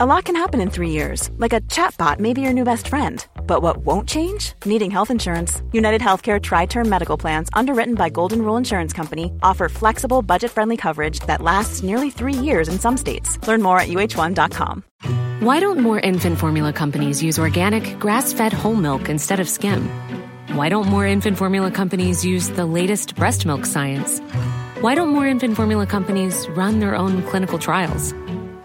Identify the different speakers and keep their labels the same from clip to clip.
Speaker 1: A lot can happen in three years, like a chatbot may be your new best friend. But what won't change? Needing health insurance. United Healthcare Tri Term Medical Plans, underwritten by Golden Rule Insurance Company, offer flexible, budget friendly coverage that lasts nearly three years in some states. Learn more at uh1.com.
Speaker 2: Why don't more infant formula companies use organic, grass fed whole milk instead of skim? Why don't more infant formula companies use the latest breast milk science? Why don't more infant formula companies run their own clinical trials?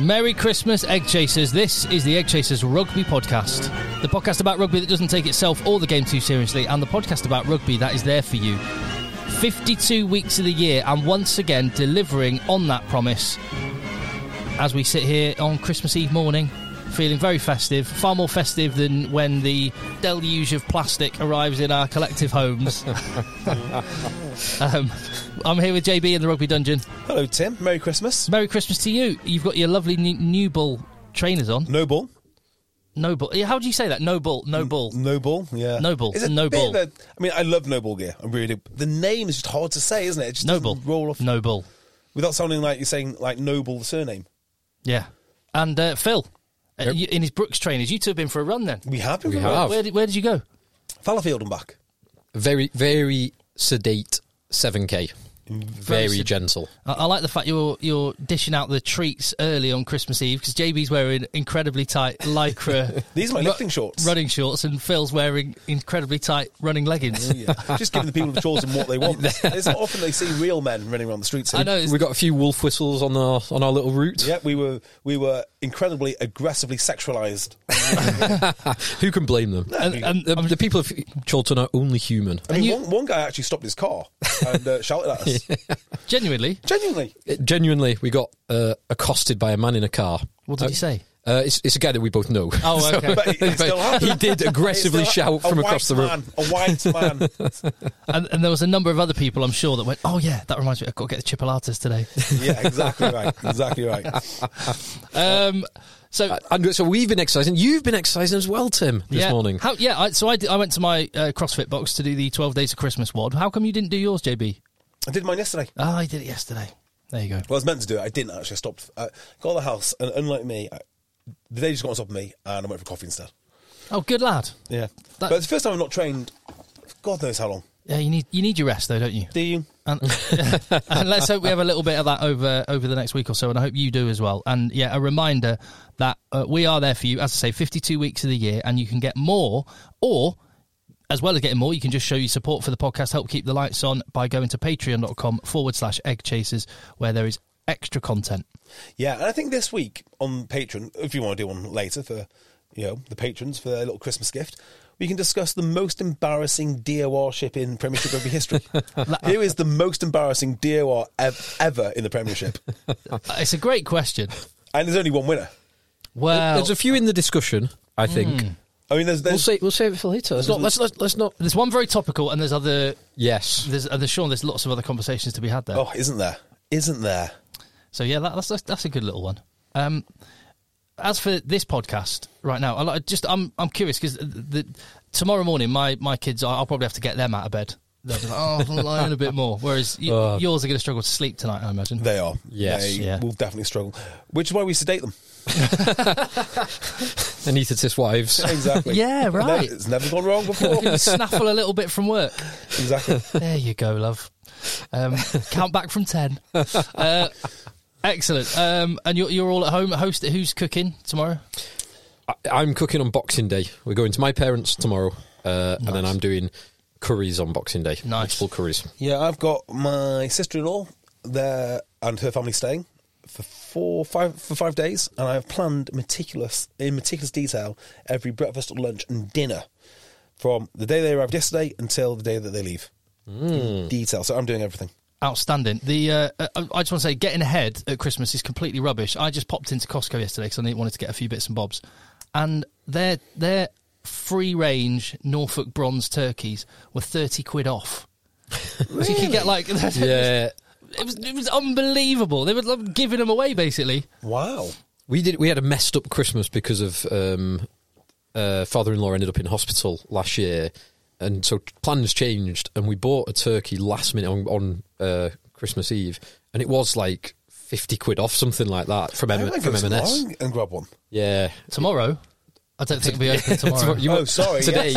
Speaker 3: Merry Christmas, Egg Chasers. This is the Egg Chasers Rugby Podcast, the podcast about rugby that doesn't take itself or the game too seriously, and the podcast about rugby that is there for you. 52 weeks of the year, and once again delivering on that promise as we sit here on Christmas Eve morning, feeling very festive, far more festive than when the deluge of plastic arrives in our collective homes. um, I'm here with JB in the Rugby Dungeon.
Speaker 4: Hello, Tim. Merry Christmas.
Speaker 3: Merry Christmas to you. You've got your lovely new, new bull trainers on.
Speaker 4: No ball.
Speaker 3: No bull. How do you say that? No bull. No bull.
Speaker 4: No ball. Yeah.
Speaker 3: No ball,
Speaker 4: It's a
Speaker 3: no
Speaker 4: bit
Speaker 3: ball.
Speaker 4: of a- I mean, I love no ball gear. I really do. The name is just hard to say, isn't it? It just
Speaker 3: No
Speaker 4: doesn't
Speaker 3: bull.
Speaker 4: Roll off
Speaker 3: No bull.
Speaker 4: without sounding like you're saying like Noble the surname.
Speaker 3: Yeah. And uh, Phil, uh, you- in his Brooks trainers, you two have been for a run then.
Speaker 4: We have been
Speaker 5: We
Speaker 4: from
Speaker 5: have.
Speaker 3: Where did, where did you go?
Speaker 4: Fallowfield and back.
Speaker 5: very very sedate 7k very
Speaker 3: sedate.
Speaker 5: gentle
Speaker 3: I, I like the fact you're you're dishing out the treats early on Christmas Eve because JB's wearing incredibly tight lycra.
Speaker 4: These are my lifting shorts.
Speaker 3: Running shorts, and Phil's wearing incredibly tight running leggings.
Speaker 4: Yeah. just giving the people of Chorlton what they want. it's not often they see real men running around the streets.
Speaker 3: I know. It's,
Speaker 5: we got a few wolf whistles on our on our little route
Speaker 4: Yeah, we were we were incredibly aggressively sexualized.
Speaker 5: who can blame them
Speaker 3: and, and
Speaker 5: the, the people of Chorlton are only human
Speaker 4: I mean,
Speaker 3: you-
Speaker 4: one, one guy actually stopped his car and uh, shouted at us.
Speaker 3: genuinely,
Speaker 4: Genuinely,
Speaker 5: It- genuinely we got uh, accosted by a man in a car
Speaker 3: what did he say?
Speaker 5: uh, it's, it's a guy that we both know
Speaker 3: Oh, okay.
Speaker 4: but it, it still happened.
Speaker 5: he did aggressively
Speaker 4: It still
Speaker 5: shout
Speaker 4: happened. A
Speaker 5: from across the
Speaker 4: white
Speaker 5: room
Speaker 4: Man, a white man.
Speaker 3: and, and there was a number of other people, I'm sure, that went, "Oh yeah, that reminds me, I've got to get the chipolatas today."
Speaker 4: Yeah, exactly right. Exactly right.
Speaker 3: Um, so
Speaker 5: and Uh, so we've been exercising you've been exercising as well Tim this
Speaker 3: yeah,
Speaker 5: morning
Speaker 3: How, yeah, I, so I, did- I went to my uh, CrossFit box to do the 12 Days of Christmas wad. How come you didn't do yours, JB?
Speaker 4: I did mine yesterday.
Speaker 3: Ah, I did it yesterday. There you go.
Speaker 4: Well, I was meant to do it. I didn't actually. I stopped. I got out of the house, and unlike me, I, they just got on top of me, and I went for coffee instead.
Speaker 3: Oh, good lad.
Speaker 4: Yeah.
Speaker 3: That-
Speaker 4: but it's the first time I've not trained, God knows how long.
Speaker 3: Yeah, you need you need your rest though, don't you?
Speaker 4: Do you?
Speaker 3: And, and let's hope we have a little bit of that over over the next week or so, and I hope you do as well. And yeah, a reminder that uh, we are there for you. As I say, 52 weeks of the year, and you can get more, or as well as getting more, you can just show your support for the podcast, help keep the lights on by going to patreon.com forward slash egg chasers, where there is extra content.
Speaker 4: Yeah, and I think this week on Patreon, if you want to do one later for, you know, the patrons for their little Christmas gift, we can discuss the most embarrassing DOR ship in Premiership rugby history. Who is the most embarrassing DOR ev- ever in the Premiership?
Speaker 3: Uh, It's a great question.
Speaker 4: And there's only one winner.
Speaker 3: Well,
Speaker 5: there's a few in the discussion I think
Speaker 3: Hmm.
Speaker 4: I mean, there's,
Speaker 5: we'll
Speaker 4: there's
Speaker 5: say we'll save it for later let's not let's, let's, let's not
Speaker 3: there's one very topical, and there's other
Speaker 5: yes
Speaker 3: there's and there's Sean. There's lots of other conversations to be had there.
Speaker 4: oh, isn't there? Isn't there?
Speaker 3: So yeah, that, that's, that's that's a good little one. Um, as for this podcast right now, I like- just I'm I'm curious because the, tomorrow morning my my kids are, I'll probably have to get them out of bed. They'll be like, oh, I'm lying a bit more. Whereas y- yours are going to struggle to sleep tonight, I imagine.
Speaker 4: They are.
Speaker 5: Yes.
Speaker 4: They
Speaker 3: Yeah.
Speaker 4: will definitely struggle. Which is why we sedate them.
Speaker 5: anaesthetist wives
Speaker 4: Exactly.
Speaker 3: Yeah,
Speaker 4: Ne-
Speaker 3: right.
Speaker 4: It's never gone wrong before.
Speaker 3: Can you snaffle a little bit from work.
Speaker 4: exactly.
Speaker 3: There you go, love. Um, count back from ten. Uh, excellent. Um, and you're you're all at home. Host, who's cooking tomorrow?
Speaker 5: I- I'm cooking on Boxing Day. We're going to my parents tomorrow, uh, and then I'm doing curries on Boxing Day.
Speaker 3: Nice.
Speaker 5: Multiple curries.
Speaker 4: Yeah, I've got my sister in law there and her family staying for four five for five days and I've planned meticulous in meticulous detail every breakfast, lunch and dinner from the day they arrived yesterday until the day that they leave. In Detail. So I'm doing everything.
Speaker 3: Outstanding. The uh, uh, I just want to say, getting ahead at Christmas is completely rubbish. I just popped into Costco yesterday because I need- wanted to get a few bits and bobs, and their their free range Norfolk bronze turkeys were 30 quid off. So you could get like.
Speaker 5: Yeah,
Speaker 3: It was, it was unbelievable. They were like, giving them away basically.
Speaker 4: Wow.
Speaker 5: we did. We had a messed up Christmas because of um, uh, father-in-law ended up in hospital last year, and so plans changed, and we bought a turkey last minute on, on uh, Christmas Eve, and it was like fifty quid off something like that from M-
Speaker 4: I might
Speaker 5: from
Speaker 4: go
Speaker 5: M and S.
Speaker 4: tomorrow and grab one.
Speaker 5: Yeah,
Speaker 3: Tomorrow, I don't think it'll be open tomorrow.
Speaker 5: Tomorrow- you-
Speaker 4: Oh, sorry,
Speaker 5: Today,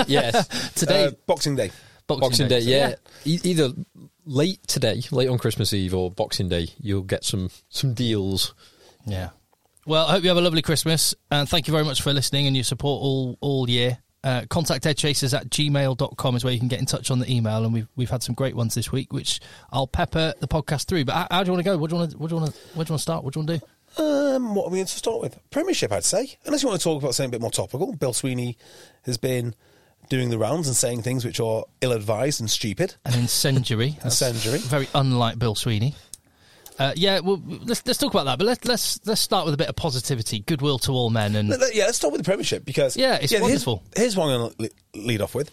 Speaker 5: yes.
Speaker 3: Today,
Speaker 4: Uh, Boxing Day.
Speaker 3: Boxing,
Speaker 5: Boxing Day,
Speaker 3: so
Speaker 5: yeah. E- either late today, late on Christmas Eve, or Boxing Day, you'll get some some deals.
Speaker 3: Yeah. Well, I hope you have a lovely Christmas and thank you very much for listening and your support all, all year. Uh, contact edchasers at gmail.com is where you can get in touch on the email and we've, we've had some great ones this week, which I'll pepper the podcast through. But how, how do you want to go? What do you want to, what do you want to, what do you want to start? What do you want to do?
Speaker 4: Um, what are we going to start with? Premiership, I'd say. Unless you want to talk about something a bit more topical. Bill Sweeney has been doing the rounds and saying things which are ill-advised and stupid.
Speaker 3: An incendiary. That's
Speaker 4: Incendiary.
Speaker 3: Very unlike Bill Sweeney. Uh, yeah, well, let's let's talk about that. But let's let's let's start with a bit of positivity, goodwill to all men, and
Speaker 4: Let- let- Yeah, let's start with the Premiership because
Speaker 3: Yeah, it's
Speaker 4: here's-
Speaker 3: wonderful.
Speaker 4: Here's, one I'm going to lead off with.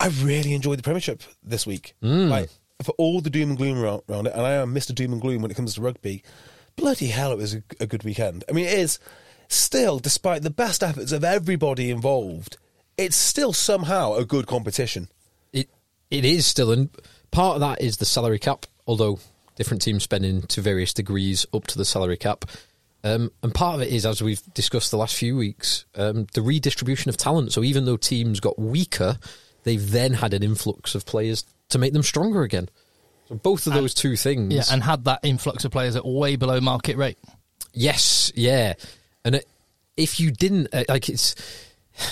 Speaker 4: I really enjoyed the Premiership this week.
Speaker 3: Mm.
Speaker 4: Like for all the doom and gloom around, around it, and I am Mr. Doom and Gloom when it comes to rugby. Bloody hell, it was a, a good weekend. I mean, it is still, despite the best efforts of everybody involved, it's still somehow a good competition.
Speaker 5: It it is still, and part of that is the salary cap, although different teams spending to various degrees up to the salary cap. Um, and part of it is, as we've discussed the last few weeks, um, the redistribution of talent. So even though teams got weaker, they've then had an influx of players to make them stronger again. So both of those two things.
Speaker 3: yeah, and had that influx of players at way below market rate.
Speaker 5: Yes, yeah, and it, if you didn't, uh, like it's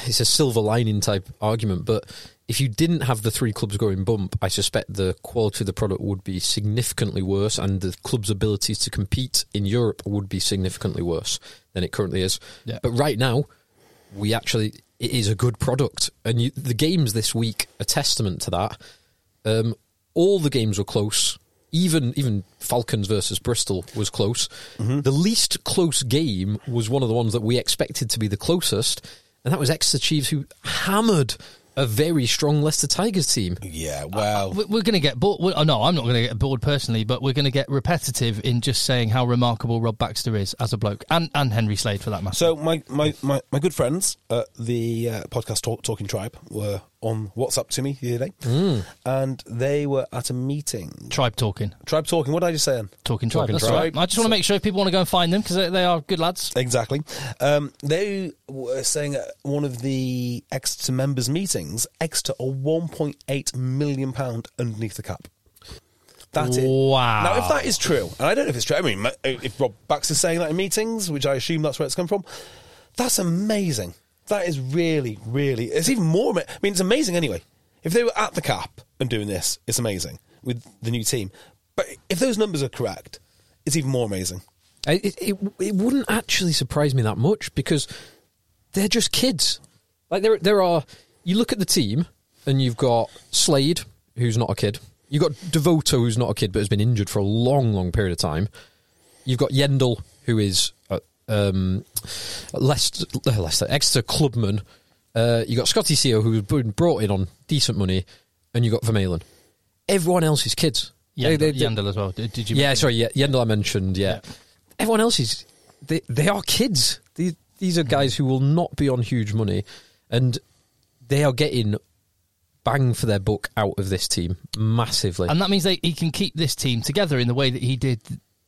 Speaker 5: it's a silver lining type argument, but if you didn't have the three clubs going bump, I suspect the quality of the product would be significantly worse, and the club's ability to compete in Europe would be significantly worse than it currently is.
Speaker 3: Yeah.
Speaker 5: But right now, we actually it is a good product, and you, the games this week are testament to that. Um, all the games were close. Even even Falcons versus Bristol was close. The least close game was one of the ones that we expected to be the closest, and that was Exeter Chiefs, who hammered a very strong Leicester Tigers team.
Speaker 4: Yeah, well,
Speaker 3: We- We're going to get bored. well, No, I'm not going to get bored personally, but we're going to get repetitive in just saying how remarkable Rob Baxter is as a bloke and, and Henry Slade for that matter.
Speaker 4: So my my, my, my good friends at the uh, podcast Talk, Talking Tribe were on WhatsApp to me the other day, and they were at a meeting.
Speaker 3: Tribe talking,
Speaker 4: Tribe Talking. What did I just say? then?
Speaker 3: talking tribe.
Speaker 5: Talking
Speaker 3: that's
Speaker 5: Tribe.
Speaker 3: all right. I just want to make sure if people want to go and find them because they, they are good lads.
Speaker 4: Exactly. Um, they were saying at one of the Exeter members' meetings, Exeter are 1.8 million pound underneath the cap. That's it.
Speaker 3: Wow.
Speaker 4: Now, if that is true, and I don't know if it's true, I mean, if Rob Baxter's saying that in meetings, which I assume that's where it's come from, that's amazing. That is really, really. It's even more. ama- I mean, it's amazing anyway. If they were at the cap and doing this, it's amazing with the new team. But if those numbers are correct, it's even more amazing.
Speaker 5: I- It, it, it wouldn't actually surprise me that much because they're just kids. Like there there are you look at the team and you've got Slade who's not a kid. You've got Devoto who's not a kid but has been injured for a long long period of time. You've got Yendel who is uh, um Leicester, uh, Leicester Exeter clubman. Uh, you got Scotty Seo who's been brought in on decent money and you got Vermaelen. Everyone else is kids. They-
Speaker 3: Yandel,
Speaker 5: they- they-
Speaker 3: Yandel as well. Did, did you?
Speaker 5: yeah, sorry, yeah, Yendel I mentioned, yeah.
Speaker 3: Yeah.
Speaker 5: Everyone else is they they are kids. These these are guys who will not be on huge money and they are getting bang for their buck out of this team massively.
Speaker 3: And that means they, he can keep this team together in the way that he did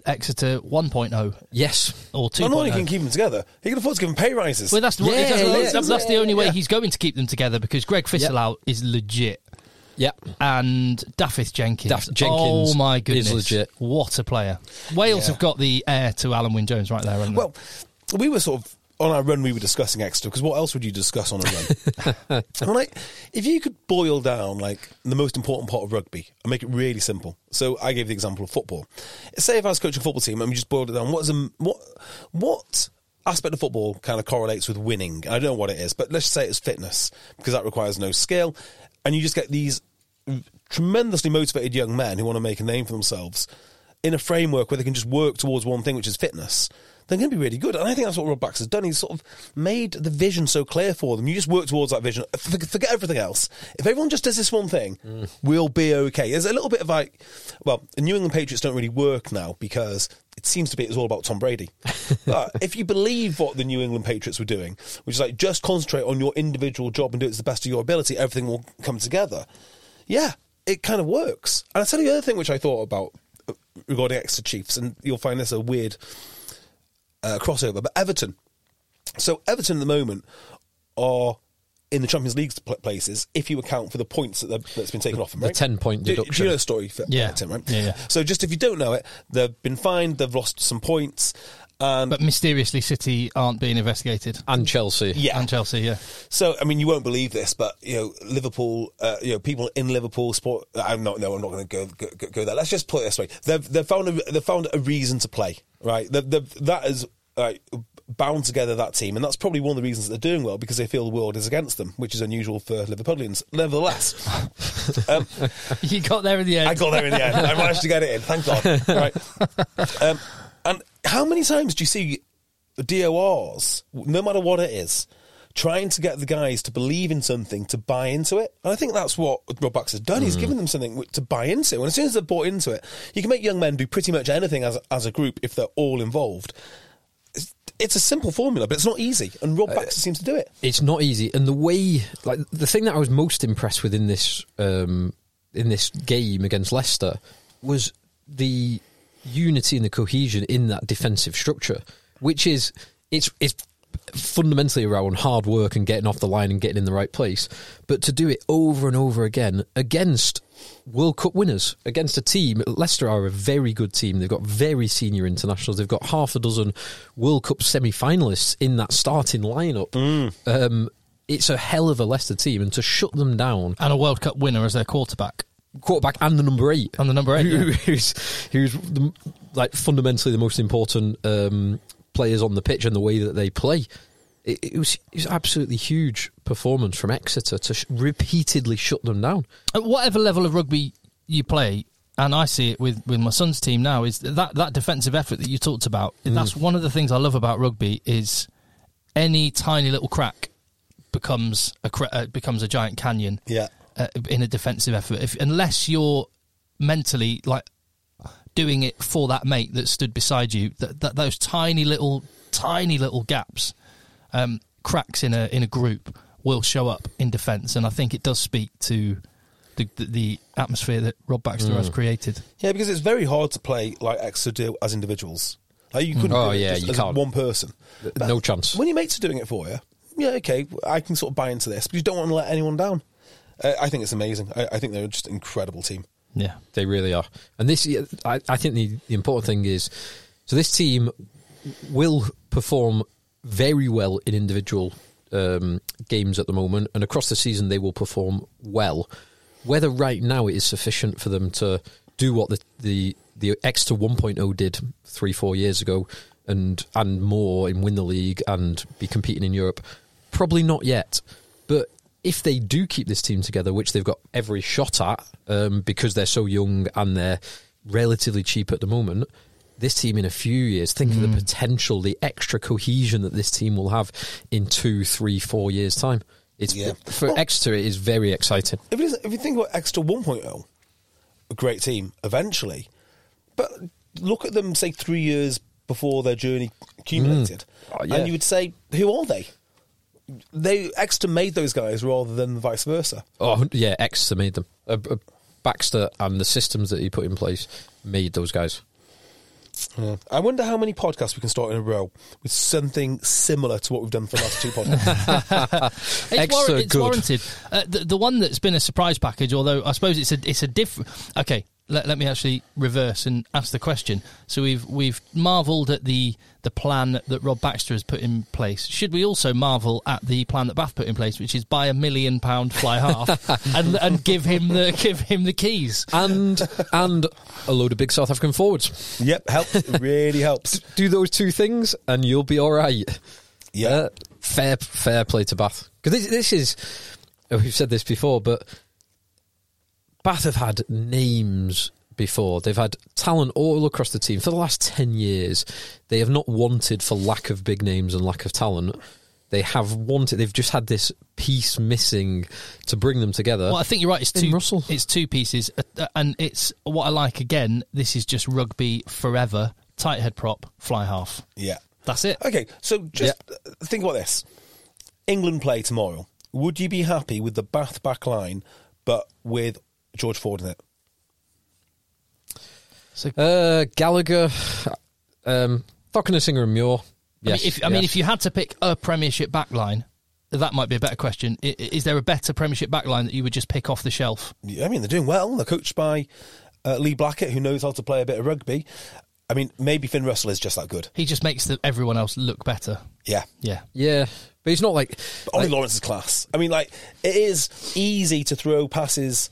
Speaker 3: Exeter 1.0
Speaker 5: yes.
Speaker 3: or 2.0.
Speaker 4: Not only can he keep them together, he can afford to give them pay rises.
Speaker 3: oh. Well, that's, the
Speaker 5: Yeah,
Speaker 3: that's,
Speaker 5: yeah,
Speaker 3: that's- that's the only way
Speaker 5: yeah.
Speaker 3: he's going to keep them together because Greg Fissalow is legit.
Speaker 5: Yeah.
Speaker 3: and Daffith Jenkins.
Speaker 5: Daff- Jenkins
Speaker 3: oh my
Speaker 5: is
Speaker 3: goodness,
Speaker 5: legit.
Speaker 3: What a player! Wales
Speaker 4: Yeah.
Speaker 3: have got the heir to Alan Wynne Jones right there. haven't they?
Speaker 4: Well, we were sort of on our run. We were discussing Exeter because what else would you discuss on a run? And when I- if you could boil down like the most important part of rugby and make it really simple. So I gave the example of football. Say if I was coaching a football team and we just boiled it down, what's a, what what aspect of football kind of correlates with winning? I don't know what it is, but let's say it's fitness because that requires no skill, and you just get these tremendously motivated young men who want to make a name for themselves in a framework where they can just work towards one thing, which is fitness. they're going to be really good. And I think that's what Rob Bax has done. He's sort of made the vision so clear for them. You just work towards that vision. F- Forget everything else. If everyone just does this one thing, we'll be okay. There's a little bit of like, well, the New England Patriots don't really work now because it seems to be it's all about Tom Brady. but if you believe what the New England Patriots were doing, which is like just concentrate on your individual job and do it to the best of your ability, everything will come together. Yeah, it kind of works. And I tell you the other thing which I thought about uh, regarding Exeter Chiefs, and you'll find this a weird uh, crossover, but Everton. So Everton at the moment are in the Champions League pl- places if you account for the points that they're- that's been taken off them.
Speaker 5: the
Speaker 4: Right?
Speaker 5: 10 point
Speaker 4: Do- Do,
Speaker 5: deduction.
Speaker 4: you know the story for
Speaker 3: Yeah.
Speaker 4: Everton, right?
Speaker 3: Yeah, yeah.
Speaker 4: So just if you don't know it, they've been fined, they've lost some points, and
Speaker 3: But mysteriously, City aren't being investigated.
Speaker 5: and Chelsea.
Speaker 4: yeah,
Speaker 3: And Chelsea, yeah.
Speaker 4: So, I mean, you won't believe this, but you know, Liverpool, uh, you know, people in Liverpool sport. I'm not. No, I'm not going to go, go go- go there. Let's just put it this way: they've they've found a, they've found a reason to play. Right? They've, they've, that is like bound together that team, and that's probably one of the reasons that they're doing well because they feel the world is against them, which is unusual for Liverpoolians. Nevertheless, um,
Speaker 3: You got there in the end.
Speaker 4: I got there in the end. I managed to get it in. Thank God. Right. Um, and how many times do you see DORs, no matter what it is, trying to get the guys to believe in something, to buy into it? And I think that's what Rob Bax has done. He's given them something to buy into. And as soon as they're bought into it, you can make young men do pretty much anything as, as a group if they're all involved. It's, it's a simple formula, but it's not easy. And Rob Baxter seems to do it.
Speaker 5: it's not easy. And the way, like the thing that I was most impressed with in this um, in this game against Leicester was the unity and the cohesion in that defensive structure, which is it's it's fundamentally around hard work and getting off the line and getting in the right place. But to do it over and over again against World Cup winners, against a team, Leicester are a very good team. They've got very senior internationals. They've got half a dozen World Cup semi-finalists in that starting lineup. Um, it's a hell of a Leicester team, and to shut them down,
Speaker 3: and a World Cup winner as their quarterback.
Speaker 5: quarterback and the number eight,
Speaker 3: And the number eight,
Speaker 5: who-
Speaker 3: yeah.
Speaker 5: who's who's the, like fundamentally the most important um, players on the pitch and the way that they play. It, it was it was absolutely huge performance from Exeter to sh- repeatedly shut them down.
Speaker 3: At whatever level of rugby you play, and I see it with, with my son's team now, is that, that defensive effort that you talked about.
Speaker 4: Mm.
Speaker 3: That's one of the things I love about rugby is any tiny little crack becomes a cra- uh, becomes a giant canyon.
Speaker 4: Yeah.
Speaker 3: uh, in a defensive effort, if, unless you're mentally like doing it for that mate that stood beside you, that, that those tiny little tiny little gaps, um, cracks in a in a group will show up in defence, and I think it does speak to the the, the atmosphere that Rob Baxter has created.
Speaker 4: Yeah, because it's very hard to play like Exeter do as individuals. Like you couldn't
Speaker 5: Oh,
Speaker 4: do it
Speaker 5: yeah,
Speaker 4: just
Speaker 5: you
Speaker 4: as
Speaker 5: can't.
Speaker 4: one person. But
Speaker 5: no chance.
Speaker 4: When your mates are doing it for you, yeah, okay, I can sort of buy into this, but you don't want to let anyone down. Uh, I think it's amazing. I, I think they're just an incredible team.
Speaker 3: Yeah,
Speaker 5: They really are. And this, I, I think the, the important thing is so this team will perform very well in individual um, games at the moment, and across the season, they will perform well. Whether right now it is sufficient for them to do what the, the, the Exeter 1.0 did three, four years ago and, and more and win the league and be competing in Europe, probably not yet. But if they do keep this team together, which they've got every shot at um, because they're so young and they're relatively cheap at the moment, this team in a few years, think
Speaker 4: Hmm.
Speaker 5: of the potential, the extra cohesion that this team will have in two, three, four years' time. It's
Speaker 4: Yeah.
Speaker 5: for
Speaker 4: Well-
Speaker 5: Exeter, it is very exciting.
Speaker 4: If, it is, if you think about Exeter 1.0, a great team eventually, but look at them, say, three years before their journey accumulated,
Speaker 5: Oh, yeah.
Speaker 4: and you would say, who are they? They Exeter made those guys rather than vice versa.
Speaker 5: Oh yeah, Exeter made them. Uh, uh, Baxter and the systems that he put in place made those guys.
Speaker 4: I wonder how many podcasts we can start in a row with something similar to what we've done for the last two podcasts.
Speaker 3: it's,
Speaker 5: Extra
Speaker 3: it's
Speaker 5: good.
Speaker 3: warranted. Uh, the, the one that's been a surprise package, although I suppose it's a it's a different. Okay, let, let me actually reverse and ask the question. So we've we've marvelled at the the plan that Rob Baxter has put in place. Should we also marvel at the plan that Bath put in place, which is buy a million pound fly half and and give him the give him the keys?
Speaker 5: Uh, And and a load of big South African forwards.
Speaker 4: yep, helps. It really helps.
Speaker 5: Do those two things, and you'll be all right.
Speaker 4: Yeah.
Speaker 5: Uh, fair, fair play to Bath because this, this is oh, we've said this before, but Bath have had names before. They've had talent all across the team for the last 10 years. They have not wanted for lack of big names and lack of talent. They have wanted, they've just had this piece missing to bring them together.
Speaker 3: Well, I think you're right. It's
Speaker 5: in
Speaker 3: two.
Speaker 5: Russell.
Speaker 3: It's two pieces, uh, uh, and it's what I like. Again, this is just rugby forever. Tight head prop, fly half.
Speaker 4: Yeah.
Speaker 3: That's it.
Speaker 4: Okay, so just uh think about this. England play tomorrow. Would you be happy with the Bath back line, but with George Ford in it?
Speaker 3: So, I
Speaker 5: Uh, Gallagher, um, Falconer, Singer, and Muir. Yes,
Speaker 3: mean, if, I mean, if you had to pick a Premiership backline, that might be a better question. I- Is there a better Premiership backline that you would just pick off the shelf?
Speaker 4: Yeah, I mean, they're doing well. They're coached by uh, Lee Blackett, who knows how to play a bit of rugby. I mean, maybe Finn Russell is just that good.
Speaker 3: He just makes the, everyone else look better.
Speaker 4: Yeah.
Speaker 3: Yeah.
Speaker 5: yeah, but he's not like
Speaker 4: But Ollie Lawrence's class. I mean, like, it is easy to throw passes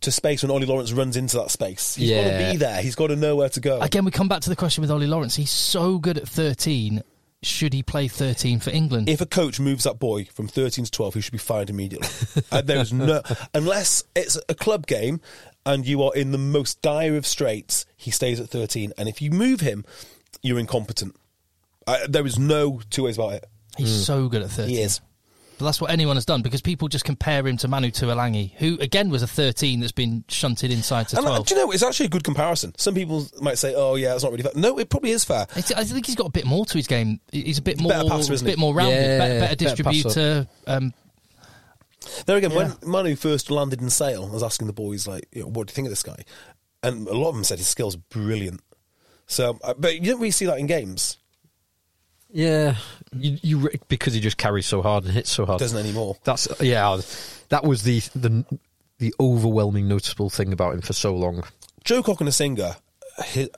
Speaker 4: to space when Ollie Lawrence runs into that space. He's got to
Speaker 5: Yeah.
Speaker 4: be there. He's got to know where to go.
Speaker 3: Again, we come back to the question with Ollie Lawrence. He's so good at 13. Should he play 13 for England?
Speaker 4: if a coach moves that boy from 13 to 12, he should be fired immediately. Uh, There's no, unless it's a club game and you are in the most dire of straits, he stays at 13. And if you move him, you're incompetent. Uh, there is no two ways about it.
Speaker 3: He's so good at 13.
Speaker 4: Hmm. He is.
Speaker 3: But that's what anyone has done because people just compare him to Manu Tuolangi, who again was a 13 that's been shunted inside to
Speaker 4: And
Speaker 3: 12.
Speaker 4: uh, do you know, it's actually a good comparison. Some people might say, oh, yeah, that's not really fair. No, it probably is fair.
Speaker 3: I th- I think he's got a bit more to his game. He's a bit more,
Speaker 4: Better passer, isn't
Speaker 3: bit
Speaker 4: he?
Speaker 3: more rounded, better,
Speaker 5: Yeah,
Speaker 3: better
Speaker 5: better passer.
Speaker 3: distributor. Um,
Speaker 4: There again, when Manu first landed in Sale, I was asking the boys, like, you know, what do you think of this guy? And a lot of them said his skill's brilliant. So, uh, but you don't really see that in games,
Speaker 5: yeah, you, you re- because he just carries so hard and hits so hard.
Speaker 4: doesn't anymore.
Speaker 5: That's yeah, that was the the the overwhelming noticeable thing about him for so long.
Speaker 4: Joe Cock and a singer. hi-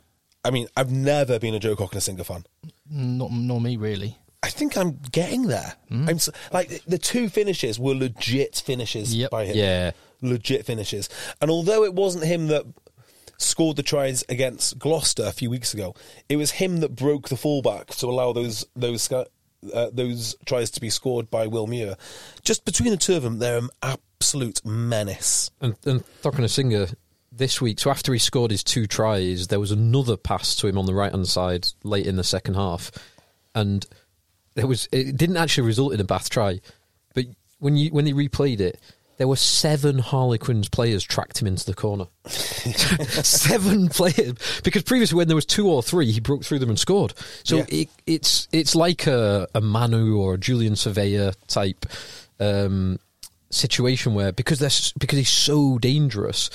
Speaker 4: I mean, I've never been a Joe Cock and a singer fan.
Speaker 3: not, nor me really.
Speaker 4: I think I'm getting there. I'm s like the two finishes were legit finishes
Speaker 3: Yep.
Speaker 4: by him.
Speaker 5: Yeah.
Speaker 4: legit finishes. And although it wasn't him that scored the tries against Gloucester a few weeks ago, it was him that broke the fallback to allow those those sc- uh, those tries to be scored by Will Muir. Just between the two of them, they're an absolute menace.
Speaker 5: And and Thakana Singer this week. So after he scored his two tries, there was another pass to him on the right hand side late in the second half, and there was it didn't actually result in a Bath try, but when you when they replayed it. There were seven Harlequins players tracked him into the corner. seven players, because previously when there was two or three, he broke through them and scored. So
Speaker 4: Yeah.
Speaker 5: it, it's it's like a, a Manu or a Julian Surveyor type um, situation where because they're s- because he's so dangerous,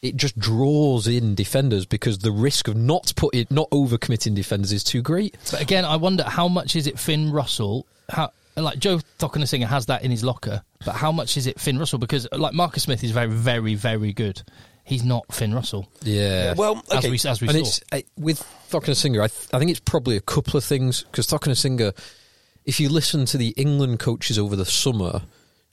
Speaker 5: it just draws in defenders because the risk of not putting not overcommitting defenders is too great.
Speaker 3: But again, I wonder how much is it Finn Russell? How like Joe Singer has that in his locker, but how much is it Finn Russell? Because like Marcus Smith is very, very, very good. He's not Finn Russell.
Speaker 5: Yeah.
Speaker 4: Well, okay.
Speaker 3: as we as we
Speaker 5: and
Speaker 3: saw.
Speaker 5: it's I, with Thakana Singer. I, th- I think it's probably a couple of things because Thakana Singer, if you listen to the England coaches over the summer,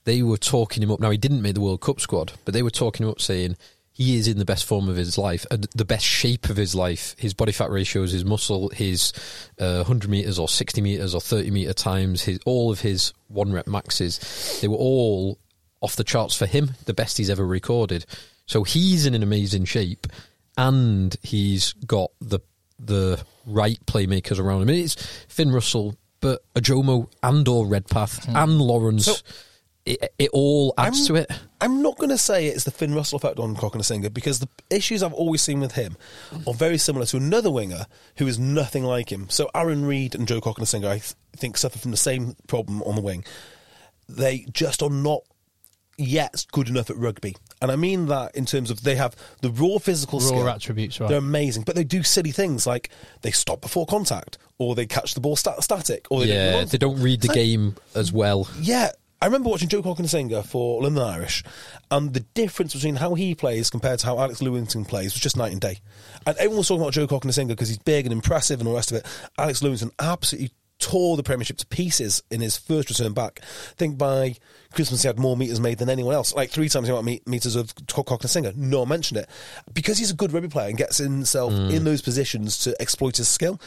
Speaker 5: they were talking him up. Now he didn't make the World Cup squad, but they were talking him up, saying he is in the best form of his life, uh, the best shape of his life. His body fat ratios, his muscle, his uh, hundred meters or sixty meters or thirty meter times, his all of his one rep maxes, they were all off the charts for him, the best he's ever recorded. So he's in an amazing shape, and he's got the the right playmakers around him. And It's Finn Russell, but Ajomo and or Redpath and Lawrence.
Speaker 4: So-
Speaker 5: it, it all adds to it.
Speaker 4: I'm not going to say it's the Finn Russell effect on Cock and a Singer because the issues I've always seen with him are very similar to another winger who is nothing like him. So Aaron Reed and Joe Cock and a Singer, I th- think, suffer from the same problem on the wing. They just are not yet good enough at rugby, and I mean that in terms of they have the raw physical
Speaker 3: Raw
Speaker 4: skill.
Speaker 3: attributes, right.
Speaker 4: They're amazing, but they do silly things like they stop before contact, or they catch the ball sta- static, or they don't
Speaker 5: Yeah,
Speaker 4: run.
Speaker 5: they don't read the
Speaker 4: So-
Speaker 5: game as well.
Speaker 4: yeah, I remember watching Joe Cocker and Singer for London Irish, and the difference between how he plays compared to how Alex Lewington plays was just night and day. And everyone was talking about Joe Cocker and Singer because he's big and impressive and all the rest of it. Alex Lewington absolutely tore the Premiership to pieces in his first return back. I think by Christmas he had more meters made than anyone else, like three times the amount of me- meters of Co- Cocker and Singer. No one mentioned it because he's a good rugby player and gets himself in those positions to exploit his skill.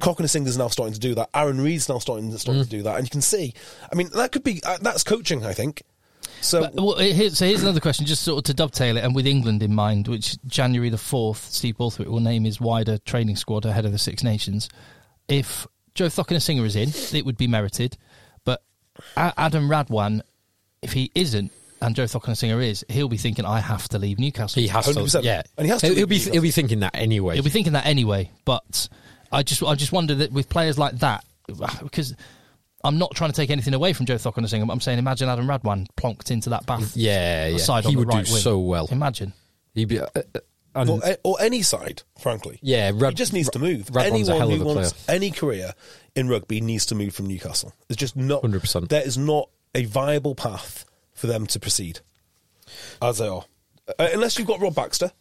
Speaker 4: Cock and a singer's now starting to do
Speaker 5: Mm.
Speaker 4: that. Aaron Reed's now starting, starting to do that, and you can see. I mean, that could be uh, that's coaching, I think. So
Speaker 3: But, well, here, so here's another question, just sort of to dovetail it, and with England in mind, which January the 4th, Steve Borthwick will name his wider training squad ahead of the Six Nations. If Joe Thocken-Singer is in, it would be merited. But A- Adam Radwan, if he isn't, and Joe Thocken-Singer is, he'll be thinking, I have to leave Newcastle.
Speaker 5: He has to,
Speaker 4: 100%.
Speaker 5: yeah,
Speaker 4: And he has to
Speaker 5: He'll, he'll
Speaker 4: leave
Speaker 5: be
Speaker 4: Newcastle.
Speaker 5: he'll be thinking that anyway.
Speaker 3: He'll be thinking that anyway. But I just I just wonder that with players like that, because I'm not trying to take anything away from Joe Thocken-Singer, but I'm saying imagine Adam Radwan plonked into that bath.
Speaker 5: yeah, yeah.
Speaker 3: Side on
Speaker 5: he
Speaker 3: the
Speaker 5: would
Speaker 3: right
Speaker 5: do
Speaker 3: wing.
Speaker 5: so well.
Speaker 3: Imagine.
Speaker 5: He'd be, uh, uh, and-
Speaker 4: or, or any side, frankly.
Speaker 5: yeah, Rad,
Speaker 4: eh, he just needs to move. Anyone
Speaker 5: Radwan's a hell of
Speaker 4: who
Speaker 5: a
Speaker 4: wants
Speaker 5: player.
Speaker 4: any career in rugby needs to move from Newcastle. It's just not
Speaker 5: 100%.
Speaker 4: There is not a viable path for them to proceed as they are, Uh, unless you've got Rob Baxter,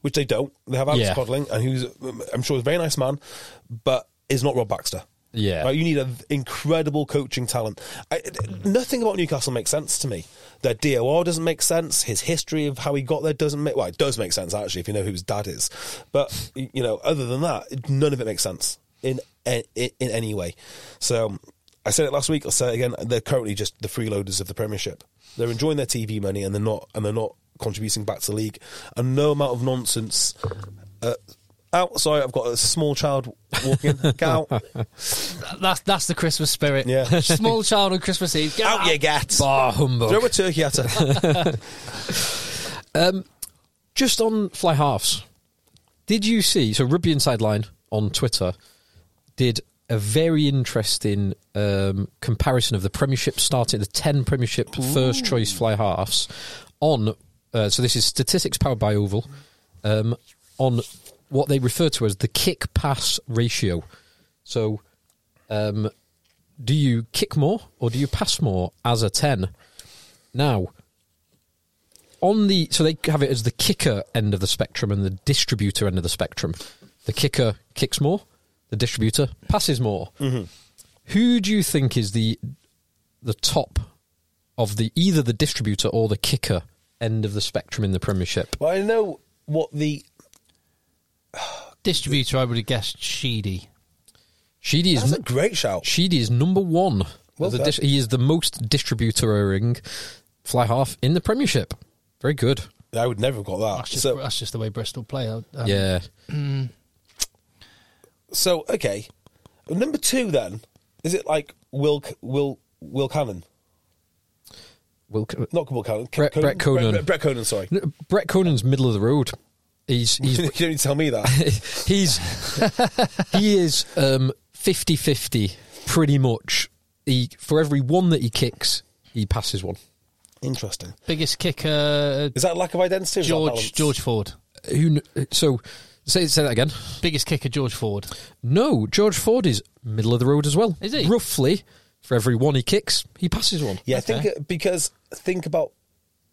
Speaker 4: which they don't. They have Alex
Speaker 5: Yeah.
Speaker 4: Codling, and who's um, I'm sure is a very nice man, but is not Rob Baxter.
Speaker 5: Yeah.
Speaker 4: Right, you need an incredible coaching talent. I, nothing about Newcastle makes sense to me. Their DOR doesn't make sense. His history of how he got there doesn't make. Well, it does make sense actually if you know who his dad is. But you know, other than that, none of it makes sense in in, in any way. So I said it last week. I'll say it again. They're currently just the freeloaders of the Premiership. They're enjoying their TV money and they're not and they're not contributing back to the league. And no amount of nonsense. Uh, out, sorry, I've got a small child walking. Get out.
Speaker 3: That's that's the Christmas spirit.
Speaker 4: Yeah.
Speaker 3: Small child on Christmas Eve. Get
Speaker 4: out, you get.
Speaker 5: Bah, humbug.
Speaker 4: Throw a turkey at her.
Speaker 5: just on fly halves, did you see? So Rugby Inside Line on Twitter did a very interesting um, comparison of the Premiership starting the ten Premiership first choice fly halves on. Uh, so this is statistics powered by Oval um, on what they refer to as the kick pass ratio. So, um, do you kick more or do you pass more as a ten? Now, on the so they have it as the kicker end of the spectrum and the distributor end of the spectrum. The kicker kicks more, the distributor passes more. Who do you think is the the top of the either the distributor or the kicker end of the spectrum in the Premiership?
Speaker 4: well, I know what the.
Speaker 3: Distributor, I would have guessed Sheedy.
Speaker 5: Sheedy
Speaker 4: That's
Speaker 5: is
Speaker 4: a great shout.
Speaker 5: Sheedy is number one.
Speaker 4: Well
Speaker 5: The
Speaker 4: done.
Speaker 5: dis- he is the most distributoring fly half in the Premiership. Very good.
Speaker 4: I would never have got that.
Speaker 3: That's just,
Speaker 4: So,
Speaker 3: that's just the way Bristol play. Um,
Speaker 5: yeah.
Speaker 4: so okay. Number two, then is it like Will C- Will Will Cannon?
Speaker 5: Will,
Speaker 4: Not Will Cannon. C-
Speaker 5: Brett- Brett Conan.
Speaker 4: Brett, Brett Conan. Sorry.
Speaker 5: No, Brett Conan's middle of the road. He's
Speaker 4: you
Speaker 5: he's
Speaker 4: don't need to tell me that.
Speaker 5: he's he is um 50-50 pretty much. He for every one that he kicks, he passes one.
Speaker 4: Interesting.
Speaker 3: Biggest kicker, uh,
Speaker 4: Is that lack of identity? or is that balance?
Speaker 3: George George Ford.
Speaker 5: Who kn- so say say that again.
Speaker 3: Biggest kicker, George Ford.
Speaker 5: Mm, No, George Ford is middle of the road as well.
Speaker 3: Is he?
Speaker 5: Roughly for every one he kicks, he passes one.
Speaker 4: Yeah,
Speaker 3: Okay.
Speaker 4: think uh, because think about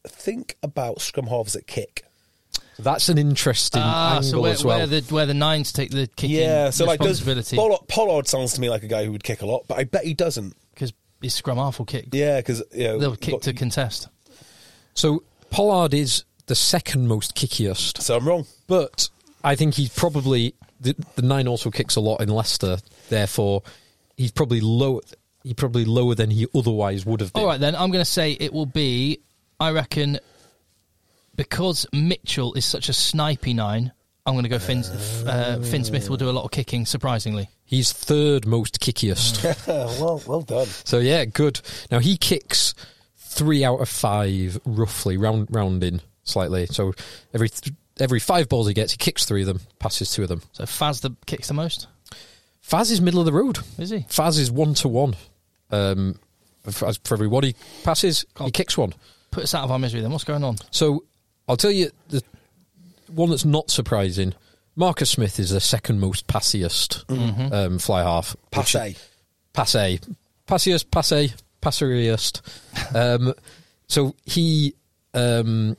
Speaker 4: think about scrum halves at kick.
Speaker 5: That's an interesting
Speaker 3: Ah,
Speaker 5: angle
Speaker 3: so where,
Speaker 5: as well.
Speaker 3: where the where the nines take the kicking
Speaker 4: Yeah, so like does
Speaker 3: responsibility
Speaker 4: Pollard, Pollard sounds to me like a guy who would kick a lot, but I bet he doesn't.
Speaker 3: because his scrum half will kick.
Speaker 4: Yeah, because you know,
Speaker 3: They'll kick
Speaker 4: got-
Speaker 3: to contest.
Speaker 5: so Pollard is the second most kickiest.
Speaker 4: so I'm wrong.
Speaker 5: But I think he's probably the, the nine also kicks a lot in Leicester. Therefore, he's probably low. He probably lower than he otherwise would have been.
Speaker 3: All right, then I'm going to say it will be. I reckon because Mitchell is such a snipey nine. I'm going to go Finn. f- Uh, Finn Smith will do a lot of kicking, surprisingly.
Speaker 5: He's third most kickiest.
Speaker 4: well, well done.
Speaker 5: so yeah, good. Now he kicks three out of five, roughly round rounding slightly. So every th- every five balls he gets, he kicks three of them, passes two of them.
Speaker 3: So Faz the kicks the most,
Speaker 5: Faz is middle of the road.
Speaker 3: is he?
Speaker 5: Faz is one to one. Um, for, as for every one he passes, he
Speaker 3: Can't-
Speaker 5: kicks one.
Speaker 3: Put us out of our misery. Then what's going on?
Speaker 5: So I'll tell you the one that's not surprising. Marcus Smith is the second most passiest um, fly half. which-
Speaker 4: Passe.
Speaker 5: Passe. Passiest, passe, passeriest. Um, so he um,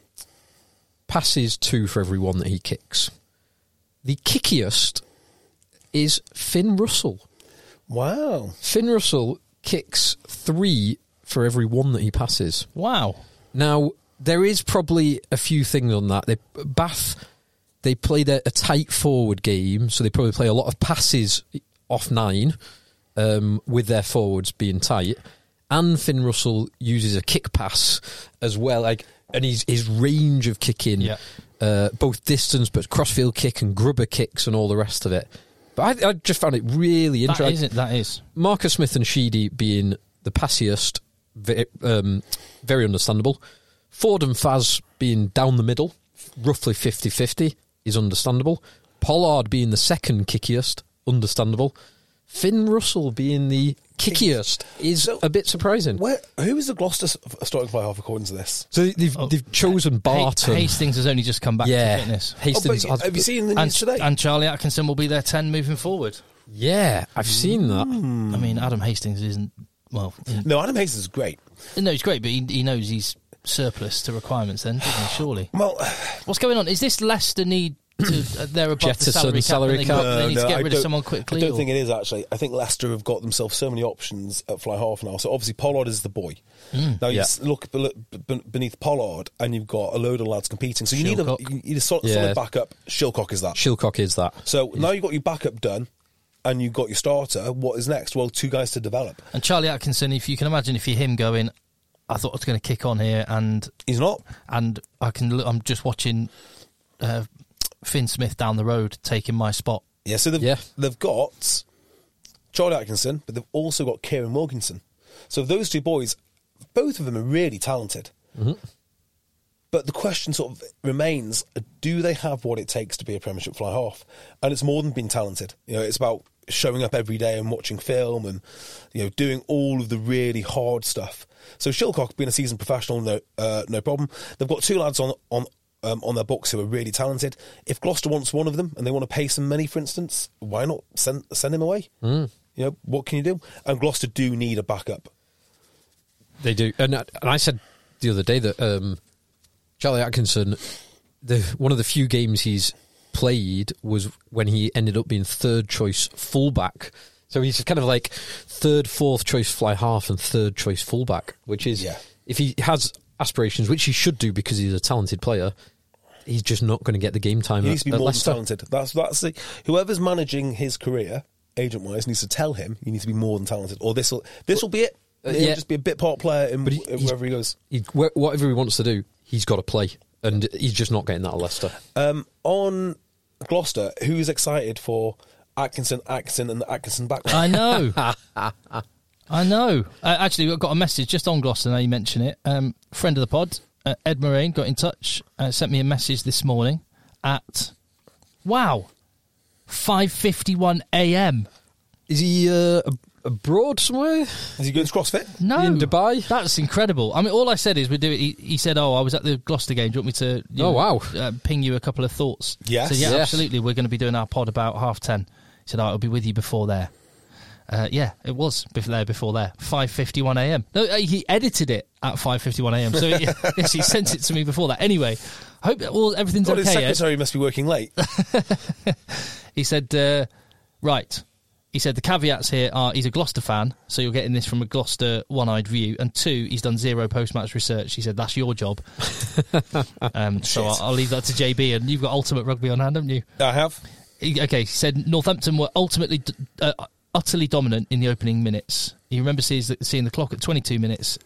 Speaker 5: passes two for every one that he kicks. The kickiest is Finn Russell.
Speaker 4: Wow.
Speaker 5: Finn Russell kicks three for every one that he passes.
Speaker 3: Wow.
Speaker 5: Now there is probably a few things on that. They Bath they play their, a tight forward game, so they probably play a lot of passes off nine um, with their forwards being tight, and Finn Russell uses a kick pass as well, like and his his range of kicking,
Speaker 3: Yeah.
Speaker 5: uh, both distance but crossfield kick and grubber kicks and all the rest of it. But I, I just found it really
Speaker 3: That
Speaker 5: interesting.
Speaker 3: is it. That is.
Speaker 5: Marcus Smith and Sheedy being the passiest, ve- um, very understandable. Ford and Faz being down the middle, roughly 50 50, is understandable. Pollard being the second kickiest, understandable. Finn Russell being the kickiest is
Speaker 4: So-
Speaker 5: a bit surprising.
Speaker 4: Where, who is the Gloucester s- starting five according to this?
Speaker 5: So they've,
Speaker 3: Oh.
Speaker 5: they've chosen Barton.
Speaker 3: Ha- Hastings has only just come back
Speaker 5: yeah,
Speaker 3: to fitness.
Speaker 5: Hastings.
Speaker 4: Oh, but
Speaker 5: had-
Speaker 4: have you seen the news
Speaker 3: And,
Speaker 4: today?
Speaker 3: and Charlie Atkinson will be their 10 moving forward.
Speaker 5: yeah, I've seen that.
Speaker 3: I mean, Adam Hastings isn't, well, he-
Speaker 4: no, Adam Hayes is great.
Speaker 3: no, he's great, but he, he knows he's surplus to requirements then, doesn't he, surely?
Speaker 4: Well,
Speaker 3: What's going on? Is this Leicester need to, uh, they're above
Speaker 5: Jettison
Speaker 3: the salary cap,
Speaker 5: salary
Speaker 3: and they,
Speaker 5: cap.
Speaker 3: got- they need to
Speaker 4: no,
Speaker 3: get
Speaker 4: I
Speaker 3: rid of
Speaker 4: don't-
Speaker 3: someone quickly?
Speaker 4: I don't
Speaker 3: or-
Speaker 4: think it is actually. I think Leicester have got themselves so many options at fly half now. So obviously Pollard is the boy.
Speaker 3: Hmm.
Speaker 4: Now you
Speaker 5: Yeah.
Speaker 4: s- look be- be- beneath Pollard, and you've got a load of lads competing. So you need a
Speaker 3: Shilcock.
Speaker 4: you need a sol-
Speaker 5: Yeah.
Speaker 4: solid backup. Shilcock is that.
Speaker 5: Shilcock is that.
Speaker 4: So now you've got your backup done, and you've got your starter. What is next? Well, two guys to develop.
Speaker 3: And Charlie Atkinson, if you can imagine, if you're him going, I thought I was going to kick on here, and
Speaker 4: He's not.
Speaker 3: and I can. look- I'm just watching uh, Finn Smith down the road taking my spot.
Speaker 4: Yeah. So they've
Speaker 5: Yeah.
Speaker 4: they've got Charlie Atkinson, but they've also got Kieran Wilkinson. So those two boys, both of them are really talented. But the question sort of remains: Do they have what it takes to be a Premiership fly half? And it's more than being talented. You know, it's about showing up every day and watching film and you know doing all of the really hard stuff. So Shilcock, being a seasoned professional, no uh, no problem. They've got two lads on on. Um, on their books who are really talented. If Gloucester wants one of them and they want to pay some money, for instance, why not send send him away? Mm. You know what can you do? And Gloucester do need a backup.
Speaker 5: They do, and uh, and I said the other day that um, Charlie Atkinson, the one of the few games he's played was when he ended up being third choice fullback. So he's kind of like third, fourth choice fly half and third choice fullback, which is
Speaker 4: Yeah.
Speaker 5: if he has aspirations, which he should do because he's a talented player. He's just not going to get the game time.
Speaker 4: He
Speaker 5: at-
Speaker 4: needs to be
Speaker 5: at
Speaker 4: more than
Speaker 5: Leicester.
Speaker 4: talented. That's that's the, whoever's managing his career, agent wise, needs to tell him you need to be more than talented, or this will this will be it.
Speaker 5: Uh,
Speaker 4: He'll
Speaker 5: yeah.
Speaker 4: just be a bit part player in
Speaker 5: But he-
Speaker 4: wh-
Speaker 5: he's-
Speaker 4: wherever he goes.
Speaker 5: He, wh- whatever he wants to do, he's got to play, and he's just not getting that at Leicester.
Speaker 4: Um, on Gloucester, who's excited for Atkinson, Atkinson, and the Atkinson back?
Speaker 3: I know. I know. Uh, actually, I've got a message just on Gloucester. Now you mention it. Um, friend of the pod, uh, Ed Moraine, got in touch. Uh, sent me a message this morning at wow, five fifty one a.m.
Speaker 5: Is he uh, ab- abroad somewhere?
Speaker 4: Is he going to CrossFit?
Speaker 3: No,
Speaker 5: In Dubai?
Speaker 3: That's incredible. I mean, all I said is we do. He, he said, "Oh, I was at the Gloucester game. Do you want me to? You
Speaker 5: Oh,
Speaker 3: know,
Speaker 5: wow.
Speaker 3: Uh, ping you a couple of thoughts.
Speaker 4: Yes.
Speaker 3: So, yeah,
Speaker 5: Yes.
Speaker 3: absolutely. We're going to be doing our pod about half ten. He said, oh, "I'll be with you before there." Uh, yeah, it was before there. Before there, five fifty-one a.m. No, uh, he edited it at five fifty-one a.m. So he, yes, he sent it to me before that. Anyway, hope that all everything's
Speaker 4: God, his
Speaker 3: okay. Ed.
Speaker 4: secretary must be working late.
Speaker 3: He said, uh, right. He said the caveats here are he's a Gloucester fan, so you're getting this from a Gloucester one eyed view. And two, he's done zero post match research. He said, that's your job. um, so I'll, I'll leave that to JB. And you've got ultimate rugby on hand, haven't you?
Speaker 4: I have.
Speaker 3: He- Okay, he said Northampton were ultimately d- uh, utterly dominant in the opening minutes. He remembers seeing the, seeing the clock at 22 minutes,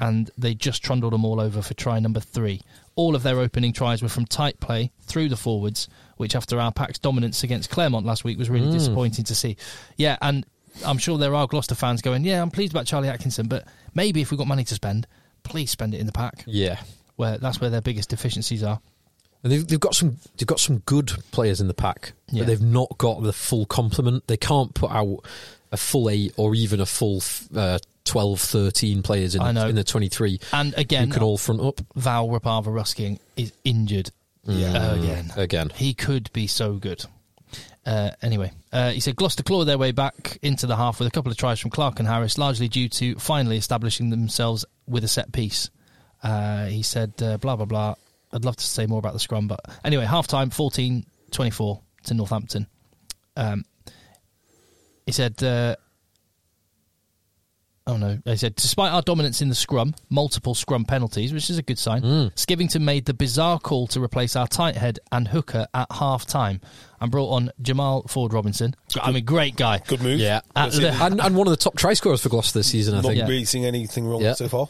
Speaker 3: and they just trundled them all over for try number three. All of their opening tries were from tight play through the forwards, which after our pack's dominance against Claremont last week was really disappointing to see. Yeah, and I'm sure there are Gloucester fans going, "Yeah, I'm pleased about Charlie Atkinson, but maybe if we've got money to spend, please spend it in the pack."
Speaker 5: Yeah.
Speaker 3: Where that's where their biggest deficiencies are.
Speaker 5: And they've, they've got some they've got some good players in the pack,
Speaker 3: Yeah.
Speaker 5: but they've not got the full complement. They can't put out a full eight or even a full uh, 12, 13 players in,
Speaker 3: I know.
Speaker 5: the, in the 23
Speaker 3: And
Speaker 5: who
Speaker 3: again,
Speaker 5: can all front up.
Speaker 3: Val Rapava Rusking is injured
Speaker 4: Yeah.
Speaker 3: again.
Speaker 5: Again.
Speaker 3: He could be so good. Uh, anyway, uh, he said Gloucester claw their way back into the half with a couple of tries from Clark and Harris, largely due to finally establishing themselves with a set piece. Uh, he said, uh, blah, blah, blah. I'd love to say more about the scrum, but anyway, half time 14 24 to Northampton. Um, he said, uh, Oh no! They said, despite our dominance in the scrum, multiple scrum penalties, which is a good sign.
Speaker 4: Hmm.
Speaker 3: Skivington made the bizarre call to replace our tight head and hooker at half time, and brought on Jamal Ford Robinson. I mean, great guy.
Speaker 4: Good move.
Speaker 5: Yeah.
Speaker 3: At the-
Speaker 5: and, and one of the top try scorers for Gloucester this season, I
Speaker 4: Not
Speaker 5: think.
Speaker 4: really seeing anything wrong
Speaker 5: Yeah.
Speaker 4: so far.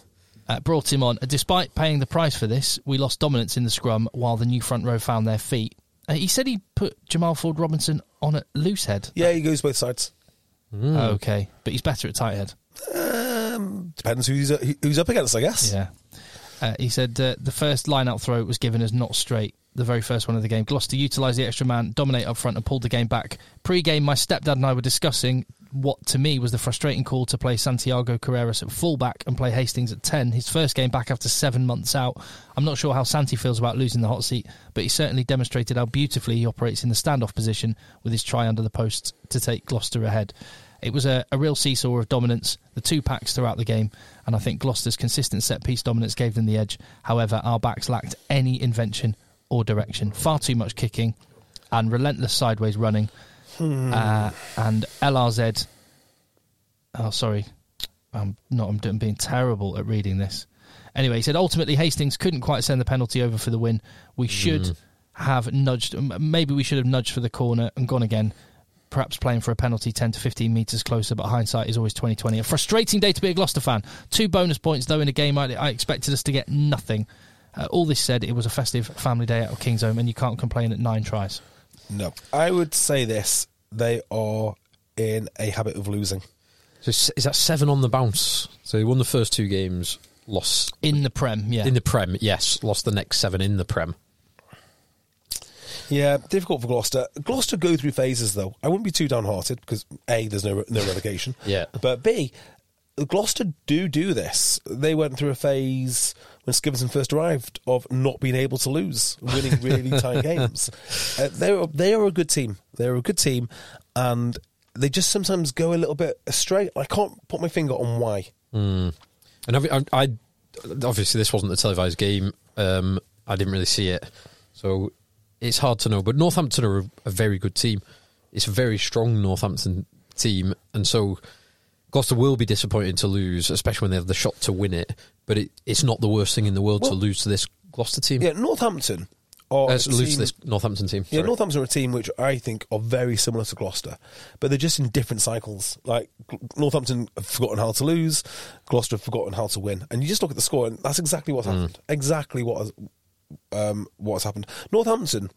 Speaker 3: uh, brought him on. Despite paying the price for this, we lost dominance in the scrum while the new front row found their feet. Uh, he said he put Jamal Ford Robinson on at loose head.
Speaker 4: Yeah, he goes both sides. Hmm.
Speaker 3: Okay, but he's better at tight head.
Speaker 4: Um, depends who's who- who's up against, I guess.
Speaker 3: Yeah. Uh, he said uh, the first line out throw was given as not straight, the very first one of the game. Gloucester utilised the extra man, dominate up front, and pulled the game back. Pre game, my stepdad and I were discussing what to me was the frustrating call to play Santiago Carreras at fullback and play Hastings at 10, his first game back after seven months out. I'm not sure how Santi feels about losing the hot seat, but he certainly demonstrated how beautifully he operates in the standoff position with his try under the post to take Gloucester ahead. It was a, a real seesaw of dominance, the two packs throughout the game, and I think Gloucester's consistent set piece dominance gave them the edge. However, our backs lacked any invention or direction. Far too much kicking and relentless sideways running. Uh, and LRZ. Oh, sorry. I'm not. I'm, doing- being terrible at reading this. Anyway, he said ultimately Hastings couldn't quite send the penalty over for the win.
Speaker 5: Mm-hmm.
Speaker 3: We should have nudged. m- Maybe we should have nudged for the corner and gone again. Perhaps playing for a penalty ten to fifteen meters closer, but hindsight is always twenty twenty. A frustrating day to be a Gloucester fan. Two bonus points though in a game I, I expected us to get nothing. Uh, all this said, it was a festive family day out of King's Home, and you can't complain at nine tries.
Speaker 4: No, I would say this: they are in a habit of losing.
Speaker 5: So s- is that seven on the bounce? So he won the first two games, lost
Speaker 3: In the Prem, yeah.
Speaker 5: in the Prem, yes, lost the next seven in the Prem.
Speaker 4: Yeah, difficult for Gloucester. Gloucester go through phases though. I wouldn't be too downhearted because a there's no no relegation.
Speaker 5: Yeah.
Speaker 4: but b Gloucester do do this. They went through a phase when Skiverson first arrived of not being able to lose, winning really tight games. Uh, they are they are a good team. They are a good team, and they just sometimes go a little bit astray. I can't put my finger on why.
Speaker 5: And I, I, I obviously this wasn't the televised game. Um, I didn't really see it, so it's hard to know. But Northampton are a, a very good team. It's a very strong Northampton team, and so Gloucester will be disappointed to lose, especially when they have the shot to win it. But it, it's not the worst thing in the world to
Speaker 4: Well-
Speaker 5: lose to this Gloucester team.
Speaker 4: Yeah, Northampton are
Speaker 5: Uh,
Speaker 4: a
Speaker 5: to lose
Speaker 4: team-
Speaker 5: to this Northampton team.
Speaker 4: Yeah,
Speaker 5: sorry.
Speaker 4: Northampton are a team which I think are very similar to Gloucester, but they're just in different cycles. Like Gl- Northampton have forgotten how to lose, Gloucester have forgotten how to win, and you just look at the score, and that's exactly what's happened. Exactly what has, um, what's happened. Northampton.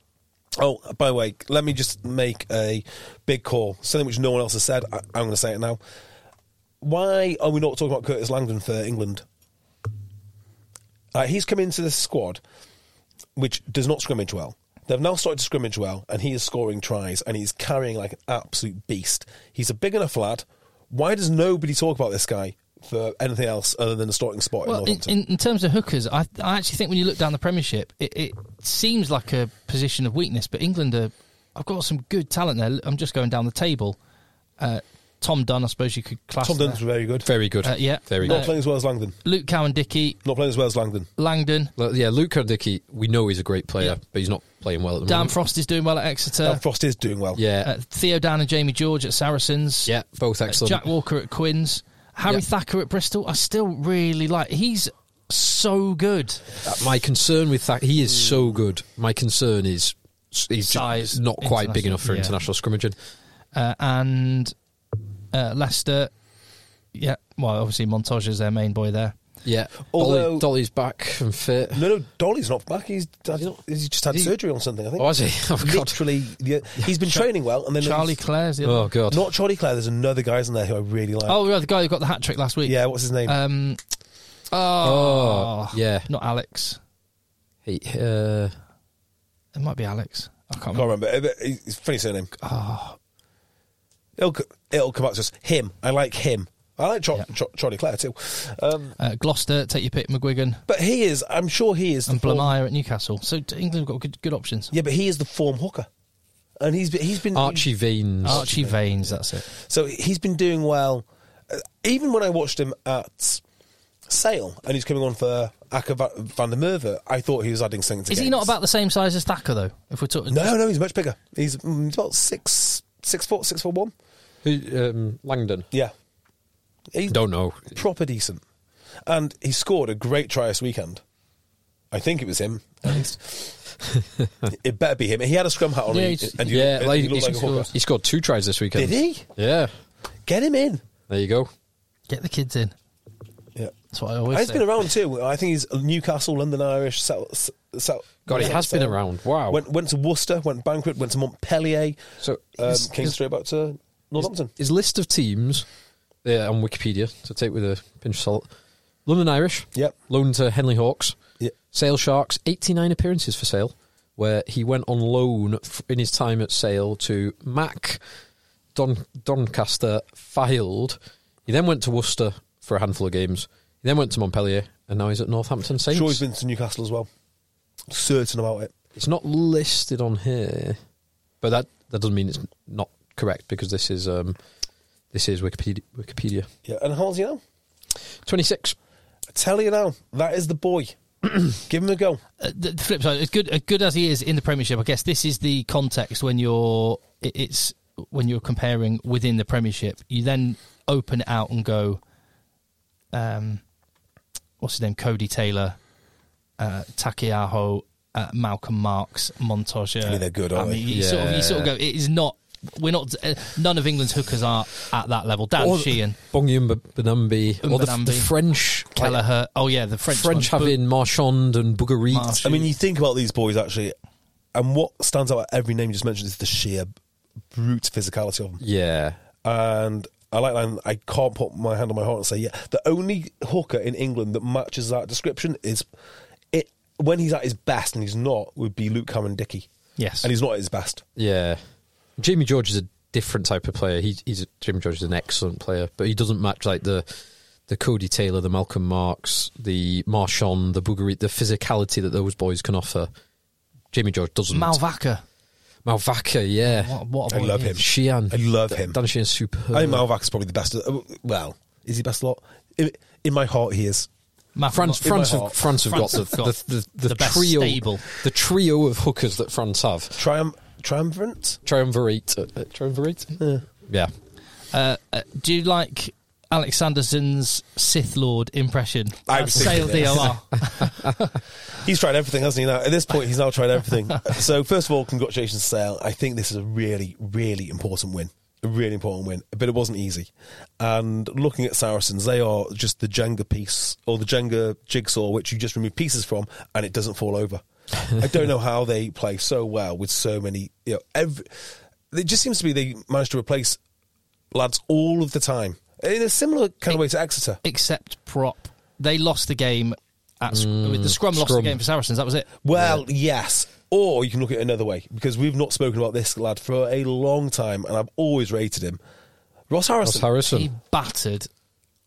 Speaker 4: Oh, by the way, let me just make a big call. Something which no one else has said. I, I'm going to say it now. Why are we not talking about Curtis Langdon for England? Uh, he's come into the squad which does not scrimmage well. They've now started to scrimmage well, and he is scoring tries, and he's carrying like an absolute beast. He's a big enough lad. Why does nobody talk about this guy for anything else other than a starting spot in
Speaker 3: Well, in,
Speaker 4: Northampton?
Speaker 3: in, in terms of hookers, I, I actually think when you look down the Premiership, it, it seems like a position of weakness. But England are, I've got some good talent there. I'm just going down the table. Uh, Tom Dunn, I suppose you could class.
Speaker 4: Tom
Speaker 3: there.
Speaker 4: Dunn's very good.
Speaker 5: very good.
Speaker 3: Uh, yeah.
Speaker 5: very
Speaker 4: not
Speaker 5: good.
Speaker 4: playing as well as Langdon.
Speaker 3: Luke Cowan, Dickey,
Speaker 4: Not playing as well as Langdon.
Speaker 3: Langdon.
Speaker 5: Well, yeah, Luke Dickey, we know he's a great player,
Speaker 3: Yeah.
Speaker 5: but he's not playing well at the
Speaker 3: Dan
Speaker 5: moment.
Speaker 3: Frost is doing well at Exeter.
Speaker 4: Dan Frost is doing well.
Speaker 5: yeah,
Speaker 3: Uh, Theo Dan and Jamie George at Saracens.
Speaker 5: yeah, both
Speaker 3: Uh,
Speaker 5: excellent.
Speaker 3: Jack Walker at Quinns. Harry
Speaker 5: Yeah.
Speaker 3: Thacker at Bristol. I still really like. He's so good.
Speaker 5: Uh, my concern with that, he is so good. My concern is he's
Speaker 3: Size,
Speaker 5: just not quite big
Speaker 3: international-
Speaker 5: enough for
Speaker 3: yeah.
Speaker 5: international scrimmaging.
Speaker 3: uh, and uh, Leicester. Yeah, well, obviously Montage is their main boy there.
Speaker 5: Yeah,
Speaker 4: Although-
Speaker 5: Dolly, Dolly's back and fit.
Speaker 4: No, no, Dolly's not back. He's, had, he's just had
Speaker 5: Is he-
Speaker 4: surgery on something, I think.
Speaker 5: Oh, has he? Oh God!
Speaker 4: Literally, the, he's been training well, and then
Speaker 3: Charlie
Speaker 4: he's-
Speaker 3: Clare's the
Speaker 5: Oh
Speaker 3: other.
Speaker 5: God!
Speaker 4: Not Charlie Clare. There's another guy in there who I really like.
Speaker 3: Oh, yeah, the guy who got the hat trick last week.
Speaker 4: yeah. What's his name?
Speaker 3: Um.
Speaker 5: Oh,
Speaker 3: Oh,
Speaker 5: yeah.
Speaker 3: Not Alex.
Speaker 5: Hey, uh,
Speaker 3: It might be Alex. I can't
Speaker 4: I
Speaker 3: remember.
Speaker 4: can't remember. Uh, but he- It's a funny surname.
Speaker 3: Ah.
Speaker 4: It'll, co- it'll come up to us. Him. I like him. I like Cho- Cho- Charlie Clare too. Um,
Speaker 3: Uh, Gloucester, take your pick. McGuigan
Speaker 4: but he is, I'm sure he is. the
Speaker 3: and
Speaker 4: form-
Speaker 3: Blamire at Newcastle. So t- England have got good, good options.
Speaker 4: Yeah, but he is the form hooker. And he's been, he's been
Speaker 5: Archie Veins.
Speaker 3: Archie Veins, that's it.
Speaker 4: So he's been doing well. Uh, Even when I watched him at Sale and he's coming on for Acker van der Merwe, I thought he was adding something to
Speaker 3: Is he
Speaker 4: games.
Speaker 3: not about the same size as Thacker though? If we're talking,
Speaker 4: No, no, he's much bigger. He's, mm, he's about six, six foot, six foot one.
Speaker 5: Who, um, Langdon.
Speaker 4: Yeah. He's
Speaker 5: Don't know.
Speaker 4: proper decent. And he scored a great try this weekend. I think it was him, at least. it better be him. He had a scrum hat on.
Speaker 3: Yeah,
Speaker 4: and he,
Speaker 3: he's-
Speaker 4: and he-
Speaker 5: yeah,
Speaker 4: and
Speaker 5: like,
Speaker 4: he
Speaker 5: he,
Speaker 4: looked like a
Speaker 5: scored,
Speaker 4: hooker.
Speaker 5: he scored two tries this weekend.
Speaker 4: Did he?
Speaker 5: Yeah.
Speaker 4: Get him in.
Speaker 5: There you go.
Speaker 3: Get the kids in.
Speaker 4: Yeah.
Speaker 3: That's what I always
Speaker 4: He's
Speaker 3: say.
Speaker 4: been around too. I think he's Newcastle, London Irish, South. South
Speaker 5: God, he
Speaker 4: South-
Speaker 5: has been
Speaker 4: South.
Speaker 5: around. Wow.
Speaker 4: Went, went to Worcester, went bankrupt, went to Montpellier,
Speaker 5: So
Speaker 4: um,
Speaker 5: his-
Speaker 4: came
Speaker 5: his-
Speaker 4: straight back to Northampton.
Speaker 5: His list of teams there on Wikipedia, to take with a pinch of salt. London Irish.
Speaker 4: Yep.
Speaker 5: Loaned to Henley Hawks.
Speaker 4: Yep.
Speaker 5: Sale Sharks, 89 appearances for Sale, where he went on loan f- in his time at Sale to Mac, Don, Doncaster, Fylde. He then went to Worcester for a handful of games. He then went to Montpellier, and now he's at Northampton Saints.
Speaker 4: Sure, he's been to Newcastle as well. Certain about it.
Speaker 5: It's not listed on here, but that, that doesn't mean it's not correct because this is um, this is Wikipedia. Wikipedia.
Speaker 4: Yeah, and how old's he now?
Speaker 5: Twenty six.
Speaker 4: I tell you now, that is the boy. Give him a go.
Speaker 3: Uh, the the flip side, as good as good as he is in the Premiership, I guess this is the context when you're it- it's when you're comparing within the Premiership. You then open it out and go, um, what's his name? Cody Taylor, uh, Takiaho, uh, Malcolm Marks, Montoya.
Speaker 4: I mean, they're good, aren't
Speaker 3: I
Speaker 4: they?
Speaker 3: mean, you sort of you sort of go.
Speaker 5: Yeah.
Speaker 3: It is not. We're not. Uh, none of England's hookers are at that level. Dan Sheehan,
Speaker 5: Bungyum Benambi, or the, the
Speaker 3: Mbanambi.
Speaker 5: French like,
Speaker 3: Kelleher. Oh yeah, the French.
Speaker 5: French, having Marchand and Bougarit.
Speaker 3: March-
Speaker 4: I mean, you think about these boys actually, and what stands out at every name you just mentioned is the sheer brute physicality of them.
Speaker 5: Yeah,
Speaker 4: And I like that. I can't put my hand on my heart and say, yeah, the only hooker in England that matches that description is it when he's at his best, and he's not, would be Luke Cameron Dickey.
Speaker 3: Yes.
Speaker 4: and he's not at his best.
Speaker 5: yeah. Jamie George is a different type of player. He, he's a, Jamie George is an excellent player, but he doesn't match like the the Cody Taylor, the Malcolm Marks, the Marchand, the Bougarit, the physicality that those boys can offer. Jamie George doesn't.
Speaker 3: Malvaka.
Speaker 5: Malvaka, yeah.
Speaker 3: What, what a
Speaker 4: I
Speaker 3: boy
Speaker 4: love
Speaker 3: he
Speaker 4: him.
Speaker 3: is.
Speaker 5: Sheehan.
Speaker 4: I love him.
Speaker 5: Dan Sheehan's superb.
Speaker 4: I think Malvac is probably the best. Uh, Well, is he best a lot? In, in my heart, he is.
Speaker 3: Malcolm
Speaker 5: France,
Speaker 3: Mar-
Speaker 4: my
Speaker 5: France, have,
Speaker 4: heart.
Speaker 5: France have
Speaker 3: France
Speaker 5: got,
Speaker 3: have
Speaker 5: the,
Speaker 3: got
Speaker 5: the, the, the,
Speaker 3: the best
Speaker 5: trio,
Speaker 3: stable.
Speaker 5: the trio of hookers that France have.
Speaker 4: Trium- triumvirate.
Speaker 5: Triumvirate, uh, uh, triumvirate. Yeah.
Speaker 3: Uh, uh, do you like Alex Sanderson's Sith Lord impression?
Speaker 4: I
Speaker 3: Uh,
Speaker 4: was
Speaker 3: Sale
Speaker 4: thinking this.
Speaker 3: DLR.
Speaker 4: He's tried everything, hasn't he? Now at this point, he's now tried everything. so first of all, congratulations, Sale. I think this is a really, really important win. A really important win, but it wasn't easy. And looking at Saracens, they are just the Jenga piece or the Jenga jigsaw, which you just remove pieces from, and it doesn't fall over. I don't know how they play so well with so many. You know, every, it just seems to be they manage to replace lads all of the time in a similar kind of way to Exeter.
Speaker 3: Except prop. They lost the game at sc- the scrum, lost the
Speaker 5: Mm, scrum.
Speaker 3: game for Saracens. That was it.
Speaker 4: Well, yes. Or you can look at it another way because we've not spoken about this lad for a long time, and I've always rated him. Ross
Speaker 5: Ross
Speaker 4: Harrison.
Speaker 5: Harrison.
Speaker 3: He battered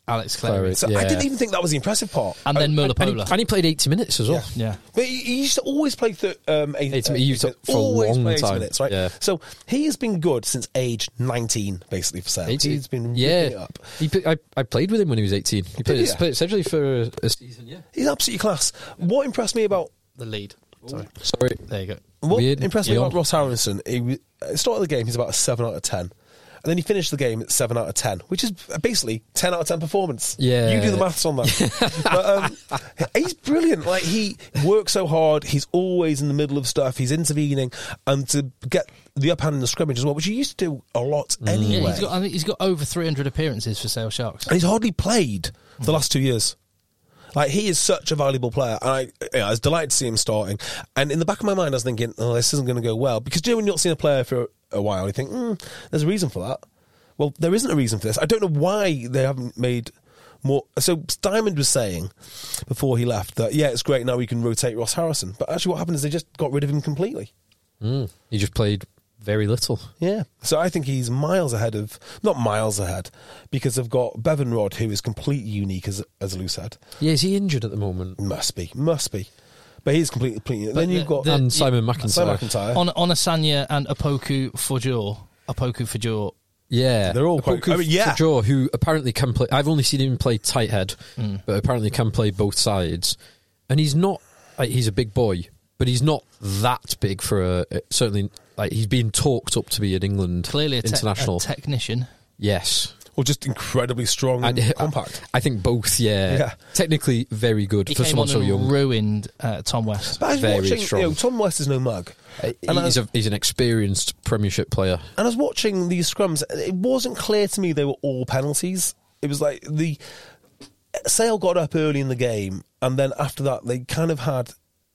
Speaker 3: Alex Clary.
Speaker 5: Clary.
Speaker 4: So I
Speaker 5: Yeah.
Speaker 4: didn't even think that was the impressive part.
Speaker 3: And then
Speaker 5: and, and he,
Speaker 3: Mullapola.
Speaker 5: and he played 80 minutes as well.
Speaker 3: Yeah.
Speaker 4: But he, he used to always play th- um, eight,
Speaker 5: Eight
Speaker 4: uh,
Speaker 5: mi- he used to-
Speaker 4: minutes.
Speaker 5: for a
Speaker 4: always
Speaker 5: long
Speaker 4: play eight
Speaker 5: time.
Speaker 4: minutes, right?
Speaker 5: Yeah.
Speaker 4: So he has been good since age nineteen, basically for Sam.
Speaker 5: 18.
Speaker 4: He's been
Speaker 5: yeah.
Speaker 4: ripping it up.
Speaker 5: He, pl- I, I played with him when he was 18. He played,
Speaker 4: ya?
Speaker 5: played essentially for a, a season, yeah.
Speaker 4: He's absolutely class. What impressed me about
Speaker 3: The lead. Sorry.
Speaker 5: Sorry.
Speaker 3: There you go.
Speaker 4: What
Speaker 5: Weird.
Speaker 4: impressed me
Speaker 5: Leon.
Speaker 4: about Ross Harrison, he was, at the start of the game, he's about a 7 out of 10. And then he finished the game at 7 out of 10, which is basically 10 out of 10 performance.
Speaker 5: Yeah.
Speaker 4: You do the maths on that. but, um, he's brilliant. Like, he works so hard. He's always in the middle of stuff. He's intervening. And to get the upper hand in the scrimmage as well, which he used to do a lot anyway.
Speaker 3: Yeah, he's got, I think he's got over 300 appearances for Sale Sharks.
Speaker 4: And he's hardly played the last two years. Like he is such a valuable player, and I, you know, I was delighted to see him starting. And in the back of my mind, I was thinking, "Oh, this isn't going to go well," because you know when you're not seeing a player for a while, you think, mm, "There's a reason for that." Well, there isn't a reason for this. I don't know why they haven't made more. So Diamond was saying before he left that, "Yeah, it's great now we can rotate Ross Harrison," but actually, what happened is they just got rid of him completely.
Speaker 5: Mm. He just played very little.
Speaker 4: Yeah. So I think he's miles ahead of not miles ahead because they've got Bevanrod who is completely unique as as Lou said.
Speaker 5: Yeah, is he injured at the moment?
Speaker 4: Must be, must be. But he's completely. completely then you've
Speaker 3: the-
Speaker 4: got
Speaker 3: the-
Speaker 5: and Simon McIntyre.
Speaker 4: Simon
Speaker 5: Uh.
Speaker 4: McIntyre.
Speaker 3: On, on Asanya and Apoku Fujor. Apoku Fujor.
Speaker 5: Yeah,
Speaker 4: They're all quite-
Speaker 5: Opoku
Speaker 4: I mean, yeah.
Speaker 5: Fajoa, who apparently can play. I've only seen him play tight head,
Speaker 3: Hmm.
Speaker 5: but apparently can play both sides. And he's not like he's a big boy, but he's not that big for a certainly. Like he's being talked up to be an England
Speaker 3: Clearly a, te- a
Speaker 5: international.
Speaker 3: technician.
Speaker 5: yes,
Speaker 4: or just incredibly strong and
Speaker 5: I-
Speaker 4: compact.
Speaker 5: I think both. Yeah.
Speaker 4: Yeah.
Speaker 5: Technically, very good
Speaker 3: He
Speaker 5: for
Speaker 3: came
Speaker 5: someone
Speaker 3: on
Speaker 5: so
Speaker 3: and
Speaker 5: young.
Speaker 3: ruined uh, Tom West.
Speaker 4: But I was
Speaker 5: Very
Speaker 4: watching,
Speaker 5: strong.
Speaker 4: you know, Tom West is no mug.
Speaker 5: Uh,
Speaker 4: And I-
Speaker 5: he's, a, he's an experienced Premiership player.
Speaker 4: And I was watching these scrums. and It wasn't clear to me they were all penalties. It was like the Sale got up early in the game, and then after that, they kind of had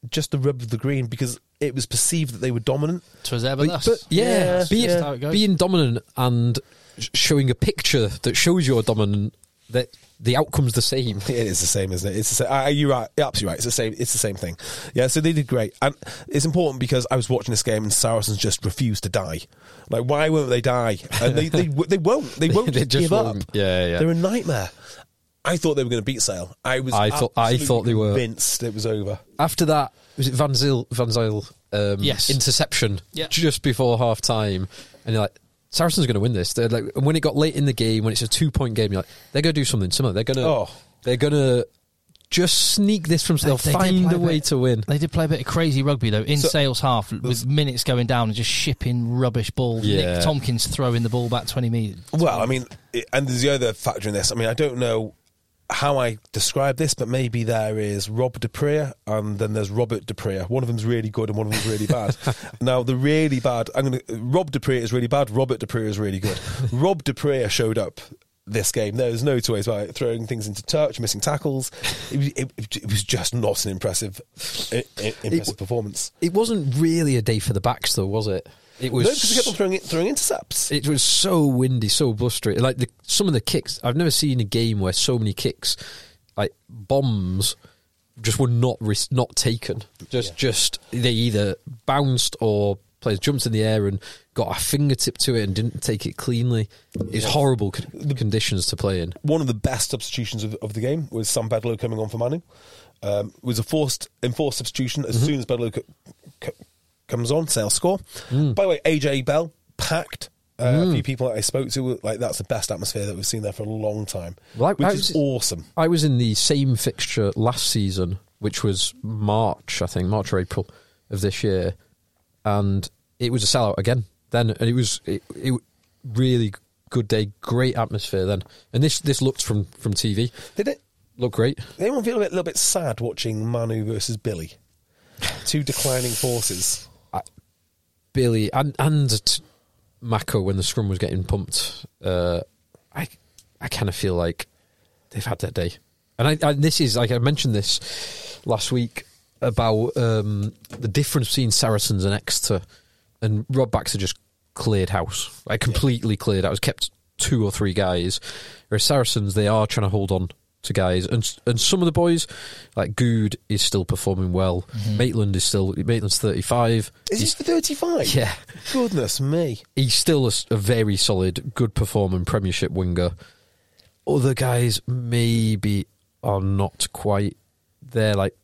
Speaker 4: just the rub of the green because it was perceived that they were dominant.
Speaker 3: So was there, but that's,
Speaker 5: But yeah,
Speaker 4: Yeah,
Speaker 5: be-
Speaker 4: yeah.
Speaker 3: How it goes.
Speaker 5: being dominant and sh- showing a picture that shows you're dominant, that the outcome's the same.
Speaker 4: It is the same, isn't it? It's the same. Uh, you're right. You're absolutely right. It's the same. It's the same thing. Yeah. So they did great, and it's important because I was watching this game and Saracens just refused to die. Like, why won't they die? And they they, w- they won't. They won't
Speaker 5: They
Speaker 4: just
Speaker 5: just
Speaker 4: give
Speaker 5: won't.
Speaker 4: up.
Speaker 5: Yeah, yeah.
Speaker 4: They're a nightmare. I thought they were going to beat Sale. I was.
Speaker 5: I thought- I
Speaker 4: absolutely
Speaker 5: thought they were.
Speaker 4: convinced it was over.
Speaker 5: After that, was it Van Zyl, Van Zyl um,
Speaker 3: Yes.
Speaker 5: interception
Speaker 3: Yeah.
Speaker 5: just before half time? And you're like, Saracens are going to win this. They're like, and when it got late in the game, when it's a two point game, you're like, they're going to do something similar. They're going to,
Speaker 4: Oh.
Speaker 5: they're going to just sneak this from. They'll
Speaker 3: They- they did
Speaker 5: find
Speaker 3: play
Speaker 5: a way
Speaker 3: bit-
Speaker 5: to win.
Speaker 3: They did play a bit of crazy rugby though in
Speaker 4: So-
Speaker 3: sales half with minutes going down and just shipping rubbish balls.
Speaker 5: Yeah.
Speaker 3: Nick Tompkins throwing the ball back twenty meters.
Speaker 4: Well, I mean, it, and there's the other factor in this. I mean, I don't know how I describe this, but maybe there is Rob Duprea and then there's Robert Duprea. One of them's really good and one of them's really bad. now, the really bad, I'm going to, Rob Duprea is really bad, Robert Duprea is really good. Rob Duprea showed up this game. There's no two ways about it. Throwing things into touch, missing tackles. It was, it, it was just not an impressive, i- i- impressive performance.
Speaker 5: It wasn't really a day for the backs, though, was it? It
Speaker 4: No,
Speaker 5: was.
Speaker 4: because they kept on throwing, it- throwing intercepts.
Speaker 5: it was so windy, so blustery. Like the, some of the kicks, I've never seen a game where so many kicks, like bombs, just were not ris- not taken. Just just they either bounced or players jumped in the air and got a fingertip to it and didn't take it cleanly. It's horrible con- conditions to play in.
Speaker 4: one of the best substitutions of, of the game was Sam Bedlow coming on for Manu. Um, it was a forced enforced substitution as soon as Bedlow c- c- comes on, sales score. By the way, AJ Bell packed. Uh, A few people that I spoke to were like that's the best atmosphere that we've seen there for a long time,
Speaker 5: Well, I-
Speaker 4: which
Speaker 5: I
Speaker 4: is
Speaker 5: was-
Speaker 4: awesome.
Speaker 5: I was in the same fixture last season, which was March, I think, March or April of this year, and it was a sellout again. Then, and it was it, it w- really good day, great atmosphere then. And this this looked from from TV
Speaker 4: Did it?
Speaker 5: looked great.
Speaker 4: Did anyone feel a, bit, little bit sad watching Manu versus Billy? Two declining forces.
Speaker 5: Billy and and t- Mako when the scrum was getting pumped, uh, I I kind of feel like they've had their day. And I and this is like I mentioned this last week about um, the difference between Saracens and Exeter, and Rob Baxter just cleared house, like completely cleared. I was kept two or three guys, whereas Saracens they are trying to hold on to guys, and s- and some of the boys like Good is still performing well. Maitland is still Maitland's thirty five
Speaker 4: Mm-hmm. Is he thirty five?
Speaker 5: Yeah.
Speaker 4: Goodness me.
Speaker 5: he's still a, s- a very solid, good performing Premiership winger. Other guys maybe are not quite there. Like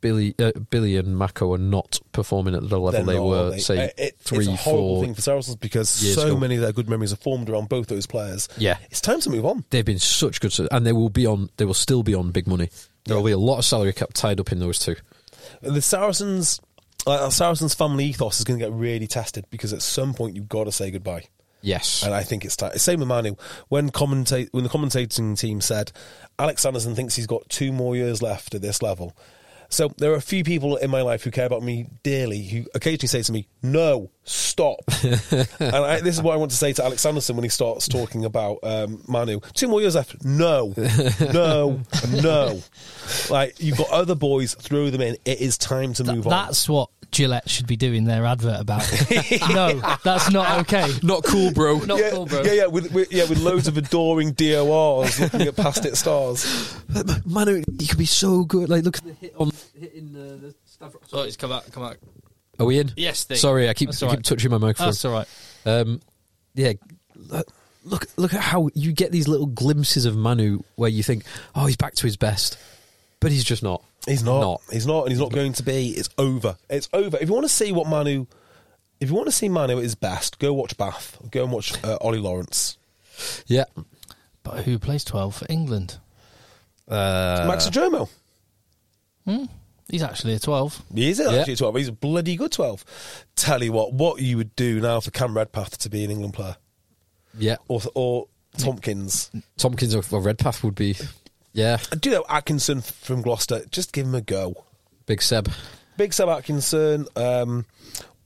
Speaker 5: Billy, uh, Billy and Mako are not performing at the level they
Speaker 4: They're not,
Speaker 5: were,
Speaker 4: are they?
Speaker 5: say
Speaker 4: Uh, it-
Speaker 5: three,
Speaker 4: it's a horrible
Speaker 5: four.
Speaker 4: thing for Saracens because
Speaker 5: years
Speaker 4: so
Speaker 5: ago.
Speaker 4: many of their good memories are formed around both those players.
Speaker 5: Yeah.
Speaker 4: it's time to move on.
Speaker 5: They've been such good, s- and they will be on. They will still be on big money. There will be a lot of salary cap tied up in those two.
Speaker 4: The Saracens, uh, our Saracens family ethos is going to get really tested because at some point you've got to say goodbye.
Speaker 5: Yes,
Speaker 4: And I think it's time. Same with Manu. When commentate when the commentating team said Alex Anderson thinks he's got two more years left at this level. So there are a few people in my life who care about me dearly who occasionally say to me, "No, stop." and I, this is what I want to say to Alex Anderson when he starts talking about um, Manu. Two more years left. No, no, no. Like you've got other boys, throw them in. It is time to move on.
Speaker 3: That's what Gillette should be doing their advert about. no, that's not okay.
Speaker 5: not cool, bro.
Speaker 3: Not
Speaker 4: yeah,
Speaker 3: cool, bro.
Speaker 4: yeah, yeah, with, with yeah, with loads of adoring DORs looking at past it stars.
Speaker 5: Manu, he could be so good. Like, look at the hit on hitting uh, the Stavros.
Speaker 3: Sorry, it's come out, come out.
Speaker 5: Are we in?
Speaker 3: Yes, Steve.
Speaker 5: Sorry, I keep,
Speaker 3: That's
Speaker 5: I
Speaker 3: all
Speaker 5: keep
Speaker 3: right.
Speaker 5: touching my microphone.
Speaker 3: That's all right.
Speaker 5: Um, yeah, look- look look at how you get these little glimpses of Manu where you think, oh, he's back to his best, but he's just not.
Speaker 4: He's not, He's not, and he's not going to be. It's over. It's over. If you want to see what Manu, if you want to see Manu at his best, go watch Bath. Go and watch uh, Ollie Lawrence.
Speaker 5: Yeah,
Speaker 3: But who plays twelve for England?
Speaker 4: Max Adromo.
Speaker 3: He's actually a twelve.
Speaker 4: He is
Speaker 5: Yeah.
Speaker 4: actually a 12. He's a bloody good 12. Tell you what, what you would do now for Cam Redpath to be an England player.
Speaker 5: yeah.
Speaker 4: Or, or Tompkins.
Speaker 5: Tompkins or, or Redpath would be, yeah,
Speaker 4: I do know Atkinson f- from Gloucester. Just give him a go.
Speaker 5: Big Seb.
Speaker 4: Big Sam Atkinson, um,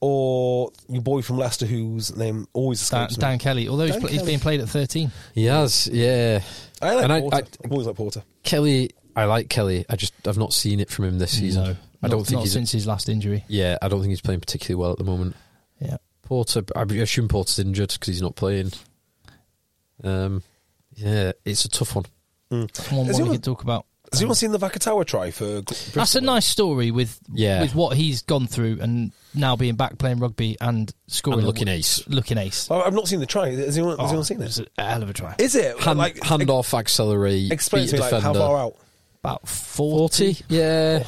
Speaker 4: or your boy from Leicester, whose name always
Speaker 3: Dan,
Speaker 4: escapes me.
Speaker 3: Dan Kelly, although he's,
Speaker 4: Dan
Speaker 3: pl- he's
Speaker 4: Kelly.
Speaker 3: being played at 13.
Speaker 5: He has, yeah.
Speaker 4: I like
Speaker 5: and
Speaker 4: Porter. I,
Speaker 5: I,
Speaker 4: always like Porter.
Speaker 5: Kelly, I like Kelly. I just I've not seen it from him this season.
Speaker 3: No,
Speaker 5: I don't
Speaker 3: not-
Speaker 5: think
Speaker 3: not
Speaker 5: he's.
Speaker 3: since his last injury.
Speaker 5: Yeah, I don't think he's playing particularly well at the moment.
Speaker 3: Yeah.
Speaker 5: Porter, I assume Porter's injured because he's not playing. Um, yeah, it's a tough one.
Speaker 3: One,
Speaker 4: Has
Speaker 3: one we
Speaker 4: anyone-
Speaker 3: could talk about.
Speaker 4: Has anyone seen the Vakatawa try for? Gl-
Speaker 5: Ah.
Speaker 3: That's a nice story with
Speaker 5: Yeah.
Speaker 3: with what he's gone through and now being back playing rugby and scoring
Speaker 5: And
Speaker 3: a-
Speaker 5: looking ace.
Speaker 3: looking ace.
Speaker 4: Well, I've not seen the try. Has anyone, has
Speaker 3: Oh,
Speaker 4: anyone seen it?
Speaker 3: was a hell of a try.
Speaker 4: Is it
Speaker 5: Ah. Hand,
Speaker 4: like
Speaker 5: hand
Speaker 4: ex-
Speaker 5: off, accelerate,
Speaker 4: Explain
Speaker 5: beat
Speaker 4: to me
Speaker 5: a
Speaker 4: like
Speaker 5: defender.
Speaker 4: how far out.
Speaker 3: About 40,
Speaker 5: Forty, yeah.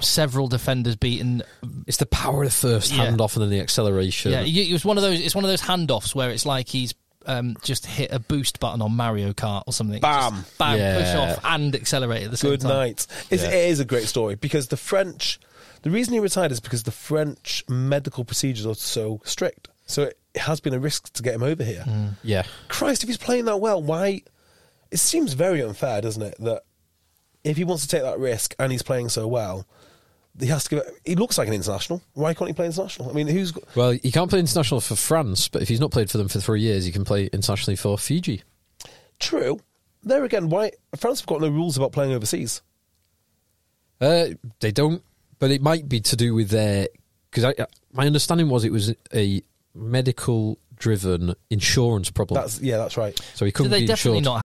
Speaker 3: several defenders beaten.
Speaker 5: It's the power of the first
Speaker 3: Yeah.
Speaker 5: hand off and then the acceleration.
Speaker 3: Yeah, it was one of those. It's one of those handoffs where it's like he's um, just hit a boost button on Mario Kart or something.
Speaker 4: Bam.
Speaker 3: Just bam,
Speaker 5: Yeah.
Speaker 3: push off and accelerate at the same
Speaker 4: Good
Speaker 3: time.
Speaker 4: night. It's,
Speaker 5: Yeah.
Speaker 4: It is a great story because the French, the reason he retired is because the French medical procedures are so strict. So it has been a risk to get him over here.
Speaker 5: yeah.
Speaker 4: Christ, if he's playing that well, why? It seems very unfair, doesn't it? That if he wants to take that risk and he's playing so well, he has to give it. He looks like an international. Why can't he play international? I mean, who's got.
Speaker 5: Well, he can't play international for France, but if he's not played for them for three years, he can play internationally for Fiji.
Speaker 4: True. There again, why? France have got no rules about playing overseas.
Speaker 5: Uh, they don't, but it might be to do with their because I, my understanding was it was a medical driven insurance problem,
Speaker 4: That's Yeah, that's right.
Speaker 5: so he
Speaker 3: So
Speaker 5: couldn't
Speaker 3: they
Speaker 5: be
Speaker 3: definitely
Speaker 5: insured.
Speaker 3: not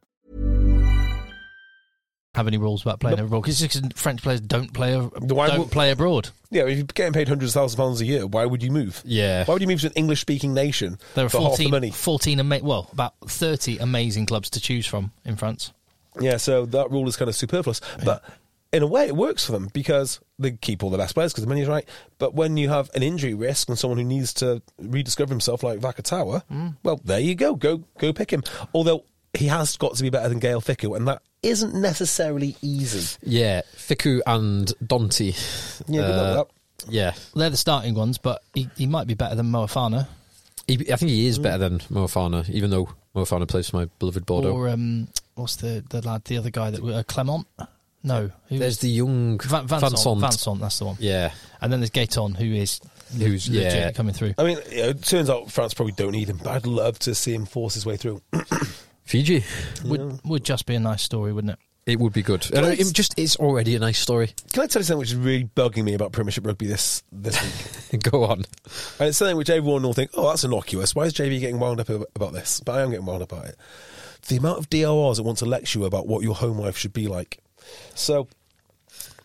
Speaker 3: have any rules about playing abroad because French players don't play ab-
Speaker 4: Why
Speaker 3: don't
Speaker 4: would-
Speaker 3: play abroad.
Speaker 4: Yeah, if you're getting paid hundreds of thousands of pounds a year, why would you move?
Speaker 5: Yeah.
Speaker 4: Why would you move to an English speaking nation
Speaker 3: There are
Speaker 4: for half the
Speaker 3: 14,
Speaker 4: money?
Speaker 3: 14 ama- well, about 30 amazing clubs to choose from in France.
Speaker 4: Yeah, so that rule is kind of superfluous. But in a way, it works for them because they keep all the best players because the money's right. But when you have an injury risk and someone who needs to rediscover himself, like Vakatawa, well, there you go. Go go pick him. Although he has got to be better than Gail Fickle, and that isn't necessarily easy.
Speaker 5: Yeah, Fiku and Dante.
Speaker 4: Yeah, good luck with
Speaker 5: yeah.
Speaker 3: They're the starting ones, but he, he might be better than Moafana
Speaker 5: He, I think he is better than Mofana, even though Mofana plays for my beloved Bordeaux.
Speaker 3: or um, what's the the lad, the other guy that uh, Clement? No, who
Speaker 5: There's the young
Speaker 3: Van, Van,
Speaker 5: Van
Speaker 3: Son,
Speaker 5: Sant.
Speaker 3: Van Sant, that's the one.
Speaker 5: Yeah,
Speaker 3: And then there's Gaeton, who is
Speaker 5: Who's-
Speaker 3: who's legit
Speaker 5: yeah.
Speaker 3: coming through.
Speaker 4: I mean, you know, it turns out France probably don't need him, but I'd love to see him force his way through.
Speaker 5: Fiji.
Speaker 3: Would would just be a nice story, wouldn't it?
Speaker 5: It would be good. And it just it's already a nice story.
Speaker 4: Can I tell you something which is really bugging me about Premiership Rugby this, this week?
Speaker 5: Go on.
Speaker 4: And it's something which everyone will think, oh, that's innocuous. Why is JV getting wound up ab- about this? But I am getting wound up about it. The amount of DRRs that want to lecture you about what your home life should be like. So,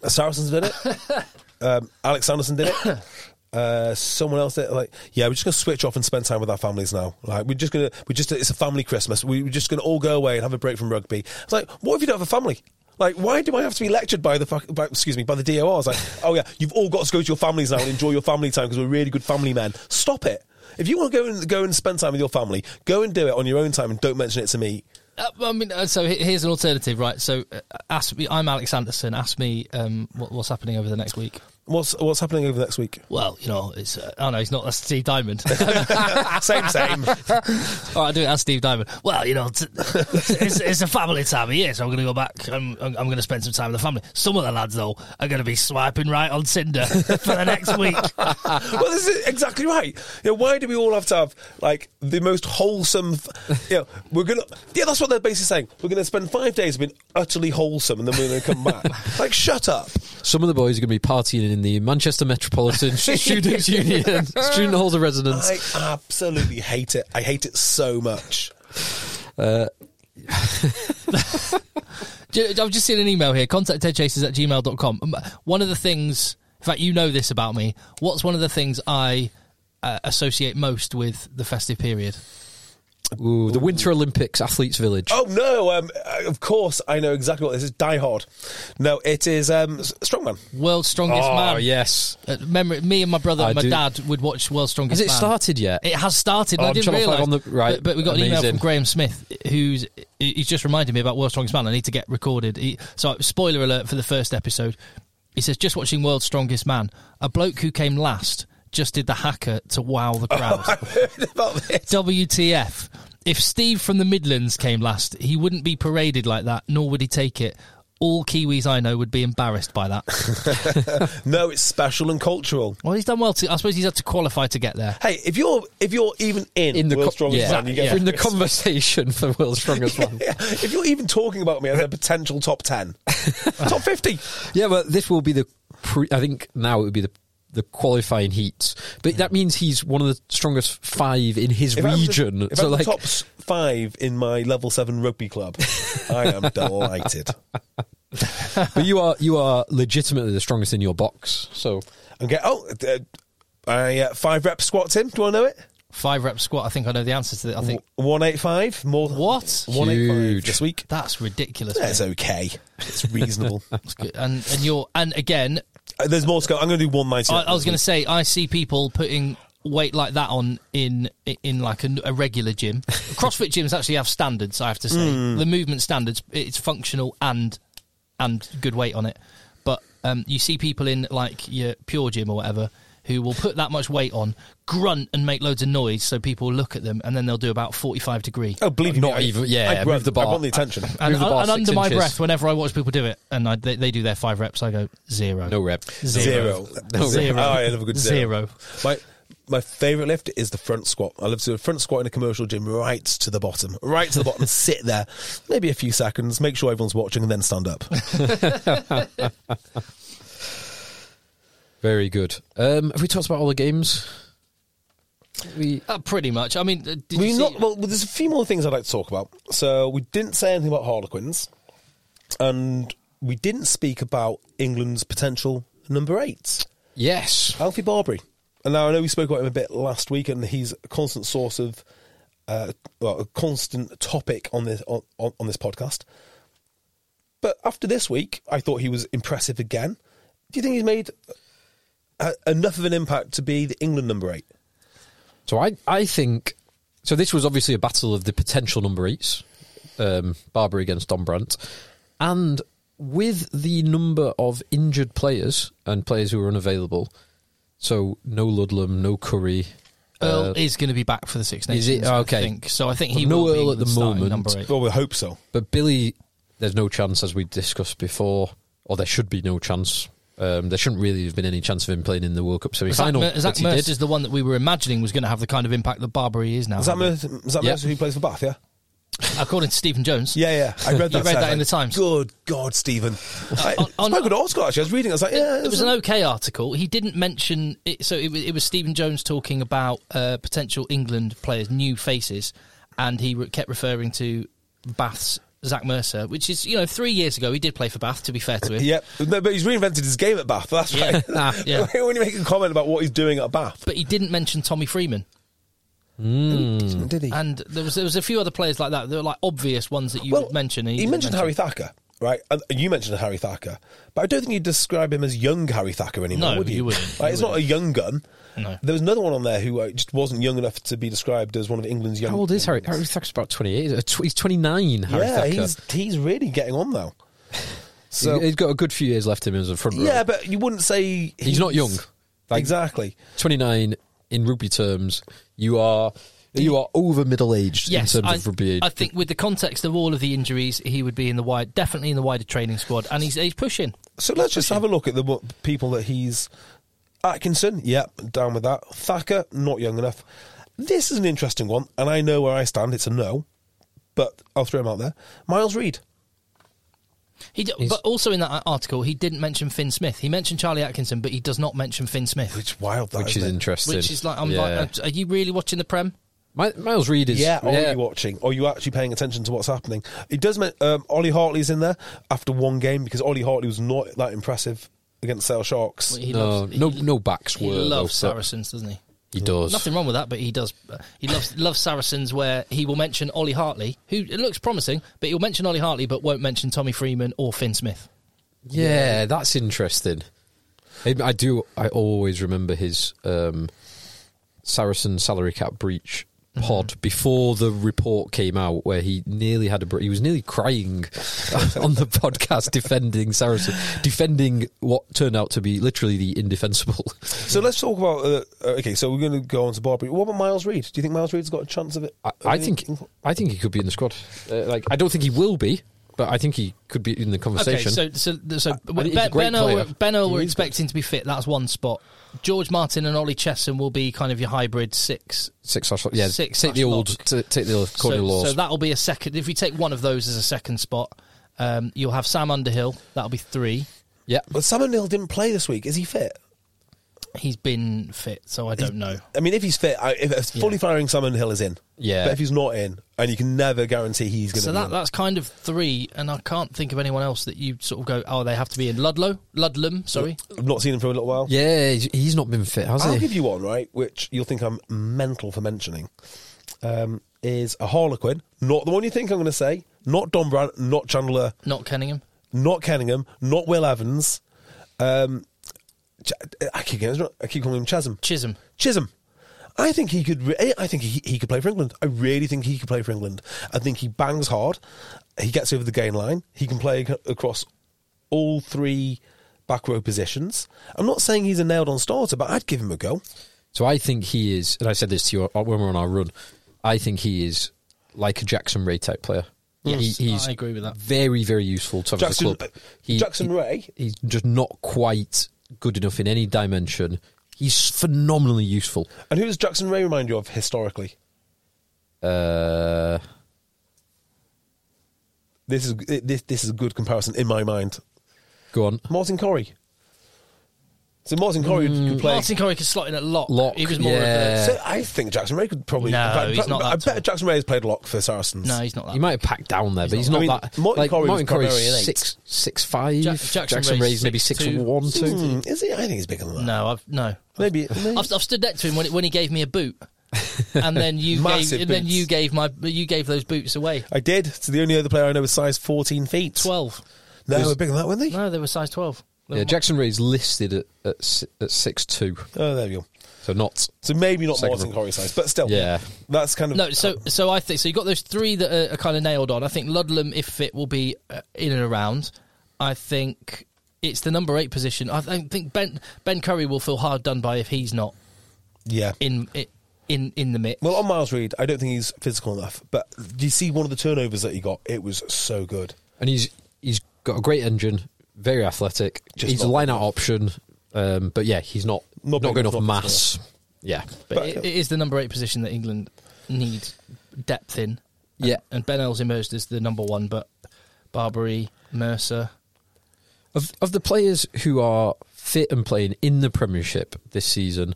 Speaker 4: Saracens did it. um, Alex Anderson did it. Uh, someone else did it. Like, yeah, we're just going to switch off and spend time with our families now. Like, we're just going to, we just, it's a family Christmas. We, we're just going to all go away and have a break from rugby. It's like, what if you don't have a family? Like, why do I have to be lectured by the, fuck- by, excuse me, by the DORs? Like, oh yeah, you've all got to go to your families now and enjoy your family time because we're really good family men. Stop it. If you want to go and go and spend time with your family, go and do it on your own time and don't mention it to me.
Speaker 3: Uh, I mean, uh, so he- here's an alternative, right? So uh, ask me. I'm Alex Anderson. Ask me um, what, what's happening over the next week.
Speaker 4: What's what's happening over the next week?
Speaker 3: Well, you know, it's uh, oh no, he's not. That's Steve Diamond.
Speaker 4: Same, same.
Speaker 3: All right, I do it as Steve Diamond. Well, you know, t- it's, it's a family time of year, so I'm going to go back. I'm, I'm going to spend some time with the family. Some of the lads, though, are going to be swiping right on Tinder for the next week.
Speaker 4: well, this is exactly right. You know, why do we all have to have like the most wholesome? F- you know, we're gonna. Yeah, that's what they're basically saying. We're gonna spend five days being utterly wholesome, and then we're gonna come back. like, shut up!
Speaker 5: Some of the boys are going to be partying in the Manchester Metropolitan Students Union Student Halls of Residence.
Speaker 4: I absolutely hate it. I hate it so much.
Speaker 5: Uh,
Speaker 3: J- I've just seen an email here. Contact tedchasers at gmail.com. Um, One of the things, in fact, you know this about me. What's one of the things I uh, associate most with the festive period?
Speaker 5: Ooh, the Winter Olympics Athletes Village.
Speaker 4: Oh no! Um, uh, of course, I know exactly what this is. Die Hard. No, it is um, S- Strongman.
Speaker 3: World's Strongest
Speaker 5: Oh,
Speaker 3: Man.
Speaker 5: yes.
Speaker 3: Uh, memory, me and my brother
Speaker 5: I
Speaker 3: and my
Speaker 5: do-
Speaker 3: dad would watch World's Strongest
Speaker 5: Has it
Speaker 3: Man.
Speaker 5: started yet?
Speaker 3: It has started. and
Speaker 5: Oh,
Speaker 3: I
Speaker 5: I'm
Speaker 3: didn't
Speaker 5: trying to find
Speaker 3: realise.
Speaker 5: on the- right,
Speaker 3: But, but we got an email
Speaker 5: amazing.
Speaker 3: from Graham Smith, who's he's just reminded me about World's Strongest Man. I need to get recorded. He, so, spoiler alert for the first episode. He says, "Just watching World's Strongest Man. A bloke who came last just did the hacker to wow the crowd.
Speaker 4: About this.
Speaker 3: WTF? If Steve from the Midlands came last, he wouldn't be paraded like that, nor would he take it." All Kiwis I know would be embarrassed by that.
Speaker 4: No, it's special and cultural.
Speaker 3: Well, he's done well. To, I suppose he's had to qualify to get there.
Speaker 4: Hey, if you're if you're even in,
Speaker 5: In the,
Speaker 4: World's
Speaker 5: co-
Speaker 4: Strongest
Speaker 5: yeah.
Speaker 4: Man, you get
Speaker 5: in the conversation for World's Strongest Man.
Speaker 4: Yeah, if you're even talking about me as a potential top ten, top fifty.
Speaker 5: Yeah, but this will be the. Pre- I think now it would be the the qualifying heats, but that means he's one of the strongest five in his
Speaker 4: If I'm the-
Speaker 5: region.
Speaker 4: if
Speaker 5: so
Speaker 4: I'm
Speaker 5: like,
Speaker 4: the top s- five in my level seven rugby club, I am delighted.
Speaker 5: but you are you are legitimately the strongest in your box. So
Speaker 4: Okay. Oh, uh, I uh, five rep squats in. Do I know it?
Speaker 3: Five rep squat. I think I know the answer to that. I think
Speaker 4: One eight five more.
Speaker 3: What?
Speaker 4: One eight five
Speaker 5: Huge.
Speaker 4: this week.
Speaker 3: That's ridiculous.
Speaker 4: That's
Speaker 3: mate.
Speaker 4: okay. It's reasonable.
Speaker 3: That's good. And and you're and again,
Speaker 4: Uh, There's more to go. I'm going to do one ninety.
Speaker 3: I, I was going to say, I see people putting weight like that on in in like a, a regular gym. CrossFit gyms actually have standards. I have to say,
Speaker 5: Hmm.
Speaker 3: the movement standards. It's functional and and good weight on it. But um, you see people in like your pure gym or whatever who will put that much weight on, grunt and make loads of noise, so people look at them, and then they'll do about forty five degree.
Speaker 4: Oh, believe me,
Speaker 5: Not
Speaker 4: I-
Speaker 5: even- yeah,
Speaker 4: I
Speaker 5: move
Speaker 4: grunt.
Speaker 5: the bar.
Speaker 4: I want the attention.
Speaker 3: And,
Speaker 5: Move the bar
Speaker 3: and
Speaker 5: six
Speaker 3: under my
Speaker 5: inches.
Speaker 3: breath, whenever I watch people do it, and I, they, they do their five reps, I go zero.
Speaker 5: no rep.
Speaker 4: Zero.
Speaker 5: No
Speaker 3: Zero.
Speaker 4: Oh, I love a good zero.
Speaker 3: Zero.
Speaker 4: My my favourite lift is the front squat. I love to do a front squat in a commercial gym, right to the bottom, right to the bottom. sit there, maybe a few seconds, make sure everyone's watching, and then stand up.
Speaker 5: Very good. Um, have we talked about all the games? We
Speaker 3: Uh, pretty much. I mean, uh, did
Speaker 4: we
Speaker 3: you see-
Speaker 4: not well. There's a few more things I'd like to talk about. So we didn't say anything about Harlequins, and we didn't speak about England's potential number eight.
Speaker 5: yes.
Speaker 4: Alfie Barbary. And now I know we spoke about him a bit last week, and he's a constant source of, uh, well, a constant topic on this on, on, on this podcast. But after this week, I thought he was impressive again. Do you think he's made uh enough of an impact to be the England number eight?
Speaker 5: So I I think so. This was obviously a battle of the potential number eights, um, Barber against Don Brandt, and with the number of injured players and players who were unavailable. So no Ludlam, no Curry.
Speaker 3: Earl is going to be back for the Six Nations.
Speaker 5: Uh, is it? Okay.
Speaker 3: I think. So I think he
Speaker 5: No
Speaker 3: will be
Speaker 5: Earl at the
Speaker 3: starting
Speaker 5: moment.
Speaker 3: Number eight.
Speaker 4: Well, we hope so.
Speaker 5: But Billy, there's no chance, as we discussed before, or there should be no chance. Um, there shouldn't really have been any chance of him playing in the World Cup
Speaker 3: Zach,
Speaker 5: semi-final.
Speaker 3: Mer- Zach
Speaker 5: but he did.
Speaker 3: Mercer is the one that we were imagining was going to have the kind of impact that Barbary is now.
Speaker 4: Is that
Speaker 3: having.
Speaker 4: Mercer, is that
Speaker 5: Yeah.
Speaker 4: Mercer who plays for Bath? Yeah,
Speaker 3: According to Stephen Jones.
Speaker 4: yeah, yeah. I read
Speaker 3: You
Speaker 4: that.
Speaker 3: read
Speaker 4: today.
Speaker 3: that in the Times.
Speaker 4: Good God, Stephen! I,
Speaker 3: on- on-
Speaker 4: spoke with Oscar actually. I was reading. it, I was like, yeah,
Speaker 3: It was an okay article. He didn't mention it, so it was, it was Stephen Jones talking about uh, potential England players, new faces, and he re- kept referring to Bath's Zach Mercer, which is you know three years ago he did play for Bath. To be fair to him,
Speaker 4: Yep. No, but he's reinvented his game at Bath. That's
Speaker 3: Yeah.
Speaker 4: right.
Speaker 3: Ah, yeah.
Speaker 4: when you make a comment about what he's doing at Bath,
Speaker 3: but he didn't mention Tommy Freeman. Mm.
Speaker 4: did he?
Speaker 3: And there was there was a few other players like that. There were like obvious ones that Ah, you would mention. and
Speaker 4: he
Speaker 3: didn't
Speaker 4: mentioned
Speaker 3: mention.
Speaker 4: Harry Thacker, right? And you mentioned Harry Thacker, but I don't think you'd describe him as young Harry Thacker anymore,
Speaker 3: No,
Speaker 4: would you?
Speaker 3: you wouldn't.
Speaker 4: Right,
Speaker 3: You
Speaker 4: it's not a young gun.
Speaker 3: No.
Speaker 4: There was another one on there who uh, just wasn't young enough to be described as one of England's young.
Speaker 5: How old is Harry? Harry Thacker's about 28. Uh, tw- He's 29, Harry
Speaker 4: yeah,
Speaker 5: Thacker.
Speaker 4: he's he's really getting on now. So
Speaker 5: He- he's got a good few years left in him as a front rower.
Speaker 4: yeah, but you wouldn't say he's,
Speaker 5: not young. Like-
Speaker 4: exactly.
Speaker 5: 29 in rugby terms, you are you are over middle aged
Speaker 3: Yes,
Speaker 5: in terms
Speaker 3: I,
Speaker 5: of rugby age.
Speaker 3: I think with the context of all of the injuries, he would be in the wide, definitely in the wider training squad, and he's he's pushing.
Speaker 4: So let's just have a look at the what, people that he's. Atkinson, yep, down with that. Thacker, not young enough. This is an interesting one, and I know where I stand. It's a no, but I'll throw him out there. Miles Reed.
Speaker 3: He d-
Speaker 5: He's-
Speaker 3: but also in that article, he didn't mention Finn Smith. He mentioned Charlie Atkinson, but he does not mention Finn Smith,
Speaker 4: Which is wild, that,
Speaker 5: which is
Speaker 4: isn't it?
Speaker 5: interesting.
Speaker 3: which is like, I'm
Speaker 5: Yeah.
Speaker 3: like, are you really watching the Prem?
Speaker 5: My, Miles Reed is
Speaker 4: Yeah, are you watching? Are you actually paying attention to what's happening? It does. mean Um, Ollie Hartley's in there after one game because Ollie Hartley was not that impressive against Sale Sharks.
Speaker 3: He
Speaker 5: No,
Speaker 3: loves,
Speaker 5: no-
Speaker 3: he,
Speaker 5: no backs
Speaker 3: He
Speaker 5: were, though,
Speaker 3: loves
Speaker 5: but-
Speaker 3: Saracens, doesn't he?
Speaker 5: He does.
Speaker 3: Nothing wrong with that, but he does. uh, He loves loves Saracens, where he will mention Ollie Hartley, who it looks promising, but he'll mention Ollie Hartley, but won't mention Tommy Freeman or Finn Smith.
Speaker 5: Yeah, that's interesting. I, I do. I always remember his um, Saracen salary cap breach
Speaker 3: Mm-hmm.
Speaker 5: pod before the report came out, where he nearly had a. bre- He was nearly crying on the podcast defending Saracen, defending what turned out to be literally the indefensible.
Speaker 4: So let's talk about. Uh, uh, okay, so we're going to go on to Barbary. What about Miles Reed? Do you think Miles Reed's got a chance of it?
Speaker 5: I, I think. I think he could be in the squad. Uh, like, I don't think he will be, but I think he could be in the
Speaker 3: Okay,
Speaker 5: conversation.
Speaker 3: so so so
Speaker 5: he's
Speaker 3: ben,
Speaker 5: a great player.
Speaker 3: Benno, Benno we're
Speaker 5: He is good.
Speaker 3: expecting to be fit. That's one spot. George Martin and Ollie Chesson will be kind of your hybrid six.
Speaker 5: six slash yeah.
Speaker 3: Six
Speaker 5: take the
Speaker 3: slash
Speaker 5: old.
Speaker 3: lock.
Speaker 5: T- take the
Speaker 3: So,
Speaker 5: Cornell laws.
Speaker 3: so that'll be a second. If you take one of those as a second spot, um, you'll have Sam Underhill. That'll be three.
Speaker 5: yeah.
Speaker 4: But Sam Neil didn't play this week. Is he fit?
Speaker 3: He's been fit, so I don't know.
Speaker 4: I mean, if he's fit, I, if a fully firing Sam Hill is in.
Speaker 5: Yeah.
Speaker 4: But if he's not in, and you can never guarantee he's going to
Speaker 3: So
Speaker 4: be
Speaker 3: that,
Speaker 4: in.
Speaker 3: that's kind of three, and I can't think of anyone else that you sort of go, oh, they have to be in Ludlow, Ludlam. Sorry,
Speaker 4: I've not seen him for a little while.
Speaker 5: Yeah, he's- he's not been fit, has
Speaker 4: I'll
Speaker 5: he?
Speaker 4: give you one, right? Which you'll think I'm mental for mentioning. Um, is a Harlequin, not the one you think I'm going to say, not Don Brandt, not Chandler,
Speaker 3: not Kenningham.
Speaker 4: not Kenningham, not Will Evans. Um, Ch- I keep calling him, I keep calling him Chasm.
Speaker 3: Chisholm.
Speaker 4: Chisholm. I think he could. Re- I think he, he could play for England. I really think he could play for England. I think he bangs hard. He gets over the gain line. He can play ac- across all three back row positions. I'm not saying he's a nailed on starter, but I'd give him a go.
Speaker 5: So I think he is, and I said this to you uh, when we were on our run. I think he is like a Jackson Ray type player.
Speaker 3: Yes,
Speaker 5: He- he's
Speaker 3: I agree with that.
Speaker 5: Very, very useful to the
Speaker 4: Jackson-
Speaker 5: club. He-
Speaker 4: Jackson
Speaker 5: he-
Speaker 4: Ray?
Speaker 5: he's just not quite good enough in any dimension. He's phenomenally useful.
Speaker 4: And who does Jackson Ray remind you of historically?
Speaker 5: Uh,
Speaker 4: This is this this is a good comparison in my mind.
Speaker 5: go on.
Speaker 4: Martin Corey. So Martin Corey could play.
Speaker 3: Mm, Martin Corey could slot in at lock.
Speaker 5: Lock,
Speaker 3: He was more
Speaker 5: yeah.
Speaker 3: of
Speaker 4: So I think Jackson Ray could probably.
Speaker 3: No,
Speaker 4: in fact,
Speaker 3: he's not
Speaker 4: I
Speaker 3: that
Speaker 4: bet
Speaker 3: tall.
Speaker 4: Jackson Ray has played a lot for Saracens.
Speaker 3: a. No, he's not that.
Speaker 5: He might have packed down there, but he's
Speaker 4: not- I
Speaker 5: not
Speaker 4: mean,
Speaker 5: that.
Speaker 4: Martin
Speaker 5: like,
Speaker 4: Corey was
Speaker 5: Martin Corey's
Speaker 4: primarily an eight.
Speaker 5: six, six five.
Speaker 3: Jack- Jackson
Speaker 5: Jackson
Speaker 3: Ray's
Speaker 5: Ray's maybe six,
Speaker 3: six two.
Speaker 5: one, two.
Speaker 4: Hmm, is he? I think he's bigger than that.
Speaker 3: No, I've no.
Speaker 4: Maybe.
Speaker 3: I've, I've stood next to him when, when he gave me a boot, and then you gave,
Speaker 4: Massive
Speaker 3: and then
Speaker 4: boots.
Speaker 3: you gave my you gave those boots away.
Speaker 5: Uh,
Speaker 4: I did. So the only other player I know is size 14 feet.
Speaker 3: Twelve?
Speaker 4: No, they were bigger than that, weren't they?
Speaker 3: No, they were size twelve. They
Speaker 5: Yeah,
Speaker 3: were-
Speaker 5: Jackson Ray's listed at at, si- at six two,
Speaker 4: Oh, there we go.
Speaker 5: so not
Speaker 4: So maybe not
Speaker 5: Second
Speaker 4: Martin
Speaker 5: row.
Speaker 4: Corey size, but still.
Speaker 5: Yeah.
Speaker 4: That's kind of. uh,
Speaker 3: No, so so I think so. You got those three that are, are kind of nailed on. I think Ludlam, if fit, will be uh, in and around. I think it's the number eight position. I, I think Ben Ben Curry will feel hard done by if he's not
Speaker 4: Yeah.
Speaker 3: in in in the mix.
Speaker 4: Well, on Miles Reed, I don't think he's physical enough, but do you see one of the turnovers that he got? It was so good.
Speaker 5: and he's he's got a great engine, very athletic.
Speaker 4: Just
Speaker 5: he's a
Speaker 4: not-
Speaker 5: line out option, um, but yeah, he's not
Speaker 4: Not
Speaker 5: not,
Speaker 4: big
Speaker 5: good enough
Speaker 4: enough
Speaker 5: mass. Yeah,
Speaker 3: but it, it is the number eight position that England need depth in. And,
Speaker 5: Yeah.
Speaker 3: and Ben Ells emerged as the number one, but Barbary, Mercer,
Speaker 5: of of the players who are fit and playing in the Premiership this season,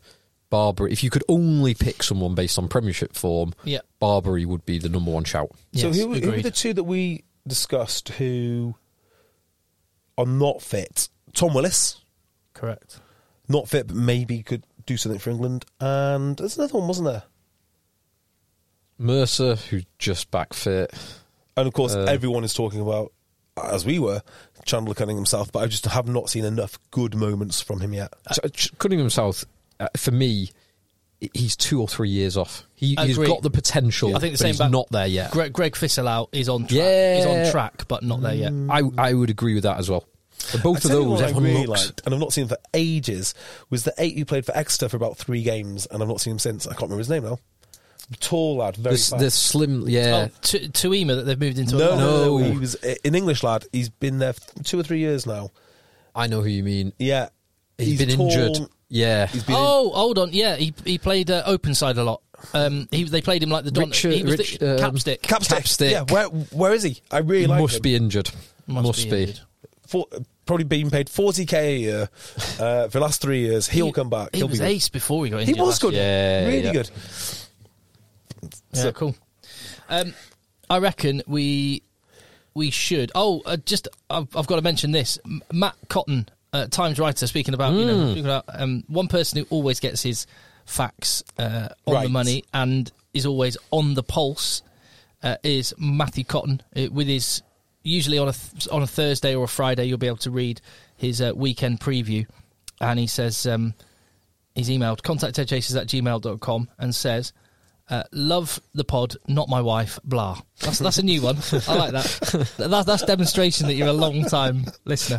Speaker 5: Barbary. If you could only pick someone based on Premiership form,
Speaker 3: Yeah.
Speaker 5: Barbary would be the number one shout.
Speaker 3: Yes,
Speaker 4: so who, who were
Speaker 3: agreed.
Speaker 4: the two that we discussed who are not fit? Tom Willis,
Speaker 3: correct.
Speaker 4: not fit, but maybe could do something for England. And there's another one, wasn't there?
Speaker 5: Mercer, who's just back fit.
Speaker 4: And of
Speaker 5: Uh.
Speaker 4: course, everyone is talking about, as we were, Chandler Cunningham South, but I just have not seen enough good moments from him yet.
Speaker 3: Uh,
Speaker 5: So, Ch- Cunningham South, uh, for me, i- he's two or three years off. He, he's
Speaker 3: Agreed.
Speaker 5: got the potential.
Speaker 3: I think the
Speaker 5: but
Speaker 3: same
Speaker 5: he's
Speaker 3: about
Speaker 5: not there yet.
Speaker 3: Greg, Greg Fissell is on track.
Speaker 5: Yeah.
Speaker 3: He's on track, but not there
Speaker 4: Mm.
Speaker 3: yet.
Speaker 5: I I would agree with that as well. But both of
Speaker 4: I tell you
Speaker 5: those,
Speaker 4: what I
Speaker 5: everyone
Speaker 4: really
Speaker 5: looks.
Speaker 4: liked, and I've not seen for ages, was the eight who played for Exeter for about three games, and I've not seen him since. I can't remember his name now. Tall lad, very
Speaker 5: The,
Speaker 4: fast.
Speaker 5: the slim, yeah.
Speaker 3: Oh, Tu- Tuima that they've moved into.
Speaker 4: no,
Speaker 3: a
Speaker 4: no, no,
Speaker 5: No.
Speaker 4: He was a- an English lad. He's been there f- two or three years now.
Speaker 5: I know who you mean.
Speaker 4: Yeah,
Speaker 5: he's been
Speaker 4: tall.
Speaker 5: injured. Yeah,
Speaker 4: He's been. in-
Speaker 3: Oh, hold on. Yeah, he he played uh, open side a lot. Um, he they played him like the Don.
Speaker 5: Richard-
Speaker 3: he was
Speaker 5: Rich-
Speaker 3: the,
Speaker 5: um,
Speaker 3: capstick.
Speaker 4: uh, Capstick.
Speaker 5: Capstick.
Speaker 4: Yeah, where where is he? I really
Speaker 5: he
Speaker 4: like
Speaker 5: must
Speaker 4: him.
Speaker 5: be injured.
Speaker 3: Must,
Speaker 5: Must
Speaker 3: be.
Speaker 5: be.
Speaker 3: indeed.
Speaker 4: For, probably being paid 40k a year uh, for the last three years. He'll
Speaker 3: He-
Speaker 4: come back.
Speaker 3: He
Speaker 4: He'll
Speaker 3: was
Speaker 4: be good.
Speaker 3: ace before he got
Speaker 4: He
Speaker 3: injured.
Speaker 4: was
Speaker 3: last
Speaker 4: good.
Speaker 3: year.
Speaker 5: Yeah,
Speaker 4: really
Speaker 5: yeah.
Speaker 4: good.
Speaker 3: Yeah,
Speaker 4: So-
Speaker 3: cool. Um, I reckon we we should. Oh, uh, just I've, I've got to mention this. M- Matt Cotton, uh, Times writer, speaking about you
Speaker 4: Mm.
Speaker 3: know speaking about, um, one person who always gets his facts uh, on the
Speaker 4: Right.
Speaker 3: money and is always on the pulse uh, is Matthew Cotton uh, with his usually on a th- on a Thursday or a Friday you'll be able to read his uh, weekend preview and he says um, he's emailed contact edchases at gmail.com and says uh, love the pod not my wife blah that's, that's a new one i like that. that that's demonstration that you're a long time listener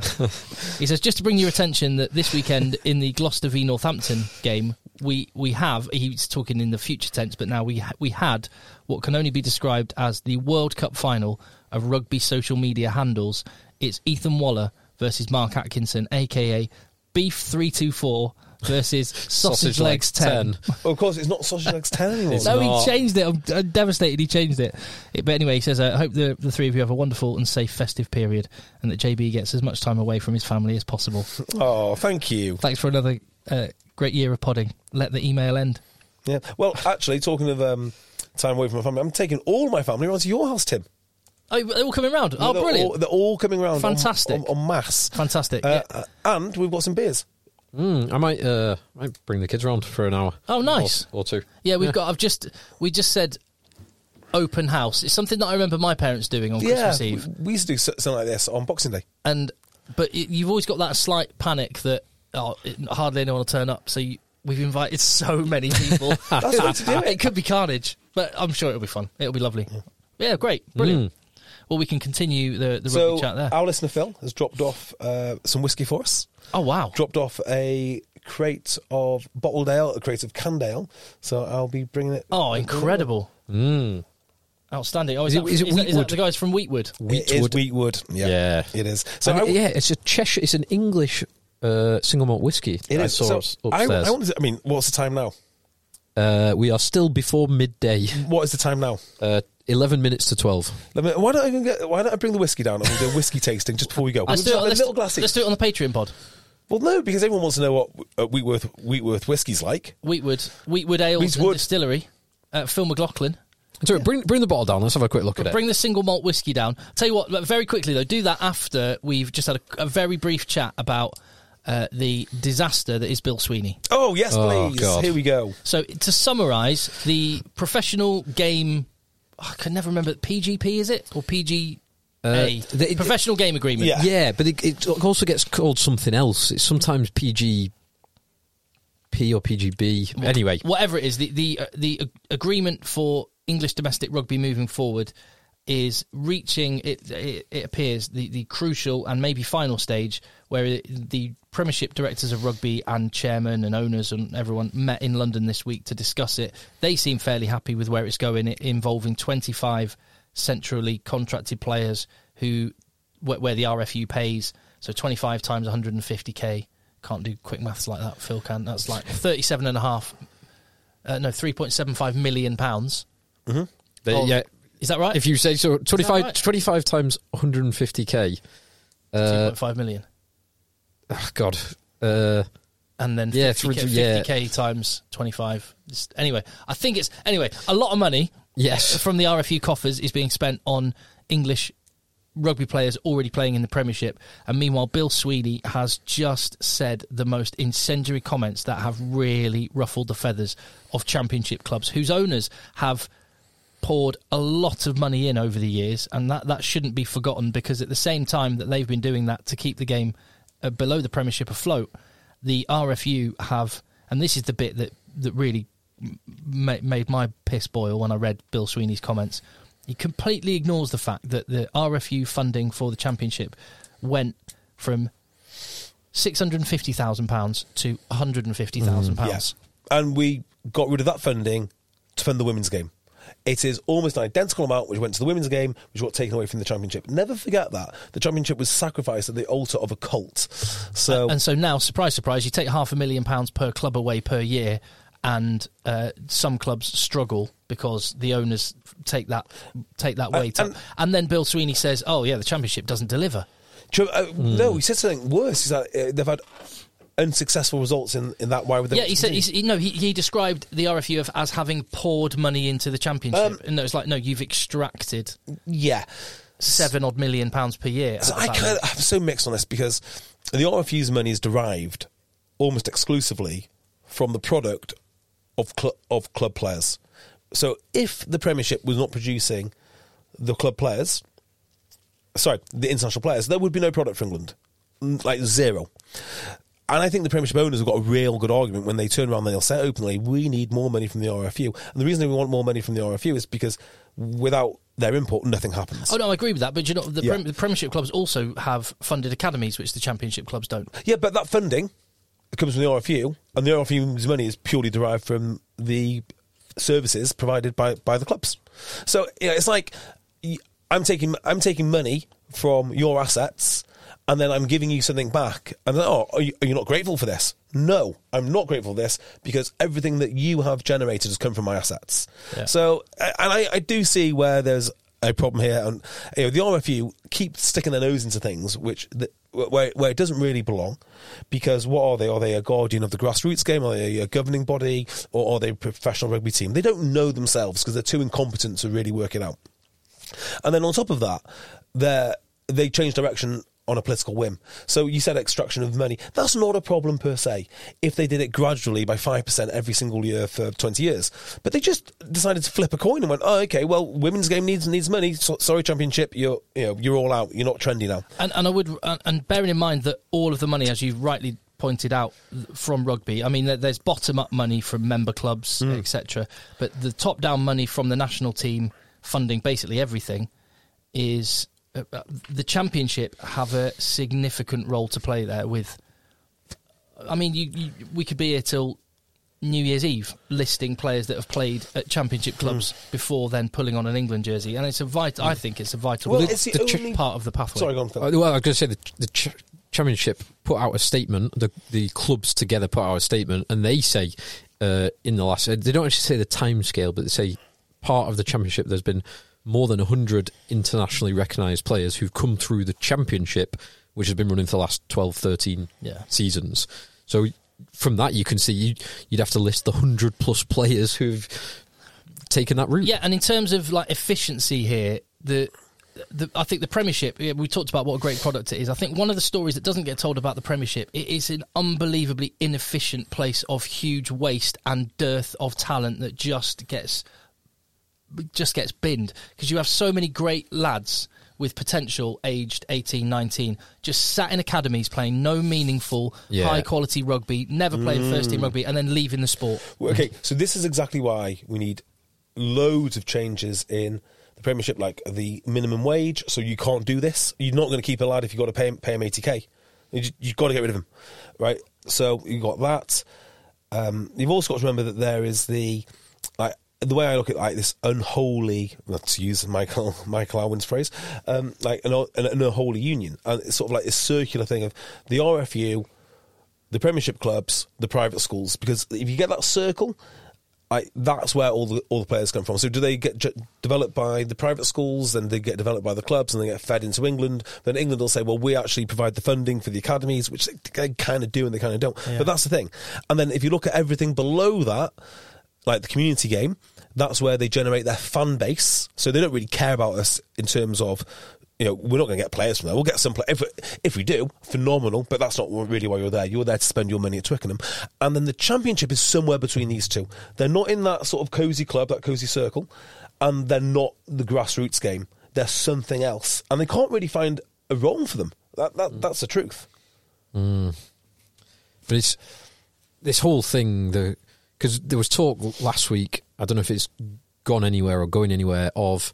Speaker 3: he says just to bring your attention that this weekend in the gloucester v northampton game we we have he's talking in the future tense but now we ha- we had what can only be described as the world cup final of rugby social media handles it's ethan waller versus mark atkinson aka beef 324 versus sausage, legs 10.
Speaker 4: Well, of course, it's not Sausage Legs 10 anymore.
Speaker 5: It's
Speaker 3: No,
Speaker 5: not.
Speaker 3: he changed it. I'm, I'm devastated he changed it. It- But anyway, he says, I hope the, the three of you have a wonderful and safe festive period and that JB gets as much time away from his family as possible.
Speaker 4: Oh, thank you.
Speaker 3: Thanks for another uh, great year of podding. Let the email end.
Speaker 4: Yeah. Well, actually, talking of um, time away from my family, I'm taking all my family around to your house, Tim.
Speaker 3: Oh, they're all coming round. Oh,
Speaker 4: they're
Speaker 3: brilliant.
Speaker 4: All, they're all coming round. en-
Speaker 3: Fantastic.
Speaker 4: En, en masse.
Speaker 3: Fantastic,
Speaker 4: Uh,
Speaker 3: yeah.
Speaker 4: And we've got some beers.
Speaker 5: Mm, I might, uh, might bring the kids around for an hour.
Speaker 3: Oh, nice.
Speaker 5: Or, or two.
Speaker 3: Yeah, we've got. I've just we just said open house. It's something that I remember my parents doing on
Speaker 4: yeah.
Speaker 3: Christmas Eve.
Speaker 4: We, we used to do so- something like this on Boxing Day.
Speaker 3: and but y you've always got that slight panic that oh, it, hardly anyone will turn up. So you, we've invited so many people.
Speaker 4: That's the way to do it.
Speaker 3: could be carnage, but I'm sure it'll be fun. It'll be lovely. Yeah, great, brilliant. Well, we can continue the the
Speaker 4: Mm. so uh,
Speaker 3: rugby chat there.
Speaker 4: our listener Phil has dropped off uh, some whiskey for us.
Speaker 3: oh wow,
Speaker 4: Dropped off a crate of bottled ale, a crate of canned ale. So I'll be bringing it.
Speaker 3: oh incredible, Mm. outstanding. Oh, is,
Speaker 5: Is
Speaker 3: that,
Speaker 5: it- is it
Speaker 3: is that- is that
Speaker 5: Wheatwood?
Speaker 3: the guys from Wheatwood?
Speaker 4: It is Wheatwood. Yeah,
Speaker 5: Yeah.
Speaker 4: it is. So
Speaker 5: And
Speaker 4: I-
Speaker 5: it- yeah, it's a Cheshire. It's an English uh, single malt whiskey.
Speaker 4: It
Speaker 5: I
Speaker 4: is.
Speaker 5: saw
Speaker 4: So
Speaker 5: us
Speaker 4: I,
Speaker 5: upstairs.
Speaker 4: I, wanted to- I mean, what's the time now?
Speaker 5: uh, we are still before midday.
Speaker 4: What is the time now?
Speaker 5: Uh, Eleven minutes to twelve.
Speaker 4: Let me, why don't I even get, why don't I bring the whiskey down and we'll do a whiskey tasting just before we go?
Speaker 3: Let's
Speaker 4: We'll
Speaker 3: do, it,
Speaker 4: have a
Speaker 3: let's,
Speaker 4: little glassy.
Speaker 3: let's do it on the Patreon pod.
Speaker 4: Well, no, because everyone wants to know what uh, Wheatworth Wheatworth whiskey's like.
Speaker 3: Wheatwood, Wheatwood Ales and
Speaker 4: Wheatwood.
Speaker 3: Distillery. Uh, Phil McLaughlin.
Speaker 5: So bring bring the bottle down. Let's have a quick look at it.
Speaker 3: Bring the single malt whiskey down. Tell you what, look, very quickly though, do that after we've just had a, a very brief chat about uh, the disaster that is Bill Sweeney.
Speaker 4: Oh yes,
Speaker 5: Oh,
Speaker 4: please.
Speaker 5: God.
Speaker 4: Here we go.
Speaker 3: So to summarise, the professional game. I can never remember PGP is it or PGA?
Speaker 5: Uh, the-
Speaker 3: professional game agreement.
Speaker 4: Yeah.
Speaker 5: yeah, but it, it also gets called something else. It's sometimes PGP or PGB. Anyway,
Speaker 3: whatever it is, the the uh, the ag- agreement for English domestic rugby moving forward is reaching it. It, it appears the, the crucial and maybe final stage where it- the Premiership directors of rugby and chairman and owners and everyone met in London this week to discuss it. They seem fairly happy with where it's going, it involving 25 centrally contracted players who where, where the RFU pays. So 25 times 150k. Can't do quick maths like that, Phil can. That's like 37 and a half uh, no, three point seven five million pounds.
Speaker 5: they-
Speaker 3: Oh,
Speaker 5: yeah,
Speaker 3: Is that right?
Speaker 5: if you say so, 25,
Speaker 3: right?
Speaker 5: 25 times one hundred and fifty k. Uh, ah,
Speaker 3: two point five million,
Speaker 5: God, uh,
Speaker 3: and then
Speaker 5: yeah,
Speaker 3: 50K,
Speaker 5: three- yeah.
Speaker 3: 50K times twenty five. Anyway, I think it's anyway a lot of money
Speaker 5: yes,
Speaker 3: from the RFU coffers is being spent on English rugby players already playing in the Premiership, and meanwhile Bill Sweeney has just said the most incendiary comments that have really ruffled the feathers of Championship clubs whose owners have poured a lot of money in over the years, and that, that shouldn't be forgotten because at the same time that they've been doing that to keep the game uh, below the Premiership afloat, the RFU have, and this is the bit that, that really m- ma- made my piss boil when I read Bill Sweeney's comments. He completely ignores the fact that the RFU funding for the Championship went from £650,000 to £150,000.
Speaker 4: Mm, Yes, and we got rid of that funding to fund the women's game. It is almost an identical amount which went to the women's game, which got taken away from the championship. Never forget that the championship was sacrificed at the altar of a cult. So
Speaker 3: And so now, surprise, surprise, you take half a million pounds per club away per year, and uh, some clubs struggle because the owners take that take that weight
Speaker 4: Uh, and-
Speaker 3: up. And then Bill Sweeney says, "Oh yeah, the championship doesn't deliver."
Speaker 4: Do you- uh, No, he said something worse. Is that uh, they've had unsuccessful results in, in that. Why would they?
Speaker 3: yeah, he said he's, he, no. He, he described the RFUF as having poured money into the championship, and no, it's like no, you've extracted
Speaker 4: yeah.
Speaker 3: seven odd million pounds per year.
Speaker 4: So
Speaker 3: out of
Speaker 4: I
Speaker 3: that
Speaker 4: kind
Speaker 3: league.
Speaker 4: of, I'm so mixed on this because the RFU's money is derived almost exclusively from the product of cl- of club players. So if the Premiership was not producing the club players, sorry, the international players, there would be no product for England, Mm, like zero. And I think the Premiership owners have got a real good argument when they turn around and they'll say openly, we need more money from the RFU. And the reason they want more money from the RFU is because without their input, nothing happens.
Speaker 3: Oh no, I agree with that. But you know, the,
Speaker 4: Yeah.
Speaker 3: prem- the Premiership clubs also have funded academies, which the Championship clubs don't.
Speaker 4: Yeah, but that funding comes from the RFU, and the RFU's money is purely derived from the services provided by, by the clubs. So you know, it's like y- I'm taking I'm taking money from your assets, and then I'm giving you something back. And then, oh, are you, are you not grateful for this? No, I'm not grateful for this because everything that you have generated has come from my assets.
Speaker 3: Yeah.
Speaker 4: So, a- and I, I do see where there's a problem here, and you know, the RFU keep sticking their nose into things which the, where where it doesn't really belong, because what are they? Are they a guardian of the grassroots game? Are they a governing body, or are they a professional rugby team? They don't know themselves because they're too incompetent to really work it out. And then on top of that, they they change direction on a political whim. So you said extraction of money. That's not a problem per se if they did it gradually by 5% every single year for 20 years. But they just decided to flip a coin and went, "Oh, okay, well, women's game needs needs money. So, sorry championship, you're you know, you're all out. You're not trendy now."
Speaker 3: And, and I would, and- and bearing in mind that all of the money, as you rightly pointed out, from rugby. I mean, there- there's bottom up money from member clubs,
Speaker 4: Mm.
Speaker 3: etc. But the top down money from the national team funding basically everything is uh, uh, the championship have a significant role to play there. With, I mean, you, you, we could be here till. New Year's Eve listing players that have played at
Speaker 4: Mm.
Speaker 3: championship clubs before then pulling on an England jersey, and it's a vital. I think it's a vital
Speaker 4: Well,
Speaker 3: part-
Speaker 4: it's the
Speaker 3: ch-
Speaker 4: only-
Speaker 3: part of the pathway.
Speaker 4: Sorry, go on. Phil.
Speaker 5: Uh, well, I was going to say the, the ch- championship put out a statement. The the clubs together put out a statement, and they say uh, in the last they don't actually say the time scale, but they say part of the championship. There's been more than hundred internationally recognised players who've come through the championship, which has been running for the last 12, 13
Speaker 3: Yeah.
Speaker 5: seasons. So from that, you can see you, you'd have to list the hundred plus players who've taken that route.
Speaker 3: Yeah, and in terms of like efficiency here, the the I think the Premiership. yeah, We talked about what a great product it is. I think one of the stories that doesn't get told about the Premiership, it is an unbelievably inefficient place of huge waste and dearth of talent that just gets just gets binned because you have so many great lads with potential aged 18 19 just sat in academies playing no meaningful
Speaker 5: Yeah. Mm.
Speaker 3: high quality rugby never playing first team rugby and then leaving the sport
Speaker 4: Okay, so this is exactly why we need loads of changes in the Premiership, like the minimum wage. So you can't do this. You're not going to keep a lad if you've got to pay him, pay him 80k. You, have got to get rid of him, right? So you've got that. Um, you've also got to remember that there is the like the way I look at like this unholy, not to use Michael Michael Owen's phrase, um, like an, an, an unholy union, and it's sort of like this circular thing of the RFU the Premiership clubs, the private schools, because if you get that circle, I, that's where all the all the players come from. So do they get j- developed by the private schools, then they get developed by the clubs, and they get fed into England. Then England will say, "Well, we actually provide the funding for the academies," which they, they kind of do and they kind of don't. But that's the thing. And then if you look at everything below that, like the community game, that's where they generate their fan base. So they don't really care about us in terms of, you know, we're not going to get players from there. We'll get some players. If, if we do, phenomenal, but that's not really why you're there. You're there to spend your money at Twickenham. And then the championship is somewhere between these two. They're not in that sort of cosy club, that cosy circle, and they're not the grassroots game. They're something else. And they can't really find a role for them. That, that, That's the truth.
Speaker 5: But it's this whole thing the because there was talk last week. I don't know if it's gone anywhere or going anywhere of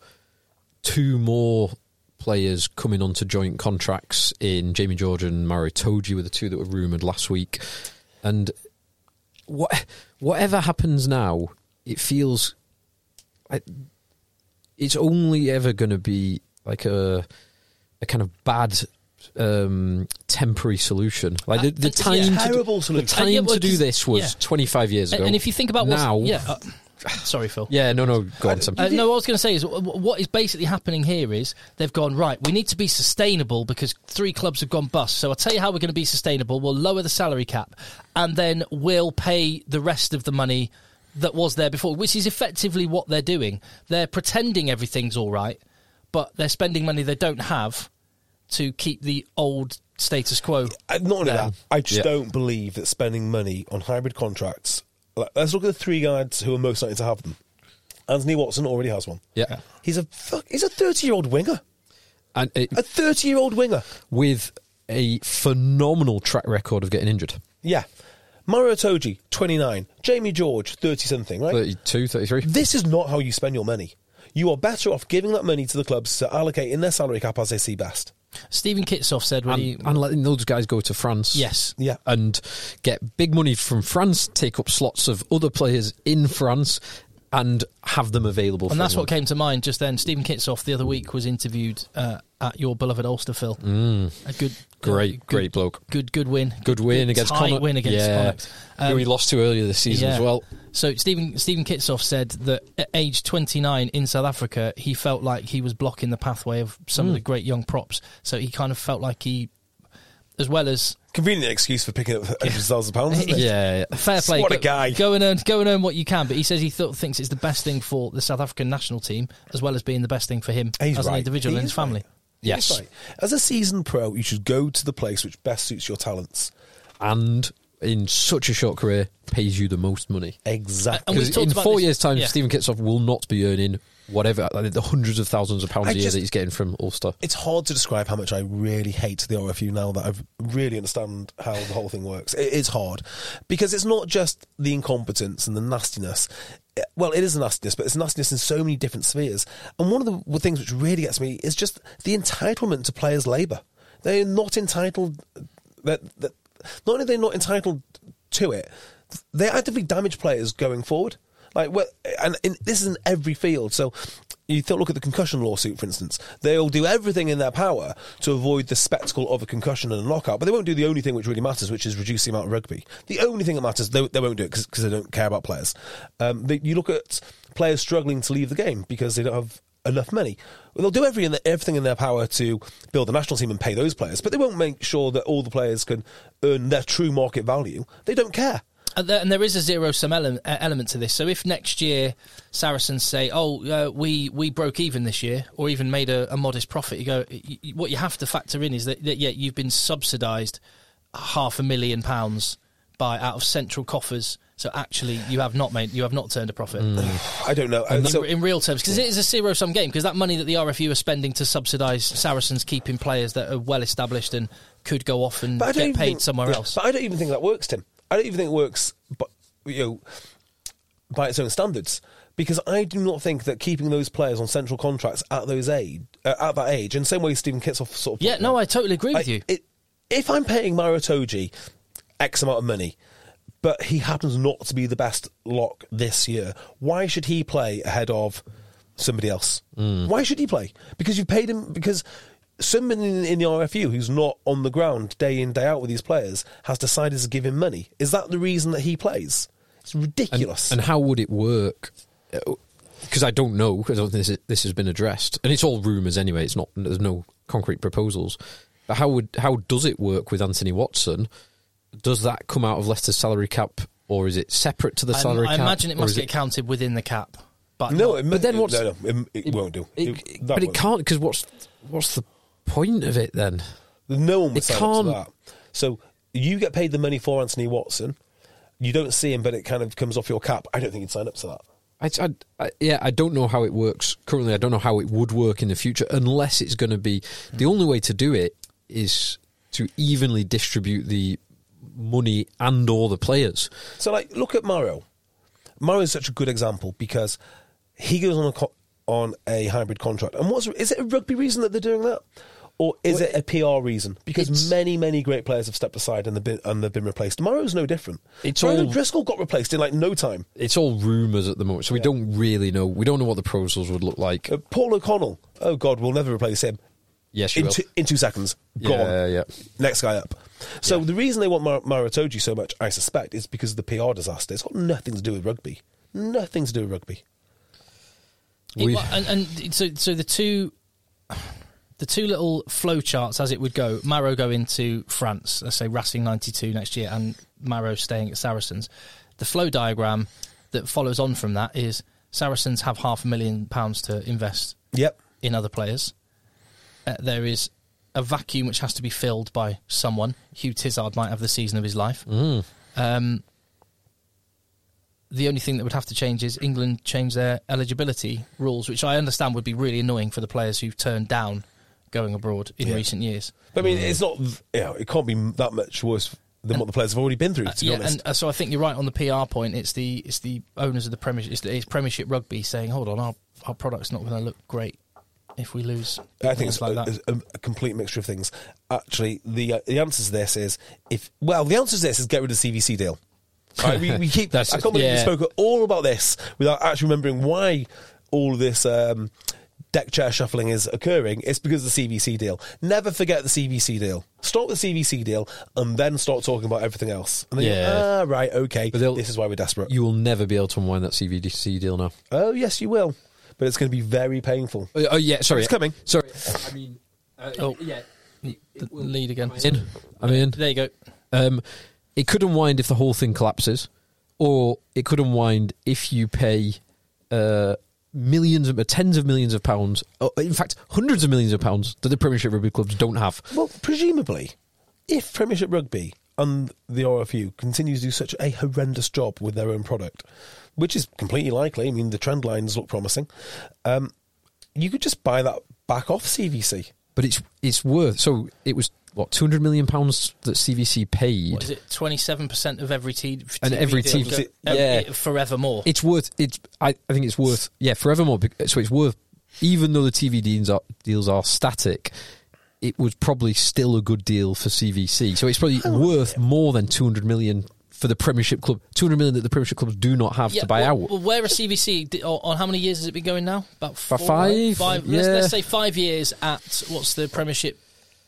Speaker 5: two more players coming onto joint contracts in Jamie George and Mario Toji were the two that were rumored last week, and what whatever happens now, it feels I, it's only ever going to be like a a kind of bad um, temporary solution. Like the, the
Speaker 3: And-
Speaker 5: time,
Speaker 3: Uh, yeah.
Speaker 5: to, do-
Speaker 4: Terrible solution.
Speaker 5: The time
Speaker 3: And yeah, well,
Speaker 5: to do
Speaker 3: 'cause-
Speaker 5: this was
Speaker 3: yeah.
Speaker 5: 25 years
Speaker 3: And,
Speaker 5: ago.
Speaker 3: and if you think about what's-
Speaker 5: now,
Speaker 3: yeah, uh, sorry, Phil.
Speaker 5: yeah, no, no, go on, Sam.
Speaker 3: Uh, no, what I was going to say is wh- wh- what is basically happening here is they've gone right. We need to be sustainable because three clubs have gone bust. So I'll tell you how we're going to be sustainable. We'll lower the salary cap, and then we'll pay the rest of the money that was there before, which is effectively what they're doing. They're pretending everything's all right, but they're spending money they don't have to keep the old status quo.
Speaker 4: I- Uh, Not only that, I just
Speaker 5: Yeah.
Speaker 4: don't believe that spending money on hybrid contracts. Like, let's look at the three guys who are most likely to have them. Anthony Watson already has one.
Speaker 5: Yeah.
Speaker 4: he's a fuck, he's a thirty year old winger.
Speaker 5: and it,
Speaker 4: A thirty year old winger.
Speaker 5: with a phenomenal track record of getting injured.
Speaker 4: Yeah, Mario Toji, twenty nine. Jamie George, thirty something. Right.
Speaker 5: 32, 33.
Speaker 4: This is not how you spend your money. You are better off giving that money to the clubs to allocate in their salary cap as they see best.
Speaker 3: Stephen Kitsoff said when he
Speaker 5: and, and letting those guys go to France.
Speaker 3: Yes.
Speaker 4: Yeah.
Speaker 5: And get big money from France, take up slots of other players in France, and have them available.
Speaker 3: And
Speaker 5: for
Speaker 3: that's what
Speaker 5: everyone.
Speaker 3: came to mind just then. Stephen Kitsoff the other week was interviewed uh, at your beloved Ulster, Phil. A good,
Speaker 5: Mm. Great,
Speaker 3: good-
Speaker 5: great bloke.
Speaker 3: Good, good win.
Speaker 5: Good win against
Speaker 3: tight
Speaker 5: Connacht.
Speaker 3: win against
Speaker 5: yeah.
Speaker 3: Connacht.
Speaker 5: who
Speaker 3: Um,
Speaker 5: we lost to earlier this season as
Speaker 3: yeah.
Speaker 5: well.
Speaker 3: So Stephen Stephen Kitsoff said that at age 29 in South Africa, he felt like he was blocking the pathway of some
Speaker 5: Mm.
Speaker 3: of the great young props. So he kind of felt like he, as well as
Speaker 4: Convenient excuse for picking up hundred thousand pounds. Isn't it?
Speaker 5: Yeah, yeah.
Speaker 3: fair play.
Speaker 4: What a
Speaker 3: Go-
Speaker 4: guy.
Speaker 3: Go and earn, go and earn what you can. But he says he th- thinks it's the best thing for the South African national team, as well as being the best thing for him
Speaker 4: He's
Speaker 3: as an
Speaker 4: right.
Speaker 3: individual
Speaker 4: He
Speaker 3: and his
Speaker 4: is
Speaker 3: family.
Speaker 4: right. He's
Speaker 5: Yes.
Speaker 4: right. As a seasoned pro, you should go to the place which best suits your talents.
Speaker 5: and in such a short career, pays you the most money.
Speaker 4: Exactly.
Speaker 3: And we
Speaker 5: Because
Speaker 3: talked
Speaker 5: in
Speaker 3: about
Speaker 5: four
Speaker 3: this-
Speaker 5: years' time,
Speaker 3: yeah.
Speaker 5: Stephen Kitsoff will not be earning whatever like the hundreds of thousands of pounds
Speaker 4: I
Speaker 5: a year
Speaker 4: just-
Speaker 5: that he's getting from Ulster.
Speaker 4: it's hard to describe how much I really hate the RFU now that I really understand how the whole thing works. It is hard because it's not just the incompetence and the nastiness. It- Well, it is a nastiness, but it's nastiness in so many different spheres. And one of the w- things which really gets me is just the entitlement to players' labour. They're not entitled. That, that not only they're not entitled to it, they actively damage players going forward. Like, well, and in, this is in every field. So, you th- look at the concussion lawsuit, for instance. They'll do everything in their power to avoid the spectacle of a concussion and a knockout, but they won't do the only thing which really matters, which is reduce the amount of rugby. The only thing that matters, they, they won't do it because they don't care about players. Um, they, you look at players struggling to leave the game because they don't have enough money. Well, they'll do every in everything in their power to build the national team and pay those players, but they won't make sure that all the players can earn their true market value. They don't care.
Speaker 3: And there, and there is a zero sum ele- uh, element to this. So if next year Saracens say, "Oh, uh, we we broke even this year, or even made a, a modest profit," you go. y y what you have to factor in is that, that yeah, you've been subsidised half a million pounds by out of central coffers. So actually, you have not made you have not turned a profit.
Speaker 4: I don't know. Uh,
Speaker 3: In,
Speaker 4: So-
Speaker 3: in real terms, because it is a zero sum game. Because that money that the RFU are spending to subsidise Saracens keeping players that are well established and could go off and
Speaker 4: but I
Speaker 3: get
Speaker 4: don't
Speaker 3: paid
Speaker 4: even think,
Speaker 3: somewhere
Speaker 4: yeah,
Speaker 3: else.
Speaker 4: But I don't even think that works, Tim. I don't even think it works, but you know, by its own standards, because I do not think that keeping those players on central contracts at those age, uh, at that age, in the same way Stephen Kitsoff sort of
Speaker 3: yeah, no, I totally agree with
Speaker 4: I-
Speaker 3: you.
Speaker 4: it- if I'm paying Maratoji X amount of money, but he happens not to be the best lock this year, why should he play ahead of somebody else?
Speaker 5: Mm.
Speaker 4: Why should he play? Because you've paid him because someone in, in the RFU who's not on the ground day in day out with these players has decided to give him money. Is that the reason that he plays? It's
Speaker 5: And,
Speaker 4: ridiculous.
Speaker 5: and how would it work? Because I don't know. Because I don't think this, this has been addressed, and it's all rumours anyway. It's not. There's no concrete proposals. But how would how does it work with Anthony Watson? Does that come out of Leicester's salary cap, or is it separate to the
Speaker 3: I-
Speaker 5: salary
Speaker 3: I,
Speaker 5: cap?
Speaker 3: imagine it
Speaker 5: or
Speaker 3: must
Speaker 5: is
Speaker 3: get counted within the cap. But
Speaker 4: no,
Speaker 3: not-
Speaker 4: it,
Speaker 5: but then what's-
Speaker 4: no, no, it, it won't do.
Speaker 5: It-
Speaker 4: It-
Speaker 5: it-
Speaker 4: that
Speaker 5: but it
Speaker 4: won't.
Speaker 5: can't because what's what's the point of it then?
Speaker 4: No one would
Speaker 5: It
Speaker 4: sign
Speaker 5: can't-
Speaker 4: up to that. So you get paid the money for Anthony Watson. You don't see him, but it kind of comes off your cap. I don't think he'd sign up to that.
Speaker 5: I, I, I- yeah, I don't know how it works currently. I don't know how it would work in the future unless it's going to be the only way to do it is to evenly distribute the money and all the players.
Speaker 4: So, like, look at Mario. Mario is such a good example because he goes on a co- on a hybrid contract. And what's is it a rugby reason that they're doing that, or is it a PR reason? Because many, many great players have stepped aside and they've been, and they've been replaced. Mario's no different.
Speaker 5: It's
Speaker 4: Brandon
Speaker 5: all-
Speaker 4: Driscoll got replaced in like no time.
Speaker 5: It's all rumours at the moment, so we don't really know. We don't know what the proposals would look like.
Speaker 4: Uh, Paul O'Connell. Oh God, we'll never replace him.
Speaker 5: Yes, you
Speaker 4: in
Speaker 5: will.
Speaker 4: two, in two seconds. Gone.
Speaker 5: yeah, yeah.
Speaker 4: Next guy up. So the reason they want Mar- Maratoji so much, I suspect, is because of the PR disaster. It's got nothing to do with rugby. Nothing to do with rugby.
Speaker 3: It,
Speaker 5: We-
Speaker 3: wa- and, and so, so the two, the two little flow charts as it would go. Maro going to France, let's say Racing '92 next year, and Maro staying at Saracens. The flow diagram that follows on from that is Saracens have half a million pounds to invest
Speaker 4: Yep.
Speaker 3: in other players. Uh, there is a vacuum which has to be filled by someone. Hugh Tizard might have the season of his life. Um, the only thing that would have to change is England change their eligibility rules, which I understand would be really annoying for the players who've turned down going abroad in
Speaker 4: Yeah.
Speaker 3: recent years.
Speaker 4: But I mean,
Speaker 3: Mm.
Speaker 4: it's not. You know, it can't be that much worse than what the players have already been through.
Speaker 3: Uh,
Speaker 4: To be
Speaker 3: yeah,
Speaker 4: honest,
Speaker 3: and uh, so I think you're right on the PR point. It's the it's the owners of the Premiership, it's, the, it's Premiership Rugby saying, "Hold on, our our product's not going to look great if we lose."
Speaker 4: I think it's
Speaker 3: like
Speaker 4: a,
Speaker 3: that.
Speaker 4: a, a complete mixture of things. Actually, the uh, the answer to this is if well, the answer to this is get rid of the CVC deal. All right, we, we keep. I
Speaker 3: That's-
Speaker 4: can't believe we
Speaker 3: yeah.
Speaker 4: spoke all about this without actually remembering why all this um, deck chair shuffling is occurring. It's because of the CVC deal. Never forget the CVC deal. Start with the CVC deal and then start talking about everything else. And then yeah.
Speaker 5: Yeah.
Speaker 4: ah, right, okay.
Speaker 5: But they'll-
Speaker 4: this is why we're desperate.
Speaker 5: You will never be able to unwind that CVDC deal now.
Speaker 4: oh yes, you will. But it's going to be very painful.
Speaker 5: Oh, oh, yeah, sorry.
Speaker 4: It's coming.
Speaker 5: Sorry. I mean, uh,
Speaker 3: Oh.
Speaker 5: yeah.
Speaker 3: The lead again.
Speaker 5: In. I'm in.
Speaker 3: There you go.
Speaker 5: Um, it could unwind if the whole thing collapses, or it could unwind if you pay uh, millions, of, uh, tens of millions of pounds, uh, in fact, hundreds of millions of pounds that the Premiership Rugby clubs don't have.
Speaker 4: Well, presumably, if Premiership Rugby and the RFU continues to do such a horrendous job with their own product, which is completely likely, I mean, the trend lines look promising, um, you could just buy that back off CVC.
Speaker 5: But it's it's worth. So it was what two hundred million pounds that CVC paid.
Speaker 3: What is it? Twenty-seven percent of every team
Speaker 5: And every team- yeah.
Speaker 3: uh, forevermore.
Speaker 5: It's worth. It's. I, I think it's worth. Yeah, forevermore. bec- So it's worth. Even though the TV deals are, deals are static, it was probably still a good deal for CVC. So it's probably worth more than two hundred million for the Premiership club. Two hundred million that the Premiership clubs do not have
Speaker 3: Yeah,
Speaker 5: to buy
Speaker 3: well,
Speaker 5: out.
Speaker 3: Well, where a CVC di- on, on how many years has it been going now? About four,
Speaker 5: About five,
Speaker 3: Let's,
Speaker 5: yeah.
Speaker 3: let's say five years at what's the Premiership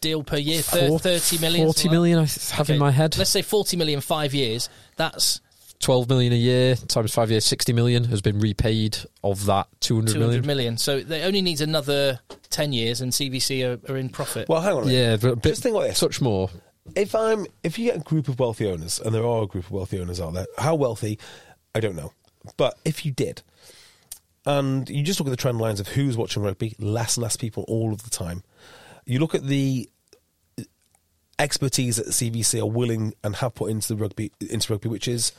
Speaker 3: deal per year? Thir-
Speaker 5: Four-
Speaker 3: Thirty million.
Speaker 5: Forty
Speaker 3: something like
Speaker 5: million. I th- have
Speaker 3: that?
Speaker 5: in
Speaker 3: Okay,
Speaker 5: my head.
Speaker 3: Let's say forty million five years. That's
Speaker 5: Twelve million a year times five years. Sixty million has been repaid of that two hundred
Speaker 3: two hundred
Speaker 5: million.
Speaker 3: million. So they only needs another ten years, and CVC are, are in profit.
Speaker 4: Well, hang on a minute.
Speaker 5: Yeah, but a bit,
Speaker 4: Just think like this.
Speaker 5: such more.
Speaker 4: If I'm, if you get a group of wealthy owners, and there are a group of wealthy owners out there, how wealthy, I don't know. But if you did, and you just look at the trend lines of who's watching rugby, less and less people all of the time. You look at the expertise that the CVC are willing and have put into the rugby, into rugby, which is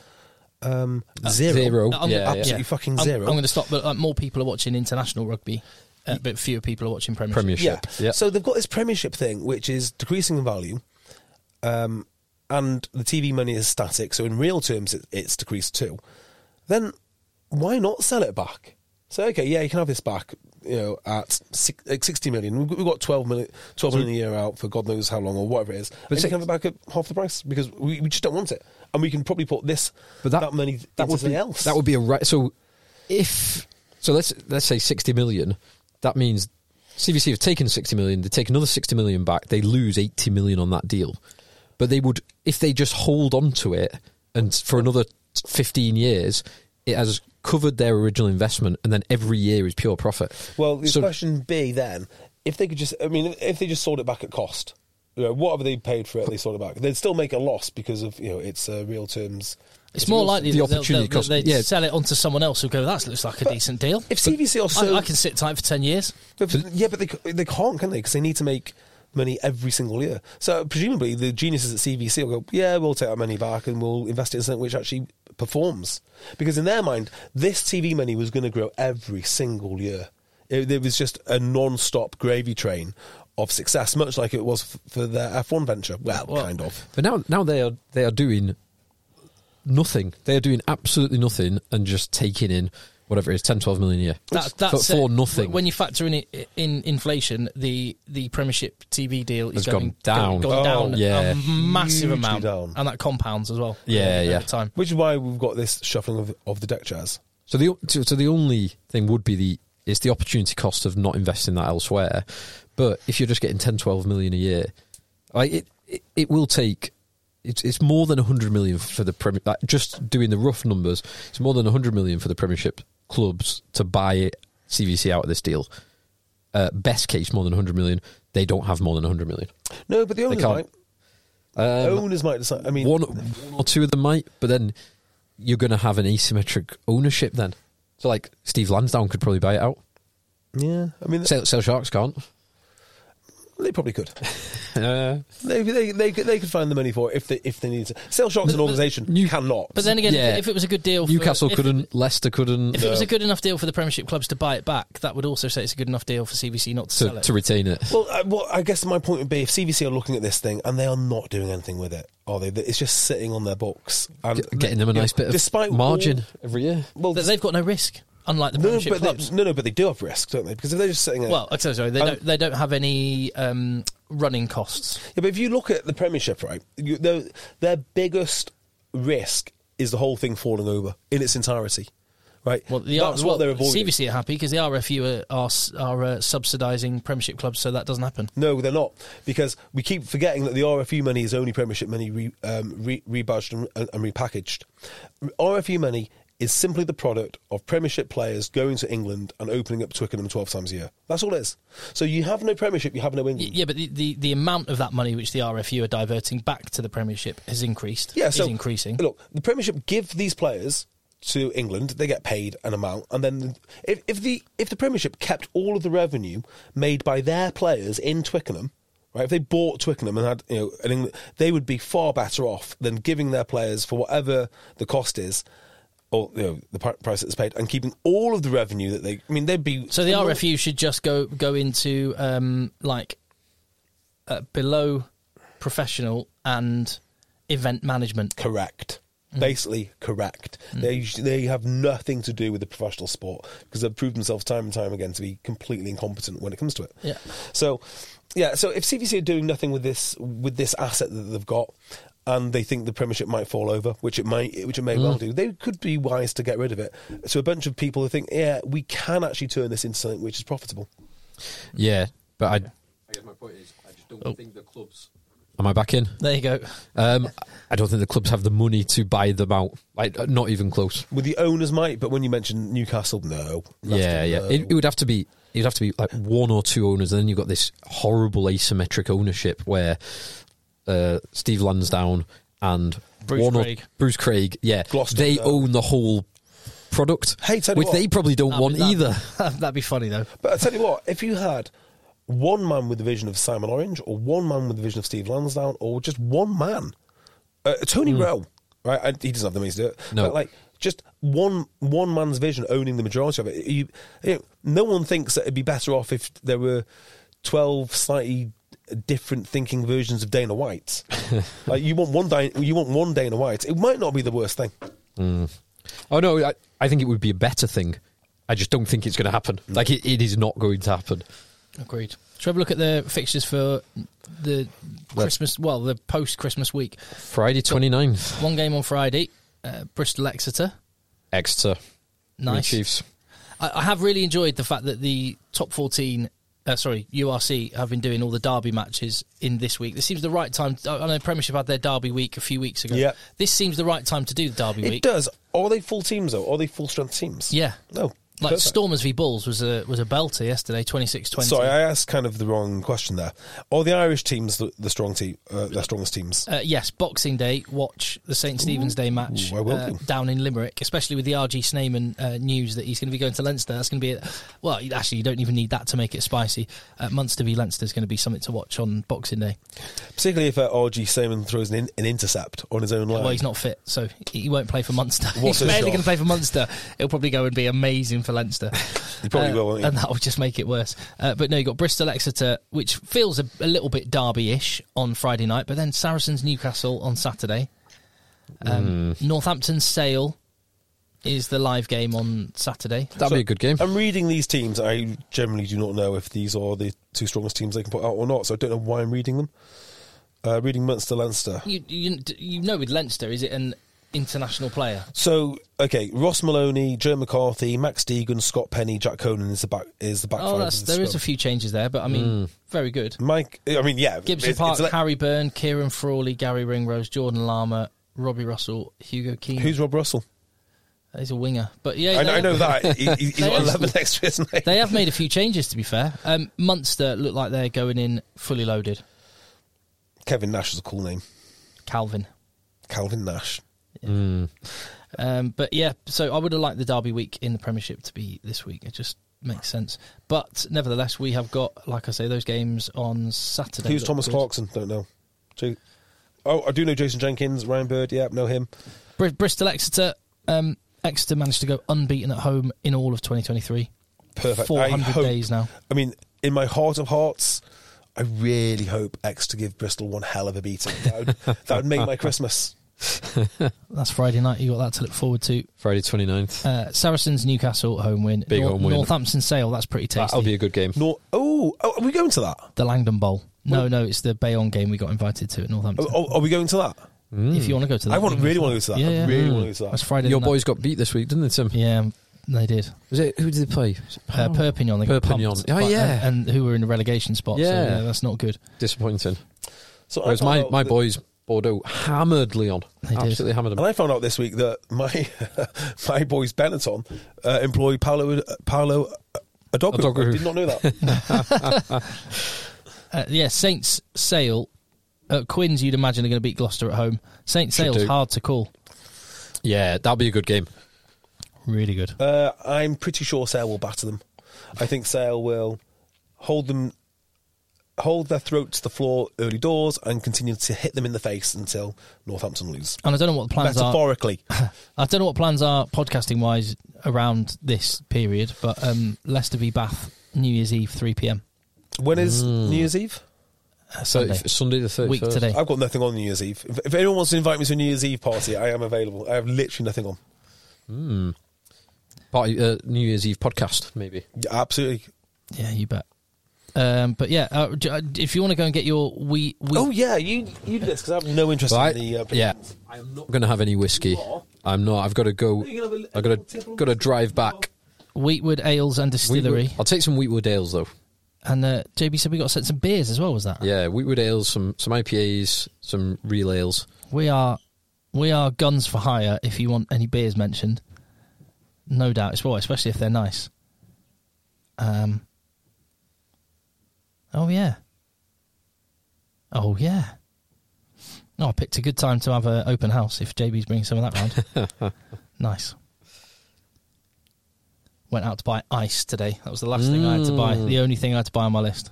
Speaker 4: um, zero.
Speaker 5: Uh, Zero.
Speaker 3: I'm-
Speaker 5: yeah, yeah.
Speaker 4: absolutely fucking
Speaker 3: I'm-
Speaker 4: zero.
Speaker 3: I'm, going to stop, but like, more people are watching international rugby, uh, but fewer people are watching Premiership.
Speaker 5: Premiership.
Speaker 4: Yeah.
Speaker 5: Yeah.
Speaker 4: So they've got this premiership thing, which is decreasing in value, um, and the TV money is static. So in real terms, it, it's decreased too. Then why not sell it back? So okay, yeah, you can have this back. You know, at six, like sixty million, we've got- we've got 12 million, 12 million a year out for God knows how long or whatever it is. But
Speaker 5: six-
Speaker 4: you can have it back at half the price because we, we just don't want it, and we can probably put this
Speaker 5: but
Speaker 4: that, money
Speaker 5: that
Speaker 4: into
Speaker 5: would
Speaker 4: something
Speaker 5: be
Speaker 4: else.
Speaker 5: that would be a right. So if so, let's let's say sixty million. That means CVC have taken sixty million. They take another sixty million back. They lose eighty million on that deal. But they would if they just hold on to it and for another fifteen years, it has covered their original investment, and then every year is pure profit.
Speaker 4: Well, the
Speaker 5: So-
Speaker 4: question B then, if they could just, I mean, if they just sold it back at cost, you know, whatever they paid for it, they sold it back. They'd still make a loss because of you know it's uh, real terms.
Speaker 3: It's more
Speaker 4: real-
Speaker 3: likely
Speaker 5: the
Speaker 3: that they'll,
Speaker 5: opportunity
Speaker 3: they'll,
Speaker 5: cost,
Speaker 3: they'd
Speaker 5: yeah.
Speaker 3: sell it on to someone else who go, that looks like a decent deal.
Speaker 4: If CVC are so,
Speaker 3: I, I can sit tight for 10 years.
Speaker 4: but- yeah, but they c- they can't, can they? Because they need to make money every single year. So presumably the geniuses at CVC will go, yeah, we'll take our money back and we'll invest it in something which actually performs. Because in their mind, this TV money was going to grow every single year. It, it was just a non-stop gravy train of success, much like it was f- for their F1 venture. Well,
Speaker 3: Well,
Speaker 4: kind of.
Speaker 5: But now, now they are they are doing nothing. They are doing absolutely nothing and just taking in whatever it is, 10, 12 million a year
Speaker 3: That,
Speaker 5: for,
Speaker 3: that's
Speaker 5: for
Speaker 3: it.
Speaker 5: nothing.
Speaker 3: When you factor in it, in inflation, the, the Premiership TV deal is
Speaker 5: Has
Speaker 3: going
Speaker 5: gone down.
Speaker 3: Gone,
Speaker 4: Oh,
Speaker 3: down
Speaker 5: yeah.
Speaker 3: a massive
Speaker 4: Hugely
Speaker 3: amount.
Speaker 4: down.
Speaker 3: And that compounds as well.
Speaker 5: Yeah,
Speaker 3: over
Speaker 5: yeah.
Speaker 3: time.
Speaker 4: Which is why we've got this shuffling of, of the deck chairs.
Speaker 5: so the so the only thing would be the It's the opportunity cost of not investing that elsewhere. But if you're just getting 10, 12 million a year, like it, it, it will take. It's, it's more than 100 million for the Premier. Like just doing the rough numbers, it's more than 100 million for the Premiership clubs to buy CVC out of this deal. Uh, best case, more than 100 million. They don't have more than 100 million.
Speaker 4: No, but the owners might.
Speaker 5: can't. Um,
Speaker 4: owners might decide. I mean,
Speaker 5: one, one or two of them might, but then you're going to have an asymmetric ownership then. So, like, Steve Lansdowne could probably buy it out.
Speaker 4: yeah. I mean,
Speaker 5: Sale, sale Sharks can't.
Speaker 4: they probably could.
Speaker 5: Uh,
Speaker 4: They, they, they, could- they could find the money for it if they if they need to. Sale Sharks, an organisation,
Speaker 5: you-
Speaker 4: cannot.
Speaker 3: But then again,
Speaker 5: Yeah.
Speaker 3: if, if it was a good deal, for,
Speaker 5: Newcastle
Speaker 3: if-
Speaker 5: couldn't, Leicester couldn't uh,
Speaker 3: If it was a good enough deal for the Premiership clubs to buy it back, that would also say it's a good enough deal for CBC not to, sell
Speaker 5: to,
Speaker 3: it.
Speaker 5: to retain it.
Speaker 4: Well, I, well, I guess my point would be if CVC are looking at this thing and they are not doing anything with it, are they? It's just sitting on their books and
Speaker 5: Get- getting them a
Speaker 4: you know,
Speaker 5: nice bit of
Speaker 4: despite
Speaker 5: margin
Speaker 4: all-
Speaker 5: every year.
Speaker 4: well,
Speaker 3: They- They've got no risk, unlike the
Speaker 4: no,
Speaker 3: Premiership
Speaker 4: but
Speaker 3: clubs.
Speaker 4: they, no, no, but they do have risk, don't they? Because if they're just sitting there,
Speaker 3: well, I'm so sorry, they
Speaker 4: Um,
Speaker 3: don't. They don't have any um, running costs.
Speaker 4: Yeah, but if you look at the Premiership, right, you, their, their biggest risk is the whole thing falling over in its entirety, right?
Speaker 3: Well, the
Speaker 4: That's
Speaker 3: R- well,
Speaker 4: what they're avoiding.
Speaker 3: CBC are happy because the RFU are are, s- are uh, subsidising Premiership clubs, so that doesn't happen.
Speaker 4: No, they're not, because we keep forgetting that the RFU money is only Premiership money re, um, re, rebadged and, and, and repackaged. RFU money is simply the product of Premiership players going to England and opening up Twickenham 12 times a year. That's all it is. So you have no Premiership, you have no
Speaker 3: Y-
Speaker 4: England.
Speaker 3: Yeah, but the, the, the amount of that money which the RFU are diverting back to the Premiership has increased.
Speaker 4: Yeah, so
Speaker 3: is increasing.
Speaker 4: Look, the Premiership give these players to England; they get paid an amount, and then if, if the if the Premiership kept all of the revenue made by their players in Twickenham, right? If they bought Twickenham and had you know, an England, they would be far better off than giving their players for whatever the cost is. Or you know, the pri- price that's paid, and keeping all of the revenue that they—I mean, they'd be
Speaker 3: So the RFU should just go go into um, like uh, below professional and event management.
Speaker 4: correct.
Speaker 5: Mm-hmm.
Speaker 4: Basically, correct. They they have nothing to do with the professional sport because they've proved themselves time and time again to be completely incompetent when it comes to it.
Speaker 3: Yeah.
Speaker 4: So, yeah. So if CVC are doing nothing with this with this asset that they've got, and they think the Premiership might fall over, which it might, which it may
Speaker 5: Mm.
Speaker 4: well do, they could be wise to get rid of it. So a bunch of people who think, yeah, we can actually turn this into something which is profitable.
Speaker 5: Yeah, but I. Oh.
Speaker 6: I guess my point is, I just don't think the clubs.
Speaker 5: Am I back in?
Speaker 3: There you go.
Speaker 5: Um, I don't think the clubs have the money to buy them out. Like, uh, not even close.
Speaker 4: With the owners might, but when you mention Newcastle, no.
Speaker 5: yeah, yeah.
Speaker 4: No.
Speaker 5: It, it would have to be. It would have to be like one or two owners, and then you've got this horrible asymmetric ownership where uh, Steve Lansdowne and
Speaker 3: Bruce
Speaker 5: one or-
Speaker 3: Craig.
Speaker 5: Bruce Craig, yeah,
Speaker 4: Gloucester,
Speaker 5: they
Speaker 4: no.
Speaker 5: own the whole product,
Speaker 4: Hey, tell you
Speaker 5: which
Speaker 4: what.
Speaker 5: they probably don't
Speaker 3: That'd
Speaker 5: want
Speaker 3: be- that-
Speaker 5: either.
Speaker 3: That'd be funny though.
Speaker 4: But I tell you what, if you had one man with the vision of Simon Orange, or one man with the vision of Steve Lansdowne, or just one man, uh, Tony
Speaker 3: Mm.
Speaker 4: Rowe, right? I, he doesn't have the means to do it.
Speaker 5: No.
Speaker 4: But like just one one man's vision owning the majority of it. You, you know, no one thinks that it'd be better off if there were twelve slightly different thinking versions of Dana White. like you want one Dana, you want one Dana White. It might not be the worst thing.
Speaker 5: Oh no, I, I think it would be a better thing. I just don't think it's going to happen. Like it, it is not going to happen.
Speaker 3: Agreed. Should we have a look at the fixtures for the Christmas? Well, the post Christmas week.
Speaker 5: Friday 29th,
Speaker 3: One game on Friday, uh, Bristol Exeter.
Speaker 5: Exeter, Green
Speaker 3: Nice.
Speaker 5: Chiefs.
Speaker 3: I, I have really enjoyed the fact that the top 14, uh, sorry, URC have been doing all the derby matches in this week. This seems the right time. I know Premiership had their derby week a few weeks ago.
Speaker 4: Yeah.
Speaker 3: This seems the right time to do the derby
Speaker 4: It
Speaker 3: week.
Speaker 4: does. Are they full teams though? Are they full strength teams?
Speaker 3: Yeah.
Speaker 4: No.
Speaker 3: Like
Speaker 4: perfect.
Speaker 3: Stormers v Bulls was a was a belter yesterday, 26-20.
Speaker 4: Sorry, I asked kind of the wrong question there. Are the Irish teams the, the strong team, uh, the strongest teams?
Speaker 3: Uh, yes, Boxing Day. Watch the St Stephen's Day match
Speaker 4: Ooh, I will
Speaker 3: uh,
Speaker 4: do.
Speaker 3: down in Limerick, especially with the RG Sneyman uh, news that he's going to be going to Leinster. That's going to be, a, well, actually, you don't even need that to make it spicy. Uh, Munster v Leinster is going to be something to watch on Boxing Day.
Speaker 4: Particularly if uh, RG Seaman throws an, in, an intercept on his own line.
Speaker 3: Well, he's not fit, so he won't play for Munster.
Speaker 4: What
Speaker 3: he's
Speaker 4: a
Speaker 3: barely
Speaker 4: shock.
Speaker 3: going to play for Munster. He'll probably go and be amazing for Leinster.
Speaker 4: He probably
Speaker 3: Uh,
Speaker 4: will, won't he?
Speaker 3: And that will just make it worse. Uh, but no, you've got Bristol Exeter, which feels a, a little bit derby ish on Friday night, but then Saracens Newcastle on Saturday. Um,
Speaker 4: Mm.
Speaker 3: Northampton Sale is the live game on Saturday.
Speaker 5: That'd be a good game.
Speaker 4: I'm reading these teams. I generally do not know if these are the two strongest teams they can put out or not, so I don't know why I'm reading them. Uh, reading Munster, Leinster.
Speaker 3: You, you, you know with Leinster, is it an international player.
Speaker 4: So okay, Ross Maloney, Joe McCarthy, Max Deegan, Scott Penny, Jack Conan is the back is the back.
Speaker 3: Oh,
Speaker 4: five Mm.
Speaker 3: that's
Speaker 4: of the
Speaker 3: there is a
Speaker 4: squad.
Speaker 3: few changes there, but I mean, very good.
Speaker 4: Mike, I mean, yeah,
Speaker 3: Gibson
Speaker 4: it's-
Speaker 3: Park,
Speaker 4: it's like-
Speaker 3: Harry Byrne, Kieran Frawley, Gary Ringrose, Jordan Lama, Robbie Russell, Hugo Keane.
Speaker 4: Who's Rob Russell?
Speaker 3: He's a winger, but yeah,
Speaker 4: I know,
Speaker 3: they-
Speaker 4: I know that he, he's
Speaker 3: They
Speaker 4: got
Speaker 3: are-
Speaker 4: eleven next to his name.
Speaker 3: They have made a few changes, to be fair. Um, Munster look like they're going in fully loaded.
Speaker 4: Kevin Nash is a cool name.
Speaker 3: Calvin.
Speaker 4: Calvin Nash.
Speaker 3: Um, but yeah, so I would have liked the derby week in the Premiership to be this week. It just makes sense. But nevertheless, we have got, like I say, those games on Saturday.
Speaker 4: Who's
Speaker 3: Look
Speaker 4: Thomas
Speaker 3: good.
Speaker 4: Clarkson? Don't know. J- oh, I do know Jason Jenkins, Ryan Bird. Yeah, know him.
Speaker 3: Br- Bristol Exeter. Um, Exeter managed to go unbeaten at home in all of 2023.
Speaker 4: Perfect. I
Speaker 3: 400
Speaker 4: hope-
Speaker 3: days now.
Speaker 4: I mean, in my heart of hearts, I really hope X to give Bristol one hell of a beating. That would, that would make my Christmas.
Speaker 3: That's Friday night. You got that to look forward to.
Speaker 5: Friday 29th.
Speaker 3: Uh, Saracens Newcastle at home win.
Speaker 5: Big home win.
Speaker 3: Northampton Sale. That's pretty tasty.
Speaker 5: That'll be a good game.
Speaker 4: Nor oh, oh, are we going to that?
Speaker 3: the Langdon Bowl. No, no, it's the Bayonne game we got invited to at Northampton.
Speaker 4: Oh, oh, are we going to that?
Speaker 5: oh.
Speaker 3: If you want to go to that,
Speaker 4: I want,
Speaker 3: you can
Speaker 4: really
Speaker 3: go
Speaker 4: want to go to that.
Speaker 3: Yeah,
Speaker 4: I
Speaker 3: yeah.
Speaker 4: really want to go to that.
Speaker 3: That's Friday.
Speaker 5: Your
Speaker 3: night.
Speaker 5: boys got beat this week, didn't they, Tim?
Speaker 3: Yeah, um, they did.
Speaker 5: Was it who did they play? Was it
Speaker 3: Uh,
Speaker 5: Power?
Speaker 3: Perpignan. They
Speaker 5: Perpignan.
Speaker 3: Got pumped
Speaker 5: Oh,
Speaker 3: by-
Speaker 5: yeah.
Speaker 3: and, and who were in the relegation spot. Yeah, so,
Speaker 5: Yeah.
Speaker 3: yeah that's not good.
Speaker 5: Disappointing.
Speaker 4: So I
Speaker 5: Whereas my,
Speaker 4: found out
Speaker 5: my
Speaker 4: that-
Speaker 5: boys Bordeaux hammered Leon.
Speaker 3: They did.
Speaker 5: Absolutely hammered
Speaker 4: And
Speaker 5: them.
Speaker 4: I found out this week that my my boys Benetton uh, employ Paolo Paolo Adogu.
Speaker 5: Adogu.
Speaker 4: I did not know that.
Speaker 3: Uh, yeah, Saints Sale. Uh, Quinns, you'd imagine, are going to beat Gloucester at home. Saints
Speaker 5: Should
Speaker 3: Sale's
Speaker 5: do.
Speaker 3: hard to call.
Speaker 5: Yeah, that'll be a good game.
Speaker 3: Really good.
Speaker 4: uh, I'm pretty sure Sale will batter them. I think Sale will hold them, hold their throat to the floor early doors, and continue to hit them in the face until Northampton lose.
Speaker 3: And I don't know what the plans are.
Speaker 4: Metaphorically,
Speaker 3: I don't know what plans are podcasting wise around this period, but um, Leicester v Bath, New Year's Eve, three pm.
Speaker 4: when is New Year's Eve?
Speaker 3: Uh,
Speaker 5: So
Speaker 3: Sunday.
Speaker 5: Sunday, Sunday the 31st.
Speaker 3: Week today.
Speaker 4: I've got nothing on New Year's Eve. If, if anyone wants to invite me to a New Year's Eve party, I am available. I have literally nothing on.
Speaker 5: Party, uh, New Year's Eve podcast, maybe.
Speaker 4: Yeah, absolutely.
Speaker 3: Yeah, you bet. Um, but yeah, uh, j- uh, if you want to go and get your we, we
Speaker 4: Oh yeah, you you did this because I have no interest
Speaker 5: Right?
Speaker 4: in the. Uh,
Speaker 5: yeah.
Speaker 6: I am not
Speaker 5: I'm going to have any whiskey. I'm not. I've got to go.
Speaker 4: You can have a-
Speaker 5: I've got to got to drive back.
Speaker 3: Wheatwood Ales and Distillery,
Speaker 5: Wheatwood- I'll take some Wheatwood ales though.
Speaker 3: and uh, JB said we got sent some beers as well. Was that?
Speaker 5: Yeah, Wheatwood ales, some some IPAs, some real ales.
Speaker 3: We are we are guns for hire. If you want any beers mentioned, no doubt it's well, especially if they're nice. Um. Oh yeah. Oh yeah. No, I picked a good time to have an open house if JB's bringing some of that round. nice. Went out to buy ice today. That was the last thing I had to buy. The only thing I had to buy on my list.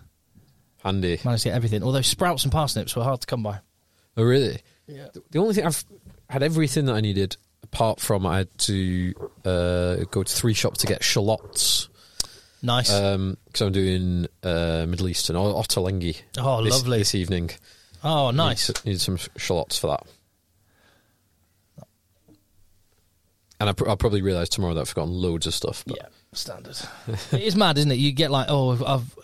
Speaker 5: Handy.
Speaker 3: Managed to get everything. Although sprouts and parsnips were hard to come by.
Speaker 5: Oh really? Yeah. The only thing I've had everything that I needed apart from I had to uh, go to three shops to get shallots
Speaker 3: Nice.
Speaker 5: because I'm doing uh, Middle Eastern or Ottolenghi.
Speaker 3: Oh,
Speaker 5: this,
Speaker 3: lovely.
Speaker 5: This evening,
Speaker 3: oh, nice.
Speaker 5: Need, need some sh- shallots for that. And I pr- I'll probably realise tomorrow that I've forgotten loads of stuff. But
Speaker 3: Yeah, standard. it is mad, isn't it? You get like, oh, I've, I've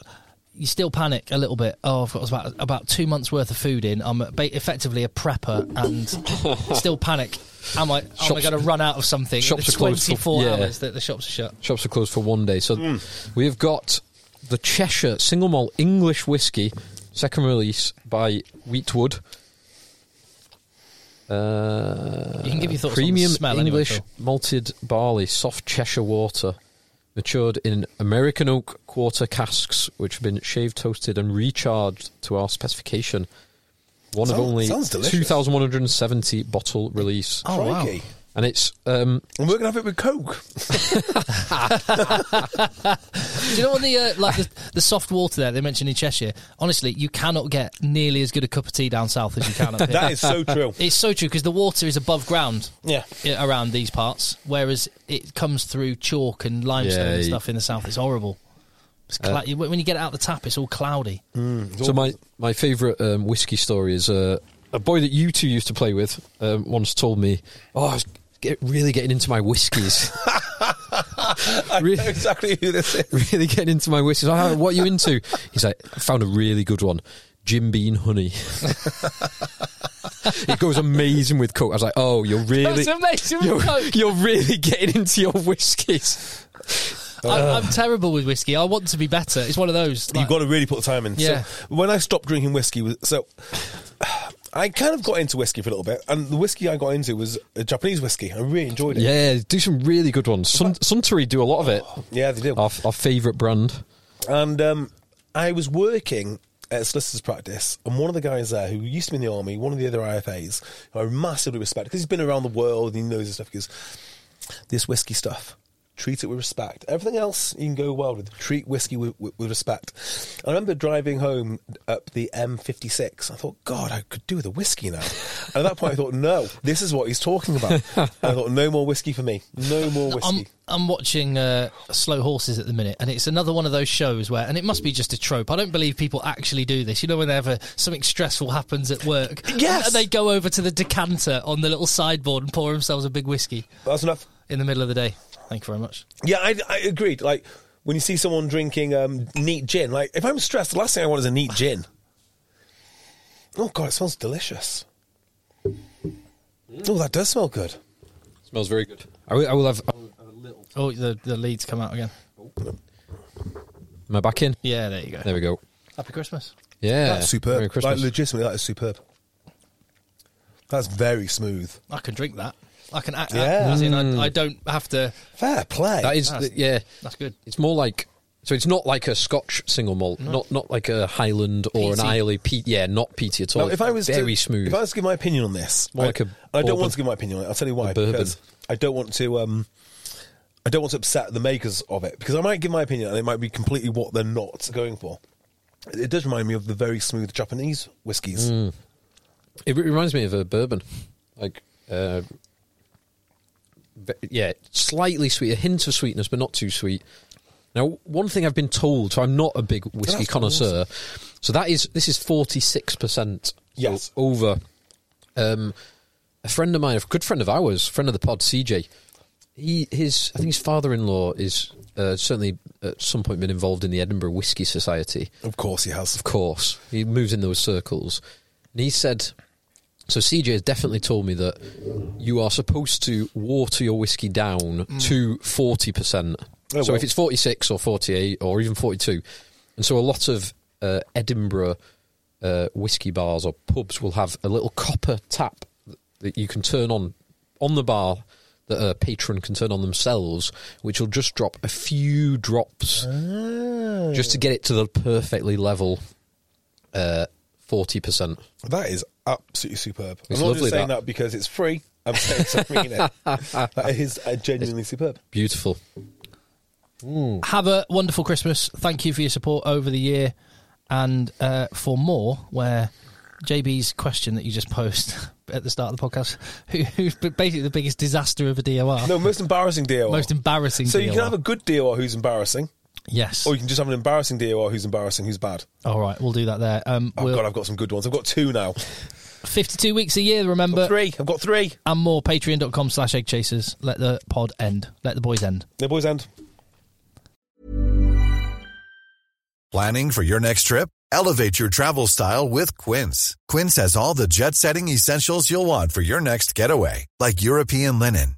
Speaker 3: you still panic a little bit. Oh, I've got about about two months worth of food in. I'm ba- effectively a prepper and still panic. Am I? Am I
Speaker 5: Shops-
Speaker 3: going to run out of something? in the
Speaker 5: shops are closed for-
Speaker 3: 24
Speaker 5: yeah.
Speaker 3: hours that the shops are shut.
Speaker 5: Shops are closed for one day. So
Speaker 4: Hmm.
Speaker 5: we have got the Cheshire Single Malt English Whiskey, second release by Wheatwood. Uh,
Speaker 3: You can give your thoughts on the
Speaker 5: Premium
Speaker 3: smell anyway,
Speaker 5: English
Speaker 3: Phil.
Speaker 5: malted barley, soft Cheshire water, matured in American oak quarter casks, which have been shave toasted and recharged to our specification. One
Speaker 4: Sounds-
Speaker 5: of only
Speaker 4: sounds delicious.
Speaker 5: 2,170 bottle release,
Speaker 3: Oh wow.
Speaker 4: Crikey.
Speaker 5: and it's um,
Speaker 4: And we're gonna have it with Coke.
Speaker 3: Do you know on the uh, like the, the soft water there they mentioned in Cheshire? Honestly, you cannot get nearly as good a cup of tea down south as you can up here.
Speaker 4: That is so true.
Speaker 3: It's so true because the water is above ground.
Speaker 4: Yeah.
Speaker 3: i- Around these parts, whereas it comes through chalk and limestone
Speaker 5: Yeah,
Speaker 3: and
Speaker 5: y-
Speaker 3: stuff in the south. It's horrible. It's
Speaker 4: Uh,
Speaker 3: cla- you- when you get it out the tap, it's all cloudy.
Speaker 5: So my my favourite um, whiskey story is uh, a boy that you two used to play with um, once told me, "Oh, I was get, really getting into my whiskies,
Speaker 4: I
Speaker 5: Really?
Speaker 4: know exactly who this is.
Speaker 5: really getting into my whiskies." Oh, what are you into? He's like, "I found a really good one, Jim Bean Honey." it goes amazing with Coke. I was like, oh, you're really,
Speaker 3: That's amazing with
Speaker 5: you're,
Speaker 3: Coke.
Speaker 5: you're really getting into your whiskies.
Speaker 3: I'm, I'm terrible with whiskey. I want to be better. It's one of those.
Speaker 4: You've got to really put the time in.
Speaker 3: Yeah.
Speaker 4: So when I stopped drinking whiskey, was- so I kind of got into whiskey for a little bit, and the whiskey I got into was a Japanese whiskey. I really enjoyed it.
Speaker 5: Yeah, do some really good ones. Sun, Suntory do a lot of it.
Speaker 4: Yeah, they do.
Speaker 5: Our, our favourite brand.
Speaker 4: And um, I was working at a solicitor's practice, and one of the guys there who used to be in the army, one of the other IFAs, who I massively respect because he's been around the world and he knows his stuff. Because this whiskey stuff, treat it with respect. Everything else you can go wild with. Treat whiskey with, with, with respect. I remember driving home up the M56. I thought, God, I could do with a whiskey now. And at that point, I thought, no, this is what he's talking about. And I thought, no more whiskey for me. No more whiskey.
Speaker 3: I'm, I'm watching uh, Slow Horses at the minute, and it's another one of those shows where, and it must be just a trope. I don't believe people actually do this. You know, whenever something stressful happens at work,
Speaker 4: Yes!
Speaker 3: and they go over to the decanter on the little sideboard and pour themselves a big whiskey
Speaker 4: That's enough.
Speaker 3: in the middle of the day. Thank you very much.
Speaker 4: Yeah, I, I agreed. Like when you see someone drinking um, neat gin, like if I'm stressed, the last thing I want is a neat gin. Oh god, it smells delicious. Oh, that does smell good.
Speaker 5: Smells very good. I will, I will have.
Speaker 3: Oh, the the leads come out again.
Speaker 5: Am I back in?
Speaker 3: Yeah, there you go.
Speaker 5: There we go.
Speaker 3: Happy Christmas.
Speaker 5: Yeah.
Speaker 4: That's superb.
Speaker 5: Merry Christmas.
Speaker 4: Like legitimately, that is superb. That's very smooth.
Speaker 3: I can drink that. I can act.
Speaker 4: Yeah. Mm.
Speaker 3: Yeah. As in, I, I don't have to.
Speaker 4: Fair play.
Speaker 5: that is,
Speaker 3: That's-
Speaker 5: yeah.
Speaker 3: That's good.
Speaker 5: It's more like so. It's not like a Scotch single malt, not not like a Highland or an
Speaker 3: Peaty.
Speaker 5: Islay. Peat, yeah, not peaty at all.
Speaker 4: Now, if I was
Speaker 5: very
Speaker 4: to,
Speaker 5: smooth.
Speaker 4: if I was to give my opinion on this,
Speaker 5: More
Speaker 4: I,
Speaker 5: like a
Speaker 4: I don't
Speaker 5: bourbon.
Speaker 4: want to give my opinion on it. I'll tell you why.
Speaker 5: A bourbon.
Speaker 4: Because I don't want to. Um, I don't want to upset the makers of it because I might give my opinion and it might be completely what they're not going for. It does remind me of the very smooth Japanese whiskies.
Speaker 5: Mm. It re- reminds me of a bourbon, like uh, ve- yeah, slightly sweet, a hint of sweetness, but not too sweet. Now, one thing I've been told, so I'm not a big whiskey
Speaker 4: That's
Speaker 5: connoisseur, so that is this is 46 percent,
Speaker 4: Yes.
Speaker 5: over. Um, a friend of mine, a good friend of ours, friend of the pod, CJ. He his I think his father-in-law is uh, certainly at some point been involved in the Edinburgh Whiskey Society
Speaker 4: Of course, he has.
Speaker 5: of course. He moves in those circles. And he said, so CJ has definitely told me that you are supposed to water your whiskey down to 40%.
Speaker 4: Mm. Oh,
Speaker 5: so
Speaker 4: well.
Speaker 5: if it's 46 or 48 or even 42. And so a lot of uh, Edinburgh uh, whiskey bars or pubs will have a little copper tap th- that you can turn on on the bar that a patron can turn on themselves, which will just drop a few drops
Speaker 4: Oh.
Speaker 5: just to get it to the perfectly level uh, forty percent.
Speaker 4: That is absolutely superb. I'm
Speaker 5: It's
Speaker 4: not
Speaker 5: lovely,
Speaker 4: just saying
Speaker 5: that.
Speaker 4: that. because it's free. I'm saying something in it. That is uh, genuinely superb.
Speaker 5: Beautiful.
Speaker 4: Mm.
Speaker 3: Have a wonderful Christmas. Thank you for your support over the year. And uh, for more, where JB's question that you just posed at the start of the podcast, who, who's basically the biggest disaster of a DOR,
Speaker 4: No, most embarrassing DOR.
Speaker 3: most embarrassing
Speaker 4: So
Speaker 3: DOR.
Speaker 4: you can have a good DOR who's embarrassing,
Speaker 3: yes.
Speaker 4: or you can just have an embarrassing DOR who's embarrassing, who's bad.
Speaker 3: All right, we'll do that there. Um,
Speaker 4: Oh
Speaker 3: we'll-
Speaker 4: god, I've got some good ones. I've got two now.
Speaker 3: 52 weeks a year, remember.
Speaker 4: three. I've got three.
Speaker 3: And more, patreon.com slash egg chasers. Let the pod end. Let the boys end.
Speaker 4: The boys end.
Speaker 7: Planning for your next trip? Elevate your travel style with Quince. Quince has all the jet setting essentials you'll want for your next getaway, like European linen,